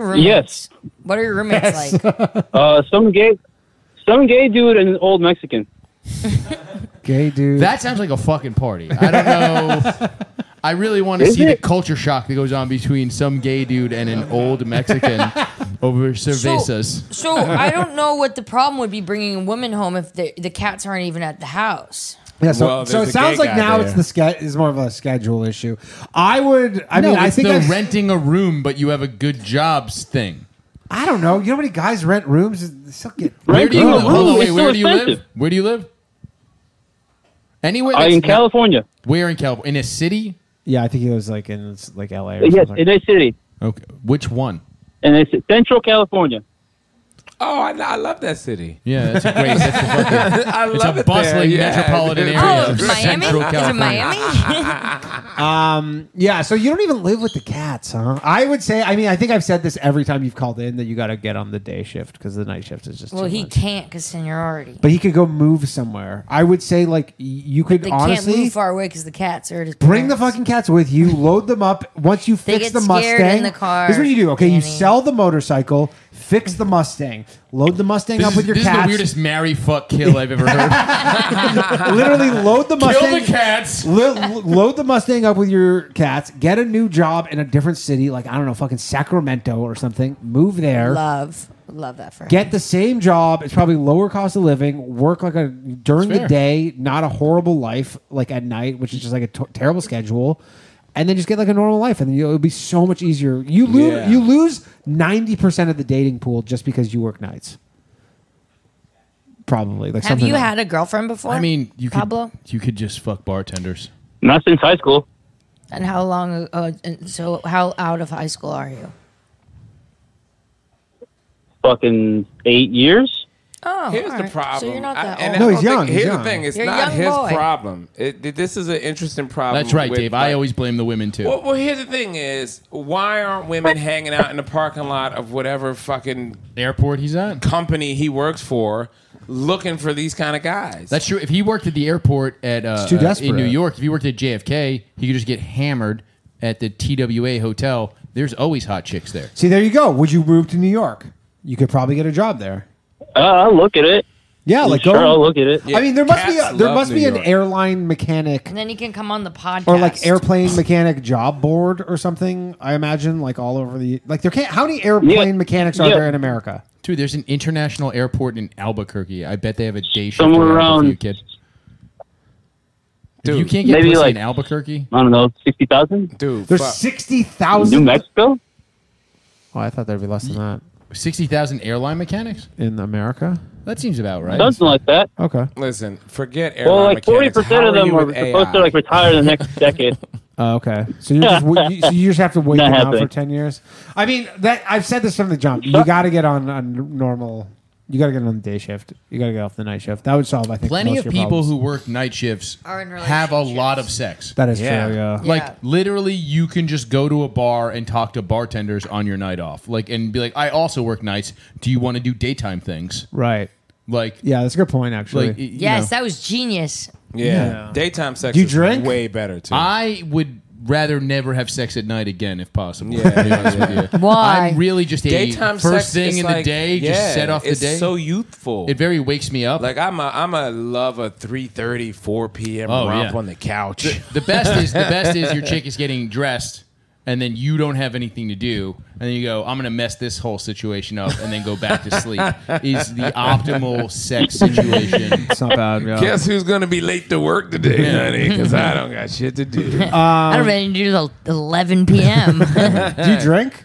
[SPEAKER 11] Yes.
[SPEAKER 3] roommates? What are your roommates like?
[SPEAKER 11] Uh, some gay, some gay dude and an old Mexican.
[SPEAKER 1] Gay dude.
[SPEAKER 10] That sounds like a fucking party. I don't know. I really want to
[SPEAKER 11] Is
[SPEAKER 10] see
[SPEAKER 11] it?
[SPEAKER 10] the culture shock that goes on between some gay dude and an old Mexican over cervezas.
[SPEAKER 3] So I don't know what the problem would be bringing a woman home if the, the cats aren't even at the house.
[SPEAKER 1] Yeah, so,
[SPEAKER 10] Well,
[SPEAKER 1] so it
[SPEAKER 10] there's a
[SPEAKER 1] sounds
[SPEAKER 10] gay
[SPEAKER 1] like
[SPEAKER 10] guy
[SPEAKER 1] now
[SPEAKER 10] there.
[SPEAKER 1] it's the ske- is more of a schedule issue. I would, I
[SPEAKER 10] No,
[SPEAKER 1] mean, I
[SPEAKER 10] it's
[SPEAKER 1] think
[SPEAKER 10] the
[SPEAKER 1] I've-
[SPEAKER 10] renting a room, but you have a good jobs thing.
[SPEAKER 1] I don't know. You know how many guys rent rooms? They still get
[SPEAKER 10] Where do you live? Hold on, wait, where do you live?
[SPEAKER 1] expensive.
[SPEAKER 10] Where do you live? Anywhere
[SPEAKER 1] Uh,
[SPEAKER 10] that's
[SPEAKER 1] in
[SPEAKER 10] not-
[SPEAKER 11] California.
[SPEAKER 10] Where in California? In a city?
[SPEAKER 1] Yeah, I think he was like in like L.A. Or
[SPEAKER 11] Yes,
[SPEAKER 1] something.
[SPEAKER 11] in a city,
[SPEAKER 10] Okay. Which one?
[SPEAKER 11] and it's Central California.
[SPEAKER 4] Oh, I, I love that city.
[SPEAKER 10] Yeah, that's a great. That's a fucking,
[SPEAKER 4] I
[SPEAKER 10] it's
[SPEAKER 4] love
[SPEAKER 10] a
[SPEAKER 4] it
[SPEAKER 10] bustling
[SPEAKER 4] there, yeah.
[SPEAKER 10] metropolitan area.
[SPEAKER 4] Oh,
[SPEAKER 10] of
[SPEAKER 4] it's Miami?
[SPEAKER 10] Central
[SPEAKER 4] Is it
[SPEAKER 10] California.
[SPEAKER 1] Um, yeah, so you don't even live with the cats, huh? I would say. I mean, I think I've said this every time you've called in that you got to get on the day shift because the night shift is just.
[SPEAKER 3] Well,
[SPEAKER 1] too
[SPEAKER 3] he
[SPEAKER 1] much.
[SPEAKER 3] can't because seniority.
[SPEAKER 1] But he could go move somewhere. I would say, like, y- you could
[SPEAKER 3] They
[SPEAKER 1] honestly
[SPEAKER 3] can't move far away because the cats are at his
[SPEAKER 1] Bring the fucking cats with you. Load them up. Once you
[SPEAKER 3] They
[SPEAKER 1] fix
[SPEAKER 3] get
[SPEAKER 1] the
[SPEAKER 3] scared
[SPEAKER 1] Mustang,
[SPEAKER 3] in the car,
[SPEAKER 1] here's what you do. Okay, you sell the motorcycle, fix the Mustang, load the Mustang
[SPEAKER 10] This
[SPEAKER 1] up
[SPEAKER 10] is-
[SPEAKER 1] with your
[SPEAKER 10] this is
[SPEAKER 1] cats.
[SPEAKER 10] the weirdest marry fuck kill I've ever heard.
[SPEAKER 1] Literally load the
[SPEAKER 10] Kill
[SPEAKER 1] Mustang.
[SPEAKER 10] the cats.
[SPEAKER 1] lo- lo- load the Mustang up with your cats. Get a new job in a different city, like I don't know, fucking Sacramento or something. Move there.
[SPEAKER 3] Love, love that for him.
[SPEAKER 1] Get the same job. It's probably lower cost of living. Work like a during
[SPEAKER 3] It's
[SPEAKER 1] the
[SPEAKER 3] fair.
[SPEAKER 1] day, not a horrible life like at night, which is just like a t- terrible schedule. And then just get like a normal life, and then you'll- it'll be so much easier. You lose
[SPEAKER 4] Yeah.
[SPEAKER 1] you lose ninety percent of the dating pool just because you work nights. Probably like
[SPEAKER 3] Have
[SPEAKER 1] something
[SPEAKER 3] you
[SPEAKER 1] like-
[SPEAKER 3] had a girlfriend before?
[SPEAKER 10] I mean, you could,
[SPEAKER 3] Pablo.
[SPEAKER 10] you could just fuck bartenders.
[SPEAKER 11] Not since high school.
[SPEAKER 3] And how long? Uh, and so how out of high school are you?
[SPEAKER 11] Fucking eight years.
[SPEAKER 3] Oh,
[SPEAKER 4] Here's
[SPEAKER 3] all
[SPEAKER 4] the
[SPEAKER 3] right.
[SPEAKER 4] problem.
[SPEAKER 3] So you're not
[SPEAKER 4] I-
[SPEAKER 3] that
[SPEAKER 4] and
[SPEAKER 3] old.
[SPEAKER 4] I
[SPEAKER 10] No,
[SPEAKER 4] don't
[SPEAKER 10] he's
[SPEAKER 4] think-
[SPEAKER 10] young, he's
[SPEAKER 4] Here's
[SPEAKER 10] young.
[SPEAKER 4] the thing: it's
[SPEAKER 3] You're a
[SPEAKER 4] not
[SPEAKER 3] young
[SPEAKER 4] his
[SPEAKER 3] boy.
[SPEAKER 4] problem. It, th- this is an interesting problem.
[SPEAKER 10] That's right,
[SPEAKER 4] with,
[SPEAKER 10] Dave.
[SPEAKER 4] like-
[SPEAKER 10] I always blame the women too.
[SPEAKER 4] Well, well, here's the thing: is why aren't women hanging out in the parking lot of whatever fucking
[SPEAKER 10] airport he's at,
[SPEAKER 4] company he works for, looking for these kind of guys?
[SPEAKER 10] That's true. If he worked at the airport at uh,
[SPEAKER 1] It's too
[SPEAKER 10] uh,
[SPEAKER 1] desperate.
[SPEAKER 10] in New York, if he worked at JFK, he could just get hammered, at the TWA hotel, there's always hot chicks there.
[SPEAKER 1] See, there you go. Would you move to New York? You could probably get a job there.
[SPEAKER 11] Uh, I'll look at it.
[SPEAKER 1] Yeah, like
[SPEAKER 11] sure,
[SPEAKER 1] go.
[SPEAKER 11] I'll look at it.
[SPEAKER 1] I mean, there must be
[SPEAKER 11] Cats
[SPEAKER 1] a, there
[SPEAKER 11] love
[SPEAKER 1] must
[SPEAKER 11] New
[SPEAKER 1] be an
[SPEAKER 11] York.
[SPEAKER 1] airline mechanic
[SPEAKER 3] And then you can come on the podcast.
[SPEAKER 1] or like airplane mechanic job board or something. I imagine like all over the like there can't. How many airplane mechanics are
[SPEAKER 10] Yeah.
[SPEAKER 1] there in America?
[SPEAKER 10] Dude, there's an international airport in Albuquerque. I bet they have a day shift
[SPEAKER 11] Somewhere
[SPEAKER 10] available for
[SPEAKER 11] around-
[SPEAKER 10] you, kid. Dude, you can't get
[SPEAKER 11] maybe
[SPEAKER 10] pussy
[SPEAKER 11] like
[SPEAKER 10] in Albuquerque.
[SPEAKER 11] I don't know, sixty thousand.
[SPEAKER 4] Dude,
[SPEAKER 1] There's sixty thousand.
[SPEAKER 11] New Mexico.
[SPEAKER 1] Oh, I thought there'd be less than that
[SPEAKER 10] Sixty thousand airline mechanics.
[SPEAKER 1] in America.
[SPEAKER 10] That seems about right.
[SPEAKER 11] Something like that.
[SPEAKER 1] Okay.
[SPEAKER 4] Listen, forget airline
[SPEAKER 11] Well, like forty
[SPEAKER 4] mechanics.
[SPEAKER 11] percent
[SPEAKER 4] How
[SPEAKER 11] of them
[SPEAKER 4] you
[SPEAKER 11] are
[SPEAKER 4] with
[SPEAKER 11] supposed
[SPEAKER 4] AI?
[SPEAKER 11] to like retire the next decade.
[SPEAKER 1] Oh, okay. So you just you, so you just have to wait
[SPEAKER 11] Not
[SPEAKER 1] them out
[SPEAKER 11] happening.
[SPEAKER 1] for ten years. I mean, that I've said this from the jump. You got to get on a normal. You got to get on the day shift. You got to get off the night shift. That would solve, I think,
[SPEAKER 10] Plenty
[SPEAKER 1] most
[SPEAKER 10] of
[SPEAKER 1] your
[SPEAKER 10] people
[SPEAKER 1] problems.
[SPEAKER 10] who work night shifts
[SPEAKER 3] Are in
[SPEAKER 10] have a lot of sex.
[SPEAKER 1] That is Yeah. true, yeah.
[SPEAKER 10] Like
[SPEAKER 1] Yeah.
[SPEAKER 10] literally, you can just go to a bar and talk to bartenders on your night off, like and be like, "I also work nights. Do you want to do daytime things?"
[SPEAKER 1] Right.
[SPEAKER 10] Like,
[SPEAKER 1] yeah, that's a good point. Actually,
[SPEAKER 10] Like, y- you
[SPEAKER 3] Yes,
[SPEAKER 10] know.
[SPEAKER 3] that was genius.
[SPEAKER 4] Yeah. Daytime sex
[SPEAKER 10] Do you
[SPEAKER 4] is
[SPEAKER 10] drink?
[SPEAKER 4] way better too.
[SPEAKER 10] I would rather never have sex at night again if possible.
[SPEAKER 4] Yeah,
[SPEAKER 10] to be honest
[SPEAKER 4] yeah,
[SPEAKER 10] with
[SPEAKER 4] yeah.
[SPEAKER 10] you.
[SPEAKER 4] Why?
[SPEAKER 10] I'm really just a
[SPEAKER 4] Daytime
[SPEAKER 10] first
[SPEAKER 4] sex
[SPEAKER 10] thing
[SPEAKER 4] is
[SPEAKER 10] in the
[SPEAKER 4] like-
[SPEAKER 10] day,
[SPEAKER 4] yeah,
[SPEAKER 10] just set off the
[SPEAKER 4] it's
[SPEAKER 10] day.
[SPEAKER 4] so youthful.
[SPEAKER 10] It very wakes me up.
[SPEAKER 4] Like I'm a I'm a lover 3:30 4 p.m.
[SPEAKER 10] Oh,
[SPEAKER 4] romp
[SPEAKER 10] yeah.
[SPEAKER 4] on the couch.
[SPEAKER 10] The best is the best is your chick is getting dressed and then you don't have anything to do and then you go i'm going to mess this whole situation up and then go back to sleep is the optimal sex situation it's
[SPEAKER 1] not bad
[SPEAKER 4] Guess who's gonna be late to work today,
[SPEAKER 10] Yeah.
[SPEAKER 4] honey? Because I don't got shit to
[SPEAKER 1] Um,
[SPEAKER 4] do.
[SPEAKER 3] I don't really do till 11 p.m.
[SPEAKER 1] do you drink?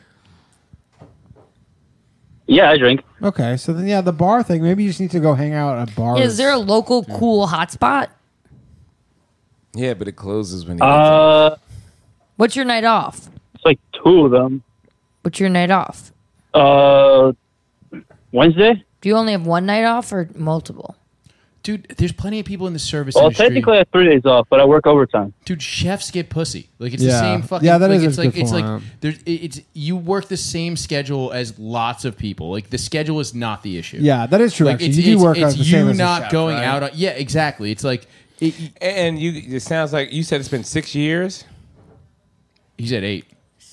[SPEAKER 11] Yeah, I drink.
[SPEAKER 1] Okay, so then yeah, the bar thing. Maybe you just need to go hang out at a bar.
[SPEAKER 3] Is there a local cool hotspot?
[SPEAKER 4] yeah, but it closes when you.
[SPEAKER 11] Uh,
[SPEAKER 3] What's your night off?
[SPEAKER 11] it's like two of them.
[SPEAKER 3] What's your night off?
[SPEAKER 11] Uh, Wednesday.
[SPEAKER 3] Do you only have one night off or multiple?
[SPEAKER 10] dude there's plenty of people in the service
[SPEAKER 11] Well,
[SPEAKER 10] industry
[SPEAKER 11] technically I have three days off, but I work overtime.
[SPEAKER 10] dude chefs get pussy like it's the
[SPEAKER 11] Yeah.
[SPEAKER 10] same fucking
[SPEAKER 11] Yeah, that
[SPEAKER 10] like,
[SPEAKER 11] is a
[SPEAKER 10] it's like
[SPEAKER 11] good
[SPEAKER 10] it's like
[SPEAKER 11] point.
[SPEAKER 10] there's it- it's you work the same schedule as lots of people like the schedule is not the issue
[SPEAKER 1] Yeah, that is true,
[SPEAKER 10] like,
[SPEAKER 1] actually.
[SPEAKER 10] it's,
[SPEAKER 1] You do
[SPEAKER 10] it's-
[SPEAKER 1] work
[SPEAKER 10] it's
[SPEAKER 1] the
[SPEAKER 10] you
[SPEAKER 1] same as a
[SPEAKER 10] not
[SPEAKER 1] chef,
[SPEAKER 10] going
[SPEAKER 1] right?
[SPEAKER 10] out on, yeah exactly it's like
[SPEAKER 4] and you, it sounds like you said it's been six years.
[SPEAKER 10] He said eight.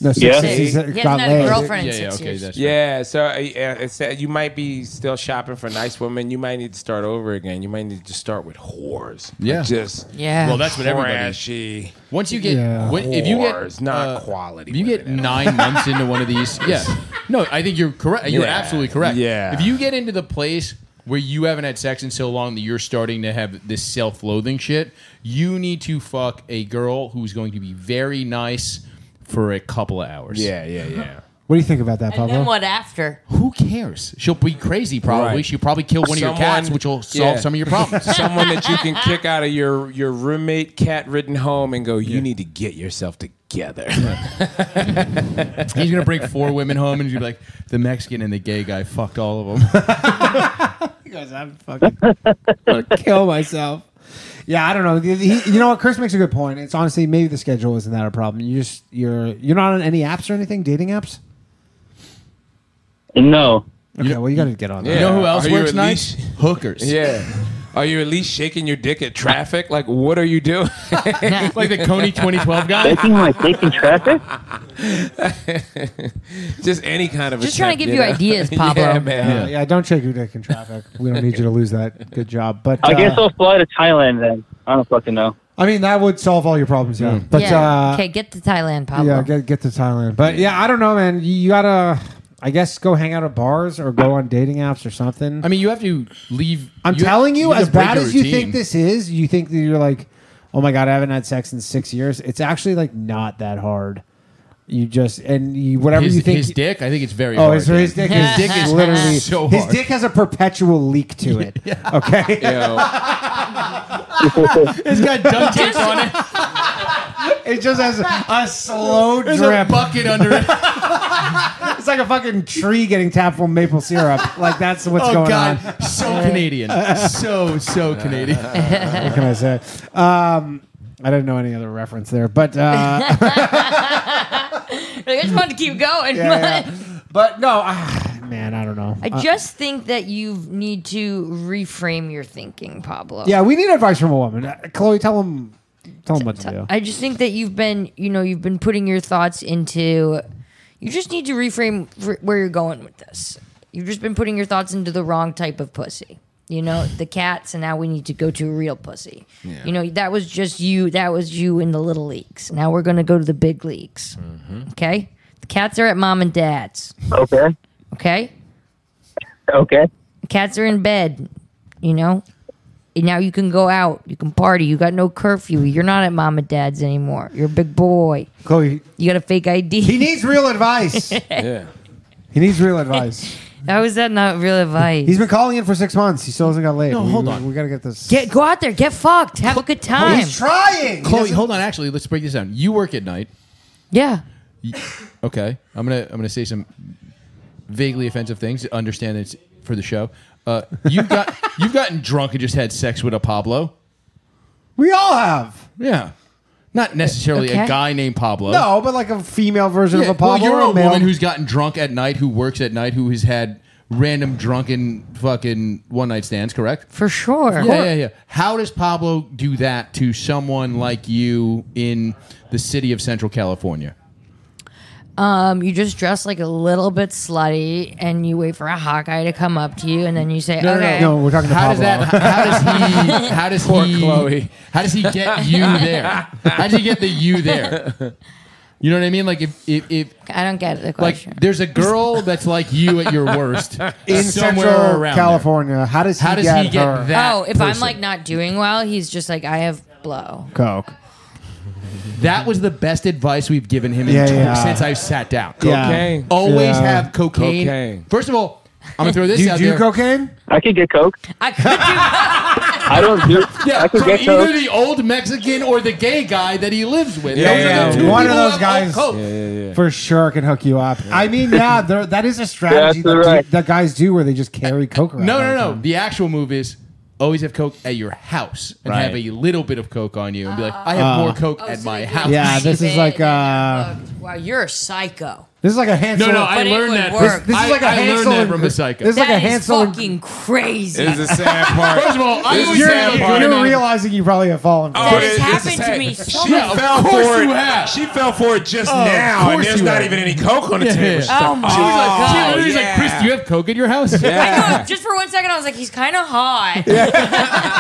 [SPEAKER 1] No, six
[SPEAKER 4] Yeah.
[SPEAKER 1] years, he said it
[SPEAKER 3] He hasn't
[SPEAKER 1] got
[SPEAKER 3] had a
[SPEAKER 1] laid.
[SPEAKER 3] girlfriend in Yeah, yeah, six okay, years. that's right.
[SPEAKER 4] Yeah, so uh, yeah, it's, uh, you might be still shopping for nice women. You might need to start over again. You might need to start with whores. Like,
[SPEAKER 10] Yeah.
[SPEAKER 4] just
[SPEAKER 10] Yeah. Well, that's what everybody-
[SPEAKER 4] trashy.
[SPEAKER 10] Once you get, when, if you
[SPEAKER 4] Whores,
[SPEAKER 10] get
[SPEAKER 4] not
[SPEAKER 10] quality, if you get nine months into one of these. Yeah, no, I think you're correct. You're
[SPEAKER 4] Yeah.
[SPEAKER 10] absolutely correct.
[SPEAKER 4] Yeah.
[SPEAKER 10] if you get into the place where you haven't had sex in so long that you're starting to have this self-loathing shit, you need to fuck a girl who's going to be very nice for a couple of hours.
[SPEAKER 4] Yeah, yeah, yeah.
[SPEAKER 1] What do you think about that, Pablo?
[SPEAKER 3] Then what after?
[SPEAKER 10] Who cares? She'll be crazy. Probably
[SPEAKER 4] Right.
[SPEAKER 10] she'll probably kill one of your cats,
[SPEAKER 4] Someone-
[SPEAKER 10] which will solve
[SPEAKER 4] yeah.
[SPEAKER 10] some of your problems.
[SPEAKER 4] Someone that you can kick out of your your roommate cat ridden home and go, you need to get yourself together.
[SPEAKER 10] He's gonna bring four women home, and he's gonna be like, the Mexican and the gay guy fucked all of them.
[SPEAKER 1] He goes, I'm fucking gonna kill myself. Yeah, I don't know. He- he- you know what? Chris makes a good point. It's honestly maybe the schedule isn't that a problem. You just you're you're not on any apps or anything, dating apps.
[SPEAKER 11] No.
[SPEAKER 1] Okay, well you got to get on. that.
[SPEAKER 4] Yeah. Are you at
[SPEAKER 10] nights?
[SPEAKER 4] least-
[SPEAKER 10] Hookers.
[SPEAKER 4] Yeah. Are you at least shaking your dick at traffic? Like, what are you doing?
[SPEAKER 10] Like the Coney 2012 guy?
[SPEAKER 11] Shaking my dick in traffic?
[SPEAKER 4] Just any kind of
[SPEAKER 3] Just trying to
[SPEAKER 4] attempt,
[SPEAKER 3] give you
[SPEAKER 4] know?
[SPEAKER 3] ideas, Pablo.
[SPEAKER 4] yeah,
[SPEAKER 1] Yeah,
[SPEAKER 4] man.
[SPEAKER 1] yeah, don't shake your dick in traffic. We don't need you to lose that good job. But
[SPEAKER 11] I
[SPEAKER 1] uh,
[SPEAKER 11] guess I'll fly to Thailand then. I don't fucking know.
[SPEAKER 1] I mean that would solve all your problems.
[SPEAKER 10] Mm.
[SPEAKER 1] Yeah, but
[SPEAKER 3] yeah.
[SPEAKER 1] uh,
[SPEAKER 3] okay, get to Thailand, Pablo.
[SPEAKER 1] yeah, get get to Thailand. But yeah, I don't know, man. You, you gotta, I guess, go hang out at bars or go on dating apps or something.
[SPEAKER 10] I mean, you have to leave.
[SPEAKER 1] I'm
[SPEAKER 10] you-
[SPEAKER 1] telling you,
[SPEAKER 10] you have
[SPEAKER 1] as
[SPEAKER 10] to break
[SPEAKER 1] bad
[SPEAKER 10] your
[SPEAKER 1] as you
[SPEAKER 10] routine.
[SPEAKER 1] think this is, you think that you're like, oh my god, I haven't had sex in six years. It's actually like not that hard. You just and you, whatever
[SPEAKER 10] his,
[SPEAKER 1] you think.
[SPEAKER 10] his dick, I think it's very.
[SPEAKER 1] oh,
[SPEAKER 10] hard,
[SPEAKER 1] his, his dick.
[SPEAKER 10] His
[SPEAKER 1] is
[SPEAKER 10] dick is
[SPEAKER 1] literally
[SPEAKER 10] so
[SPEAKER 1] His
[SPEAKER 10] hard.
[SPEAKER 1] dick has a perpetual leak to it. Okay.
[SPEAKER 10] it's got duct tape on it.
[SPEAKER 1] It just has a slow
[SPEAKER 10] There's a
[SPEAKER 1] drip.
[SPEAKER 10] bucket under it.
[SPEAKER 1] it's like a fucking tree getting tapped full of maple syrup. Like that's what's
[SPEAKER 10] oh
[SPEAKER 1] going
[SPEAKER 10] God,
[SPEAKER 1] on.
[SPEAKER 10] so Canadian, so so Canadian.
[SPEAKER 1] what can I say? Um, I didn't know any other reference there, but uh,
[SPEAKER 3] Like, I just wanted to keep going.
[SPEAKER 1] Yeah, but no, ah, man, I don't know.
[SPEAKER 3] I
[SPEAKER 1] Uh,
[SPEAKER 3] just think that you need to reframe your thinking, Pablo.
[SPEAKER 1] yeah, we need advice from a woman. Uh, Chloe, tell him Tell them what to do.
[SPEAKER 3] I just think that you've been, you know, you've been putting your thoughts into. You just need to reframe fr- where you're going with this. You've just been putting your thoughts into the wrong type of pussy. You know, the cats, and now we need to go to a real pussy.
[SPEAKER 14] Yeah.
[SPEAKER 3] You know, that was just you. That was you in the little leagues. Now we're going to go to the big leagues. Okay? The cats are at mom and dad's.
[SPEAKER 11] Okay.
[SPEAKER 3] Okay?
[SPEAKER 11] Okay.
[SPEAKER 3] Cats are in bed, you know? And now you can go out. You can party. You got no curfew. You're not at mom and dad's anymore. You're a big boy.
[SPEAKER 1] Chloe.
[SPEAKER 3] You got a fake ID. He
[SPEAKER 1] needs real advice.
[SPEAKER 4] yeah.
[SPEAKER 1] He needs real advice.
[SPEAKER 3] How is that not real advice?
[SPEAKER 1] He's been calling in for six months. He still hasn't got laid.
[SPEAKER 3] No,
[SPEAKER 1] We-
[SPEAKER 3] hold
[SPEAKER 1] we-
[SPEAKER 3] on.
[SPEAKER 1] We got to get this.
[SPEAKER 3] Get go out there, get fucked, have a good time.
[SPEAKER 10] Chloe, hold on. Actually, let's break this down. You work at night.
[SPEAKER 3] Yeah.
[SPEAKER 10] Okay. I'm gonna I'm gonna say some vaguely offensive things. Understand it's for the show. Uh, you've got you've gotten drunk and just had sex with a Pablo.
[SPEAKER 1] We all have.
[SPEAKER 10] Yeah. Not necessarily
[SPEAKER 1] Okay.
[SPEAKER 10] a guy named Pablo.
[SPEAKER 1] No, but like a female version
[SPEAKER 10] Yeah,
[SPEAKER 1] of a Pablo.
[SPEAKER 10] well,
[SPEAKER 1] or
[SPEAKER 10] you're a
[SPEAKER 1] male.
[SPEAKER 10] woman who's gotten drunk at night, who works at night, who has had random drunken fucking one night stands, correct?
[SPEAKER 3] For sure.
[SPEAKER 10] Yeah,
[SPEAKER 3] Of course.
[SPEAKER 10] yeah, yeah. How does Pablo do that to someone like you in the city of Central California?
[SPEAKER 3] Um, you just dress like a little bit slutty and you wait for a hot guy to come up to you and then you say, Eh, Okay.
[SPEAKER 10] how does that? How does he? How does he? Chloe. How does he get you there? How does he get the you there? You know what I mean? Like if if, if
[SPEAKER 3] I don't get the
[SPEAKER 10] like
[SPEAKER 3] question.
[SPEAKER 10] there's a girl that's like you at your worst
[SPEAKER 1] in
[SPEAKER 10] somewhere
[SPEAKER 1] Central
[SPEAKER 10] around
[SPEAKER 1] California. How does he
[SPEAKER 10] How does
[SPEAKER 1] get
[SPEAKER 10] he get
[SPEAKER 1] her?
[SPEAKER 10] that
[SPEAKER 3] oh, if I'm
[SPEAKER 10] person.
[SPEAKER 3] like not doing well, he's just like, I have blow.
[SPEAKER 1] Coke.
[SPEAKER 10] That was the best advice we've given him in
[SPEAKER 1] Yeah,
[SPEAKER 10] tw-
[SPEAKER 1] yeah.
[SPEAKER 10] since I've sat down.
[SPEAKER 1] Yeah. Cocaine.
[SPEAKER 10] Always
[SPEAKER 1] Yeah.
[SPEAKER 10] have cocaine.
[SPEAKER 1] Cocaine.
[SPEAKER 10] First of all, I'm gonna throw this
[SPEAKER 1] Do you
[SPEAKER 10] out
[SPEAKER 1] do
[SPEAKER 10] there.
[SPEAKER 1] cocaine?
[SPEAKER 11] I could get coke.
[SPEAKER 3] I could do.
[SPEAKER 11] I don't do.
[SPEAKER 10] Yeah,
[SPEAKER 11] I could
[SPEAKER 10] from
[SPEAKER 11] get
[SPEAKER 10] either
[SPEAKER 11] coke.
[SPEAKER 10] the old Mexican or the gay guy that he lives with.
[SPEAKER 1] Yeah,
[SPEAKER 10] Those are
[SPEAKER 1] yeah,
[SPEAKER 10] the
[SPEAKER 1] yeah.
[SPEAKER 10] two
[SPEAKER 1] One of
[SPEAKER 10] people
[SPEAKER 1] those
[SPEAKER 10] that own
[SPEAKER 1] guys-
[SPEAKER 10] coke.
[SPEAKER 1] For sure, can hook you up. I mean, yeah, there, that is a strategy that,
[SPEAKER 10] That's
[SPEAKER 1] du-
[SPEAKER 10] right.
[SPEAKER 1] that guys do where they just carry coke around.
[SPEAKER 10] No, no, no. The actual move is always have coke at your house and
[SPEAKER 1] Right.
[SPEAKER 10] have a little bit of coke on you and be like, I have
[SPEAKER 1] Oh.
[SPEAKER 10] more coke
[SPEAKER 3] Oh,
[SPEAKER 10] at
[SPEAKER 3] so
[SPEAKER 10] my
[SPEAKER 3] they
[SPEAKER 10] house.
[SPEAKER 1] Yeah, this is like uh,
[SPEAKER 3] Wow, you're a psycho.
[SPEAKER 1] this is like a Hansel.
[SPEAKER 10] No, no, I
[SPEAKER 3] But it
[SPEAKER 10] learned
[SPEAKER 3] would
[SPEAKER 10] that.
[SPEAKER 3] work.
[SPEAKER 10] This, this is like a
[SPEAKER 1] I
[SPEAKER 10] Hansel
[SPEAKER 1] learned that
[SPEAKER 10] from a psycho.
[SPEAKER 1] This is like
[SPEAKER 3] That
[SPEAKER 1] a
[SPEAKER 3] is
[SPEAKER 1] Hansel and-
[SPEAKER 3] fucking crazy.
[SPEAKER 4] This is the sad part.
[SPEAKER 10] First of all, I
[SPEAKER 4] This is
[SPEAKER 10] always
[SPEAKER 4] the
[SPEAKER 10] say
[SPEAKER 4] sad
[SPEAKER 10] that
[SPEAKER 4] part.
[SPEAKER 1] You're realizing you probably have fallen. for
[SPEAKER 4] Oh, it-
[SPEAKER 1] it.
[SPEAKER 4] this is sad. She
[SPEAKER 10] much.
[SPEAKER 4] fell
[SPEAKER 10] Of course
[SPEAKER 4] for
[SPEAKER 10] you
[SPEAKER 4] it.
[SPEAKER 10] have.
[SPEAKER 4] She fell for it just
[SPEAKER 10] Oh, of
[SPEAKER 4] now, and
[SPEAKER 10] course
[SPEAKER 4] there's
[SPEAKER 10] you
[SPEAKER 4] not
[SPEAKER 10] have.
[SPEAKER 4] even any coke on the
[SPEAKER 10] Yeah,
[SPEAKER 4] table.
[SPEAKER 10] yeah.
[SPEAKER 4] She's
[SPEAKER 10] Oh,
[SPEAKER 4] like,
[SPEAKER 10] my God. She literally was like,
[SPEAKER 4] yeah.
[SPEAKER 10] Chris, do you have coke at your house?
[SPEAKER 4] Yeah.
[SPEAKER 3] Just for one second, I was like, he's kind of hot.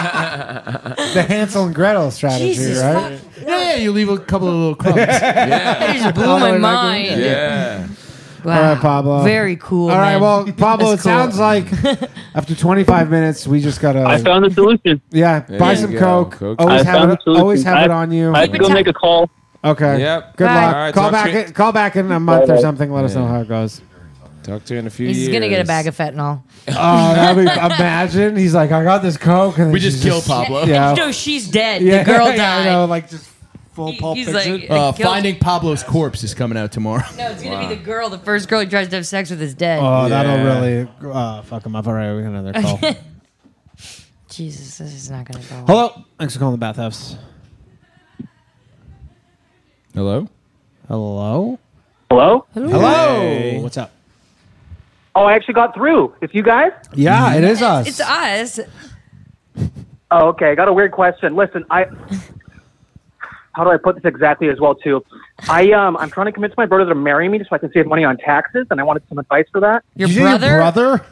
[SPEAKER 1] the Hansel and Gretel strategy,
[SPEAKER 3] Jesus
[SPEAKER 1] right?
[SPEAKER 10] Yeah, you leave a couple of little crumbs.
[SPEAKER 3] That just blew
[SPEAKER 1] All the
[SPEAKER 3] my
[SPEAKER 1] way back
[SPEAKER 3] mind.
[SPEAKER 1] in.
[SPEAKER 4] Yeah.
[SPEAKER 1] All right, Pablo.
[SPEAKER 3] Very cool.
[SPEAKER 1] All right,
[SPEAKER 3] man.
[SPEAKER 1] well, Pablo,
[SPEAKER 3] That's
[SPEAKER 1] it sounds
[SPEAKER 3] cool.
[SPEAKER 1] like after 25 minutes, we just gotta.
[SPEAKER 11] I found the solution.
[SPEAKER 1] Yeah,
[SPEAKER 11] There
[SPEAKER 1] buy
[SPEAKER 11] you
[SPEAKER 1] some
[SPEAKER 11] go.
[SPEAKER 1] coke.
[SPEAKER 11] Coke.
[SPEAKER 1] Always
[SPEAKER 11] I
[SPEAKER 1] have
[SPEAKER 11] found
[SPEAKER 1] it.
[SPEAKER 11] the solution.
[SPEAKER 1] Always have it
[SPEAKER 11] I-
[SPEAKER 1] on you.
[SPEAKER 11] I have to go make a call.
[SPEAKER 1] Okay.
[SPEAKER 4] Yep.
[SPEAKER 1] Good
[SPEAKER 4] Bye.
[SPEAKER 1] luck.
[SPEAKER 4] All right,
[SPEAKER 1] call
[SPEAKER 4] talk
[SPEAKER 1] back.
[SPEAKER 4] to you-
[SPEAKER 1] Call back in a month or
[SPEAKER 4] Bye.
[SPEAKER 1] something. Let us know
[SPEAKER 4] Yeah.
[SPEAKER 1] how it goes.
[SPEAKER 4] Talk to her in a few
[SPEAKER 3] He's
[SPEAKER 4] years.
[SPEAKER 3] gonna get a bag of fentanyl.
[SPEAKER 1] Oh, that'd be imagine. He's like, I got this coke, and
[SPEAKER 10] We just
[SPEAKER 1] she's
[SPEAKER 10] killed Pablo.
[SPEAKER 1] Yeah.
[SPEAKER 3] No, she's dead. the
[SPEAKER 1] Yeah,
[SPEAKER 3] girl died.
[SPEAKER 1] yeah, I know, like just full
[SPEAKER 3] Pulp he's Fiction. like,
[SPEAKER 10] uh,
[SPEAKER 3] it killed-
[SPEAKER 10] Finding Pablo's corpse is coming out tomorrow.
[SPEAKER 3] No, it's gonna be the girl. The first girl he tries to have sex with is dead.
[SPEAKER 1] Oh, that'll really uh, fuck him up. All right, we got another call.
[SPEAKER 3] Jesus, this is not gonna go. well.
[SPEAKER 1] Hello. Thanks for calling the bathhouse.
[SPEAKER 10] Hello.
[SPEAKER 1] Hello.
[SPEAKER 13] Hello?
[SPEAKER 1] Hello. What's up?
[SPEAKER 13] Oh, I actually got through. It's you guys?
[SPEAKER 11] Mm-hmm.
[SPEAKER 1] Yeah, it is us.
[SPEAKER 3] It's us.
[SPEAKER 13] Oh, okay. I got a weird question. Listen, I how do I put this exactly as well too? I um I'm trying to convince my brother to marry me so I can save money on taxes and I wanted some advice for that.
[SPEAKER 3] Your
[SPEAKER 1] Did you say Your brother?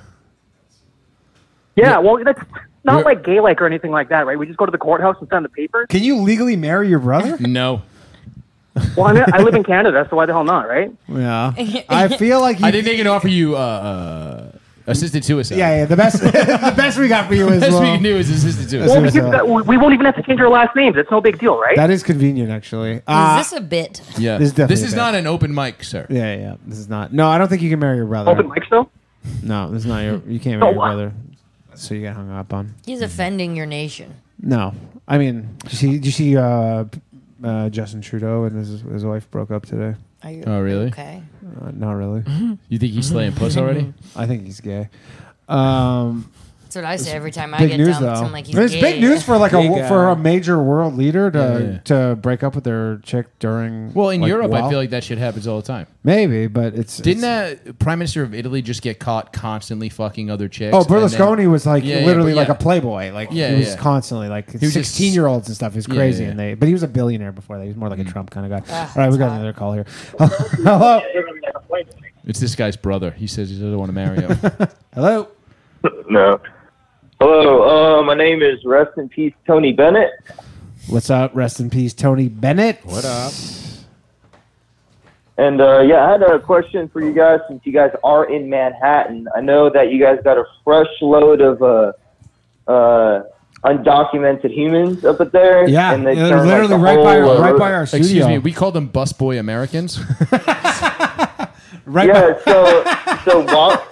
[SPEAKER 13] Yeah, well that's not like gay like or anything like that, right? We just go to the courthouse and sign the papers.
[SPEAKER 1] Can you legally marry your brother?
[SPEAKER 10] No.
[SPEAKER 13] Well, I, mean, I live in Canada, so why the hell not, right?
[SPEAKER 1] Yeah. I feel like
[SPEAKER 10] I think they can offer you uh, uh, assisted suicide.
[SPEAKER 1] Yeah, yeah. The best, the best we got for you is
[SPEAKER 10] Best we
[SPEAKER 1] well,
[SPEAKER 10] can do is assisted suicide.
[SPEAKER 13] Well, we, can, we- we won't even have to change our last names. It's no big deal, right?
[SPEAKER 1] that is convenient, actually. Uh,
[SPEAKER 3] is this a bit?
[SPEAKER 10] yeah.
[SPEAKER 1] This is definitely
[SPEAKER 10] This is
[SPEAKER 1] bad.
[SPEAKER 10] not an open mic, sir.
[SPEAKER 1] Yeah, yeah. This is not. No, I don't think you can marry your brother.
[SPEAKER 13] Open mic though?
[SPEAKER 1] No, this is not your. You can't
[SPEAKER 11] Oh,
[SPEAKER 13] No,
[SPEAKER 1] marry your
[SPEAKER 13] what?
[SPEAKER 1] brother. So you got hung up on.
[SPEAKER 3] He's offending your nation.
[SPEAKER 1] No, I mean, did you see, did you see uh, p- uh, Justin Trudeau and his his wife broke up today?
[SPEAKER 3] Are you
[SPEAKER 10] Oh, really?
[SPEAKER 3] Okay.
[SPEAKER 1] Uh, not really.
[SPEAKER 10] You think he's slaying puss already?
[SPEAKER 1] I think he's gay. Um,
[SPEAKER 3] That's what I say every time I
[SPEAKER 1] big
[SPEAKER 3] get
[SPEAKER 1] news
[SPEAKER 3] dumped.
[SPEAKER 1] though.
[SPEAKER 3] I'm like, he's
[SPEAKER 1] it's
[SPEAKER 3] gay.
[SPEAKER 1] big news for like
[SPEAKER 10] Big
[SPEAKER 1] a for
[SPEAKER 10] guy.
[SPEAKER 1] a major world leader to to break up with their chick during.
[SPEAKER 10] Well, in
[SPEAKER 1] like,
[SPEAKER 10] Europe, I
[SPEAKER 1] well-
[SPEAKER 10] feel like that shit happens all the time.
[SPEAKER 1] maybe, but it's
[SPEAKER 10] Didn't
[SPEAKER 1] it's-
[SPEAKER 10] that prime minister of Italy just get caught constantly fucking other chicks?
[SPEAKER 1] Oh,
[SPEAKER 10] and then-
[SPEAKER 1] Berlusconi was like
[SPEAKER 10] Yeah, yeah,
[SPEAKER 1] literally
[SPEAKER 10] but
[SPEAKER 1] like
[SPEAKER 10] yeah.
[SPEAKER 1] a playboy. Like
[SPEAKER 10] Yeah,
[SPEAKER 1] he was
[SPEAKER 10] yeah.
[SPEAKER 1] constantly like
[SPEAKER 10] He was just-
[SPEAKER 1] sixteen year olds and stuff. He was
[SPEAKER 10] Yeah,
[SPEAKER 1] crazy,
[SPEAKER 10] yeah.
[SPEAKER 1] and they but he was a billionaire before that. He was more like a Trump kind of guy.
[SPEAKER 10] Ah,
[SPEAKER 1] All right, we got another call here. Hello,
[SPEAKER 10] It's this guy's brother. He says he doesn't want to marry him.
[SPEAKER 1] Hello.
[SPEAKER 15] No. Hello. Uh, my name is Rest in Peace Tony Bennett.
[SPEAKER 1] what's up? Rest in peace, Tony Bennett.
[SPEAKER 15] What up? And uh, yeah, I had a question for you guys since you guys are in Manhattan. I know that you guys got a fresh load of uh, uh, undocumented humans up at there.
[SPEAKER 10] Yeah,
[SPEAKER 15] and they turn, like, the whole, uh,
[SPEAKER 10] Excuse me, we call them busboy Americans.
[SPEAKER 1] right
[SPEAKER 15] yeah, so so while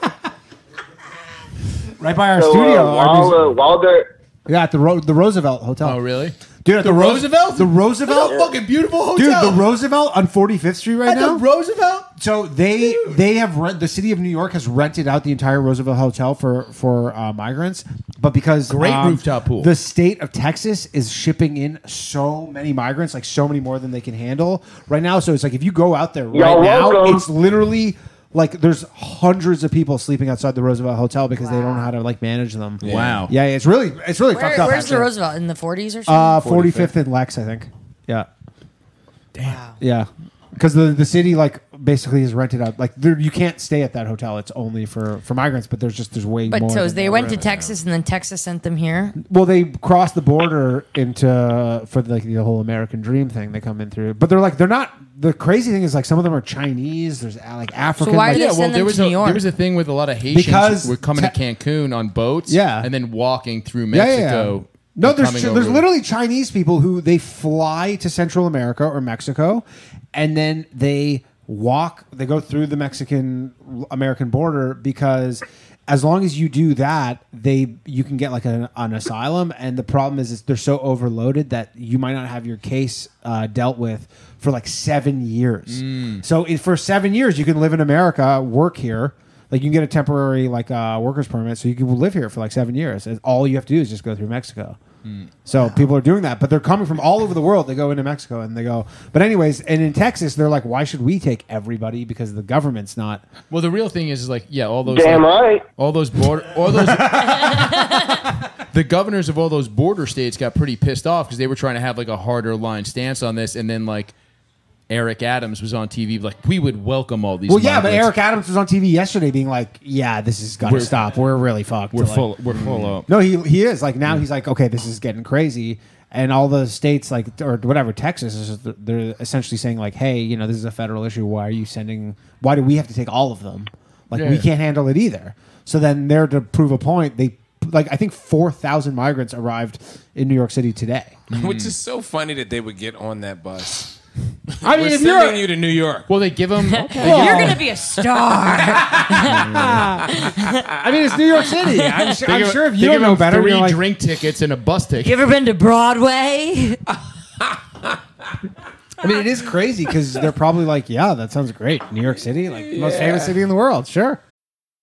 [SPEAKER 1] Right by our
[SPEAKER 15] so, uh,
[SPEAKER 1] studio. our
[SPEAKER 15] while,
[SPEAKER 1] music-
[SPEAKER 15] uh, while they're
[SPEAKER 1] yeah, at the Ro- the Roosevelt Hotel. Oh,
[SPEAKER 10] really?
[SPEAKER 1] Dude, at the,
[SPEAKER 10] The
[SPEAKER 1] Ro-
[SPEAKER 10] Roosevelt?
[SPEAKER 1] the Roosevelt,
[SPEAKER 10] That's a fucking beautiful hotel.
[SPEAKER 1] Dude, the Roosevelt on Forty Fifth Street right
[SPEAKER 10] At the
[SPEAKER 1] now.
[SPEAKER 10] Roosevelt.
[SPEAKER 1] So they they have rent, the city of New York has rented out the entire Roosevelt Hotel for for uh, migrants, but because
[SPEAKER 10] Great
[SPEAKER 1] um,
[SPEAKER 10] rooftop pool.
[SPEAKER 1] the state of Texas is shipping in so many migrants, like so many more than they can handle right now. So it's like if you go out there right
[SPEAKER 15] Y'all
[SPEAKER 1] now,
[SPEAKER 15] welcome.
[SPEAKER 1] it's literally. Like there's hundreds of people sleeping outside the Roosevelt Hotel because they don't know how to like manage them.
[SPEAKER 10] Yeah. Wow.
[SPEAKER 1] Yeah, it's really it's really
[SPEAKER 3] Where,
[SPEAKER 1] fucked up.
[SPEAKER 3] where's the
[SPEAKER 1] actually.
[SPEAKER 3] Roosevelt in the 40s or something?
[SPEAKER 1] Uh, 45th and Lex, I think. Yeah. Damn. Yeah. Because the, the city like basically is rented out. Like there, you can't stay at that hotel. It's only for, for migrants. But there's just there's way more.
[SPEAKER 3] But so
[SPEAKER 1] than
[SPEAKER 3] they
[SPEAKER 1] that.
[SPEAKER 3] went to Texas and then Texas sent them here.
[SPEAKER 1] Well, they cross the border into for like the whole American Dream thing. They come in through, but they're like they're not. The crazy thing is like some of them are Chinese. There's uh, like African. like,
[SPEAKER 10] yeah, well, there was a, there was a thing with a lot of Haitians
[SPEAKER 1] Because
[SPEAKER 10] who were coming
[SPEAKER 1] te-
[SPEAKER 10] to Cancun on boats,
[SPEAKER 1] Yeah.
[SPEAKER 10] and then walking through
[SPEAKER 1] Yeah, yeah, yeah.
[SPEAKER 10] Mexico.
[SPEAKER 1] No,
[SPEAKER 10] and
[SPEAKER 1] there's
[SPEAKER 10] coming
[SPEAKER 1] chi- there's
[SPEAKER 10] over.
[SPEAKER 1] literally Chinese people who they fly to Central America or Mexico, and then they walk. They go through the Mexican American border because as long as you do that, they you can get like an, an asylum. And the problem is, is they're so overloaded that you might not have your case uh, dealt with for like seven years.
[SPEAKER 10] Mm.
[SPEAKER 1] So if for seven years you can live in America, work here. Like you can get a temporary like uh, workers permit, so you can live here for like seven years. And all you have to do is just go through Mexico.
[SPEAKER 10] Hmm.
[SPEAKER 1] So people are doing that, but they're coming from all over the world. They go into Mexico and they go. But anyways, and in Texas, they're like, why should we take everybody? Because the government's not.
[SPEAKER 10] Well, the real thing is, is like, yeah, all those
[SPEAKER 1] Damn
[SPEAKER 10] like,
[SPEAKER 1] right.
[SPEAKER 10] all those border, all those. the governors of all those border states got pretty pissed off because they were trying to have like a harder line stance on this, and then like Eric Adams was on TV like, we would welcome all these.
[SPEAKER 1] well, yeah, but
[SPEAKER 10] migrants.
[SPEAKER 1] Eric Adams was on TV yesterday being like, yeah, this is got to
[SPEAKER 10] We're-
[SPEAKER 1] stop. We're really fucked.
[SPEAKER 10] we're
[SPEAKER 1] Like,
[SPEAKER 10] full, we're full
[SPEAKER 4] Mm.
[SPEAKER 10] up.
[SPEAKER 1] No, he he is like now he's like okay, this is getting crazy, and all the states like or whatever Texas is they're essentially saying like, hey, you know, this is a federal issue. Why are you sending? Why do we have to take all of them? Like we
[SPEAKER 10] Yeah.
[SPEAKER 1] can't handle it either. So then they're to prove a point. They like I think four thousand migrants arrived in New York City today.
[SPEAKER 4] Which is so funny that they would get on that bus.
[SPEAKER 1] I mean,
[SPEAKER 4] We're
[SPEAKER 1] if
[SPEAKER 4] sending
[SPEAKER 1] you're-
[SPEAKER 4] you to New York.
[SPEAKER 10] Well, they give them.
[SPEAKER 3] You're going to be a star.
[SPEAKER 1] I mean, it's New York City. I'm, su-
[SPEAKER 10] They
[SPEAKER 1] I'm
[SPEAKER 10] give-
[SPEAKER 1] sure if
[SPEAKER 10] they
[SPEAKER 1] you don't
[SPEAKER 10] give
[SPEAKER 1] know
[SPEAKER 10] them
[SPEAKER 1] better,
[SPEAKER 10] three
[SPEAKER 1] you're like,
[SPEAKER 10] drink tickets and a bus ticket.
[SPEAKER 3] you ever been to Broadway?
[SPEAKER 1] I mean, it is crazy because they're probably like, yeah, that sounds great. New York City, like the most famous
[SPEAKER 16] Yeah.
[SPEAKER 1] city in the world, sure.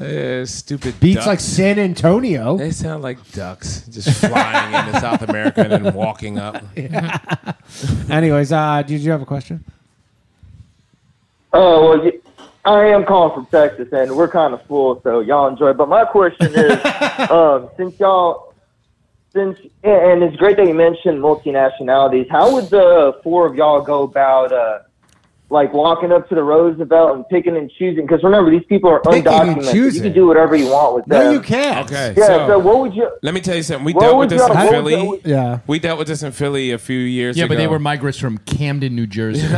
[SPEAKER 4] Eh, stupid
[SPEAKER 1] Beats
[SPEAKER 4] ducks.
[SPEAKER 1] like San Antonio.
[SPEAKER 4] They sound like ducks just flying into South America and then walking up.
[SPEAKER 1] Anyways, uh, did you have a question?
[SPEAKER 15] Oh well, y- I am calling from Texas, and we're kind of full, so y'all enjoy. But my question is, um, since y'all, since and and it's great that you mentioned multinationalities. How would the four of y'all go about, uh, like walking up to the Roosevelt and picking and choosing? Because remember, these people are
[SPEAKER 4] Picking and
[SPEAKER 15] undocumented. You
[SPEAKER 4] choosing.
[SPEAKER 15] can do whatever you want with them.
[SPEAKER 1] can't.
[SPEAKER 4] Okay.
[SPEAKER 15] Yeah.
[SPEAKER 4] so-
[SPEAKER 15] So, what would you?
[SPEAKER 4] Let me tell you something. We
[SPEAKER 15] What
[SPEAKER 4] dealt with
[SPEAKER 15] would
[SPEAKER 4] this in
[SPEAKER 15] y'all- what would
[SPEAKER 4] Philly.
[SPEAKER 1] y'all- Yeah.
[SPEAKER 4] We dealt with this in Philly a few years
[SPEAKER 10] yeah,
[SPEAKER 4] ago.
[SPEAKER 10] but they were migrants from Camden, New Jersey.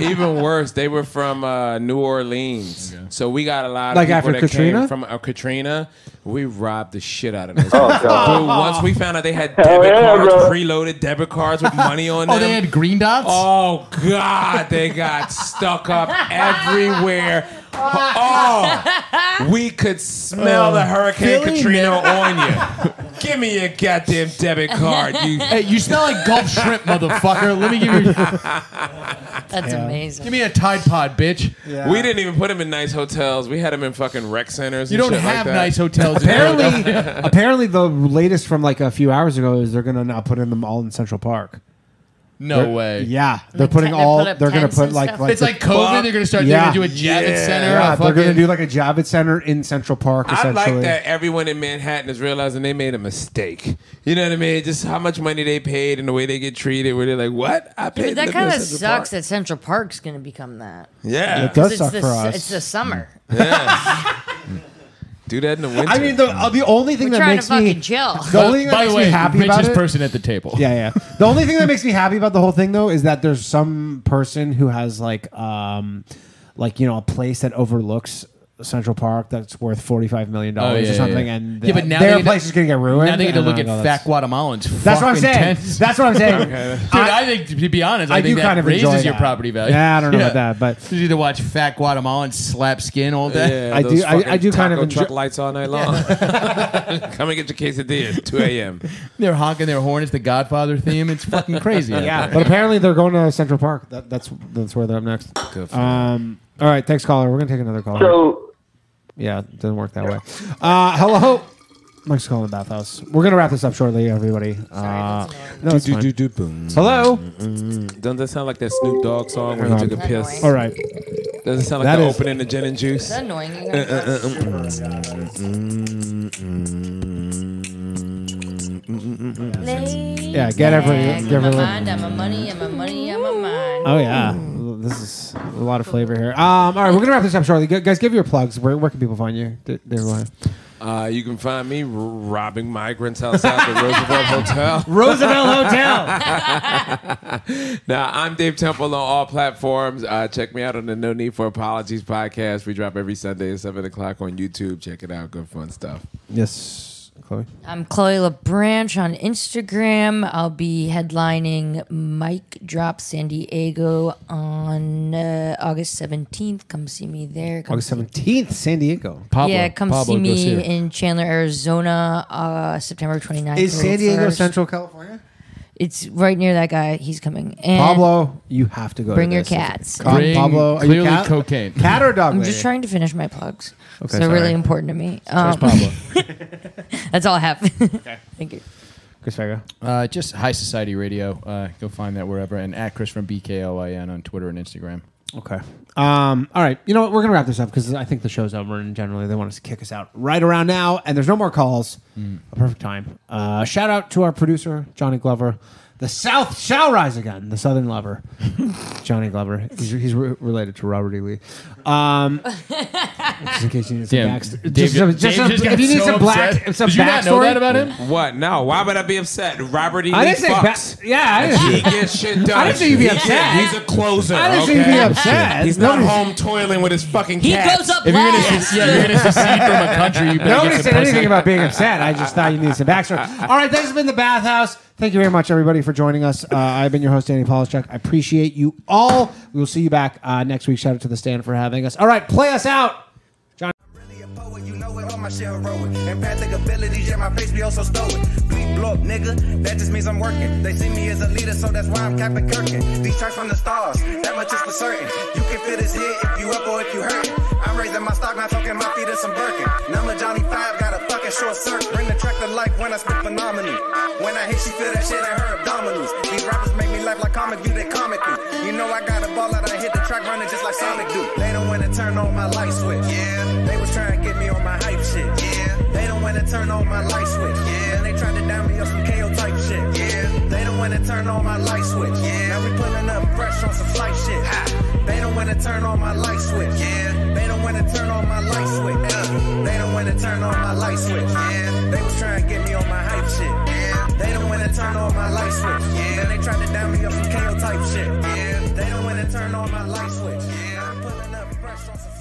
[SPEAKER 4] Even worse, they were from uh, New Orleans, so we got a lot of
[SPEAKER 1] Like
[SPEAKER 4] people
[SPEAKER 1] after
[SPEAKER 4] that
[SPEAKER 1] Katrina?
[SPEAKER 4] came from uh, Katrina. We robbed the shit out of those.
[SPEAKER 1] Oh,
[SPEAKER 4] people.
[SPEAKER 1] God.
[SPEAKER 4] Dude, once we found out they had
[SPEAKER 10] Hell
[SPEAKER 4] debit
[SPEAKER 10] yeah,
[SPEAKER 4] cards,
[SPEAKER 10] bro.
[SPEAKER 4] preloaded debit cards with money on
[SPEAKER 10] Oh,
[SPEAKER 4] them.
[SPEAKER 10] they had green dots.
[SPEAKER 4] Oh God, they got stuck up everywhere. Oh, we could smell
[SPEAKER 10] Uh,
[SPEAKER 1] Um,
[SPEAKER 4] the Hurricane
[SPEAKER 10] Philly,
[SPEAKER 4] Katrina
[SPEAKER 10] man.
[SPEAKER 4] on you. Give me your goddamn debit card. You,
[SPEAKER 10] Hey, you smell like Gulf shrimp, motherfucker. Let me give you.
[SPEAKER 3] That's
[SPEAKER 4] Yeah.
[SPEAKER 3] amazing.
[SPEAKER 10] Give me a Tide Pod, bitch.
[SPEAKER 4] We didn't even put them in nice hotels. We had them in fucking rec centers.
[SPEAKER 10] You
[SPEAKER 4] and
[SPEAKER 10] don't
[SPEAKER 4] shit like
[SPEAKER 10] have
[SPEAKER 4] that.
[SPEAKER 10] nice hotels in
[SPEAKER 1] apparently, apparently, the latest from like a few hours ago is they're going to now put in them all in Central Park.
[SPEAKER 10] No
[SPEAKER 1] They're-
[SPEAKER 10] way.
[SPEAKER 1] Yeah, they're putting all. they're going to put like, like
[SPEAKER 10] it's like COVID. They're going to start. They're going to do a Javits
[SPEAKER 1] Yeah.
[SPEAKER 10] Center.
[SPEAKER 1] Yeah,
[SPEAKER 10] a
[SPEAKER 1] they're going to
[SPEAKER 10] fucking-
[SPEAKER 1] do like a Javits Center in Central Park.
[SPEAKER 4] I
[SPEAKER 1] Essentially,
[SPEAKER 4] like that everyone in Manhattan is realizing they made a mistake. You know what I mean? Just how much money they paid and the way they get treated. Where they're like, "What? I
[SPEAKER 3] Yeah,
[SPEAKER 4] paid."
[SPEAKER 3] but
[SPEAKER 4] living
[SPEAKER 3] that
[SPEAKER 4] in
[SPEAKER 3] kind of
[SPEAKER 4] Central
[SPEAKER 3] sucks
[SPEAKER 4] Park."
[SPEAKER 3] that Central Park's going to become that.
[SPEAKER 4] Yeah. It
[SPEAKER 3] 'Cause
[SPEAKER 4] does
[SPEAKER 3] it's
[SPEAKER 4] suck
[SPEAKER 3] the
[SPEAKER 4] for
[SPEAKER 3] su-
[SPEAKER 4] us.
[SPEAKER 3] It's the summer.
[SPEAKER 4] Yeah. Do that in the winter.
[SPEAKER 1] I mean, the uh, the only thing
[SPEAKER 3] We're
[SPEAKER 1] that
[SPEAKER 3] trying
[SPEAKER 1] makes
[SPEAKER 3] to
[SPEAKER 1] me
[SPEAKER 3] fucking chill.
[SPEAKER 1] the only thing that
[SPEAKER 10] By
[SPEAKER 1] makes
[SPEAKER 10] the way,
[SPEAKER 1] me happy
[SPEAKER 10] richest
[SPEAKER 1] about it,
[SPEAKER 10] person at the table.
[SPEAKER 1] Yeah, yeah. The only thing that makes me happy about the whole thing though is that there's some person who has like um like you know a place that overlooks Central Park that's worth forty five million
[SPEAKER 10] Oh,
[SPEAKER 1] dollars
[SPEAKER 10] yeah,
[SPEAKER 1] or
[SPEAKER 10] yeah,
[SPEAKER 1] something,
[SPEAKER 10] yeah.
[SPEAKER 1] and uh,
[SPEAKER 10] Yeah, but now
[SPEAKER 1] their
[SPEAKER 10] they get
[SPEAKER 1] place
[SPEAKER 10] to-
[SPEAKER 1] is going to get ruined.
[SPEAKER 10] Now they get to
[SPEAKER 1] and
[SPEAKER 10] look
[SPEAKER 1] I
[SPEAKER 10] at
[SPEAKER 1] go,
[SPEAKER 10] fat Guatemalans.
[SPEAKER 1] That's what I'm
[SPEAKER 10] Fucking
[SPEAKER 1] saying.
[SPEAKER 10] tense.
[SPEAKER 1] That's what I'm saying.
[SPEAKER 10] Dude, I, think to be honest, I,
[SPEAKER 1] I
[SPEAKER 10] think
[SPEAKER 1] do
[SPEAKER 10] that
[SPEAKER 1] kind of
[SPEAKER 10] raises
[SPEAKER 1] enjoy
[SPEAKER 10] your
[SPEAKER 1] that.
[SPEAKER 10] property value.
[SPEAKER 1] Yeah, I don't know about that, but
[SPEAKER 10] you need to watch fat Guatemalans slap skin all day.
[SPEAKER 4] Yeah, those fucking taco truck lights all night long. Come and get your quesadilla at 2 a.m.
[SPEAKER 10] They're honking their horn. It's the Godfather theme. It's fucking crazy. out
[SPEAKER 1] yeah,
[SPEAKER 10] there.
[SPEAKER 1] but apparently they're going to Central Park. That, that's that's where they're up next. Um, all right, thanks caller. We're gonna take another caller.
[SPEAKER 15] So-
[SPEAKER 1] yeah, it doesn't work that way. Uh, hello, Mike's calling the bathhouse. We're gonna wrap this up shortly, everybody. Uh, no, it's
[SPEAKER 4] Do,
[SPEAKER 1] fine.
[SPEAKER 4] do, do, boom.
[SPEAKER 1] Hello.
[SPEAKER 4] Doesn't Mm-hmm. that sound like that Snoop Dogg song when he
[SPEAKER 1] Um,
[SPEAKER 4] took a piss?
[SPEAKER 1] All right.
[SPEAKER 4] Doesn't it sound like
[SPEAKER 1] That
[SPEAKER 4] the
[SPEAKER 1] is-
[SPEAKER 4] opening the gin and juice?
[SPEAKER 3] That's annoying. You
[SPEAKER 4] Uh,
[SPEAKER 3] gotta
[SPEAKER 4] uh, uh,
[SPEAKER 3] super
[SPEAKER 4] Mm.
[SPEAKER 1] Yeah, get every, get
[SPEAKER 3] I'm a
[SPEAKER 1] every.
[SPEAKER 3] mind, I'm a money, I'm a money, I'm a mind.
[SPEAKER 1] Oh yeah, this is a lot of flavor here. Um, all right, we're gonna wrap this up shortly. Gu- Guys, give your plugs. Where, where can people find you? D- d- everyone.
[SPEAKER 4] Uh, you can find me r- robbing migrants outside the Roosevelt Hotel.
[SPEAKER 1] Roosevelt
[SPEAKER 4] Hotel. now, I'm Dave Temple on all platforms. Uh, check me out on the No Need for Apologies podcast. We drop every Sunday at 7 o'clock on YouTube. Check it out. Good fun stuff.
[SPEAKER 1] Yes, Chloe.
[SPEAKER 3] I'm Chloe LeBranch on Instagram. I'll be headlining Mike Drop San Diego on uh, August 17th. Come see me there. Come
[SPEAKER 1] August
[SPEAKER 3] see-
[SPEAKER 1] seventeenth, San Diego.
[SPEAKER 3] yeah, come see me in Chandler, Arizona, uh, September 29th.
[SPEAKER 1] Is San Diego
[SPEAKER 3] 31st.
[SPEAKER 1] Central California?
[SPEAKER 3] It's right near that guy. He's coming. And
[SPEAKER 1] Pablo, you have to go.
[SPEAKER 3] Bring
[SPEAKER 1] to
[SPEAKER 3] your
[SPEAKER 1] this.
[SPEAKER 3] cats.
[SPEAKER 1] Come,
[SPEAKER 3] Bring
[SPEAKER 1] Pablo, are you
[SPEAKER 10] clearly
[SPEAKER 1] cat?
[SPEAKER 10] cocaine.
[SPEAKER 1] Cat or dog?
[SPEAKER 3] I'm
[SPEAKER 1] lady?
[SPEAKER 3] just trying to finish my plugs.
[SPEAKER 1] Okay,
[SPEAKER 3] They're really
[SPEAKER 1] sorry.
[SPEAKER 3] important to me. Um,
[SPEAKER 1] Where's Pablo?
[SPEAKER 3] that's all I have. Thank you.
[SPEAKER 1] Chris Fago.
[SPEAKER 10] Uh, just High Society Radio. Uh, go find that wherever. And at Chris from BKOIN on Twitter and Instagram.
[SPEAKER 1] Okay. Um, all right. You know what? We're going to wrap this up because I think the show's over and generally they want us to kick us out right around now and there's no more calls. A perfect time. Uh, shout out to our producer, Johnny Glover. The South shall rise again. The Southern lover, Johnny Glover. He's, he's re- related to Robert E. Lee. Um, just in case you need some
[SPEAKER 10] Damn.
[SPEAKER 1] backstory.
[SPEAKER 10] Dave
[SPEAKER 1] Just,
[SPEAKER 10] ju-
[SPEAKER 1] some-
[SPEAKER 10] Dave
[SPEAKER 1] just some-
[SPEAKER 10] just got
[SPEAKER 1] if you need
[SPEAKER 10] so
[SPEAKER 1] some black,
[SPEAKER 10] upset.
[SPEAKER 1] some
[SPEAKER 10] Did you not know
[SPEAKER 1] backstory
[SPEAKER 10] that about him?
[SPEAKER 4] What? No. Why would I be upset? Robert E.
[SPEAKER 1] I
[SPEAKER 4] Lee
[SPEAKER 1] didn't say
[SPEAKER 4] fucks.
[SPEAKER 1] ba- yeah, I didn't-
[SPEAKER 4] he gets shit done.
[SPEAKER 1] I didn't say you'd be
[SPEAKER 4] He-
[SPEAKER 1] upset.
[SPEAKER 4] He's a closer.
[SPEAKER 1] I didn't say
[SPEAKER 4] okay?
[SPEAKER 1] you'd be upset.
[SPEAKER 4] He's not
[SPEAKER 1] Nobody's-
[SPEAKER 4] home toiling with his fucking
[SPEAKER 1] He
[SPEAKER 4] cats.
[SPEAKER 1] goes up If you're gonna last. su- yeah, if you're gonna secede from a country, you better Nobody said anything about being upset. I just thought you needed some backstory. All right, this has been the Bathhouse. Thank you very much, everybody, for joining us. Uh, I've been your host, Danny Polischuk. I appreciate you all. We will see you back uh, next week. Shout out to the stand for having us. All right, play us out.
[SPEAKER 17] all my shit heroic. Empathic abilities, yeah, my face be also stoic. Bleep, blow up, nigga, that just means I'm working. They see me as a leader, so that's why I'm Captain Kirkin. These tracks from the stars, that much is for certain. You can feel this here if you up or if you hurting. I'm raising my stock, not talking my feet to some Birkin. Number Johnny 5, got a fucking short circuit. Bring the track to life when I spit phenomenon. When I hit, she feel that shit in her abdominals. These rappers make me laugh like comic view, they comic through. You know I got a ball out, I hit the track running just like Sonic do. They don't wanna turn on my light switch. Yeah. They was trying to get me on my hype shit. Yeah. They don't wanna turn on my light switch. Yeah. Then they tried to down me up some KO type shit. Yeah. They don't wanna turn on my light switch. Yeah. Now we pulling up fresh on some flight shit. Ha. They don't wanna turn on my light switch. Yeah. They don't wanna turn on my light switch. Uh. They don't wanna turn on my light switch. Yeah. They was trying to get me on my hype shit. Yeah. They don't wanna turn on my light switch. Yeah. Then they tried to down me up some KO type shit. Yeah. They don't want to turn on my light switch. Yeah. I'm pulling up fresh on some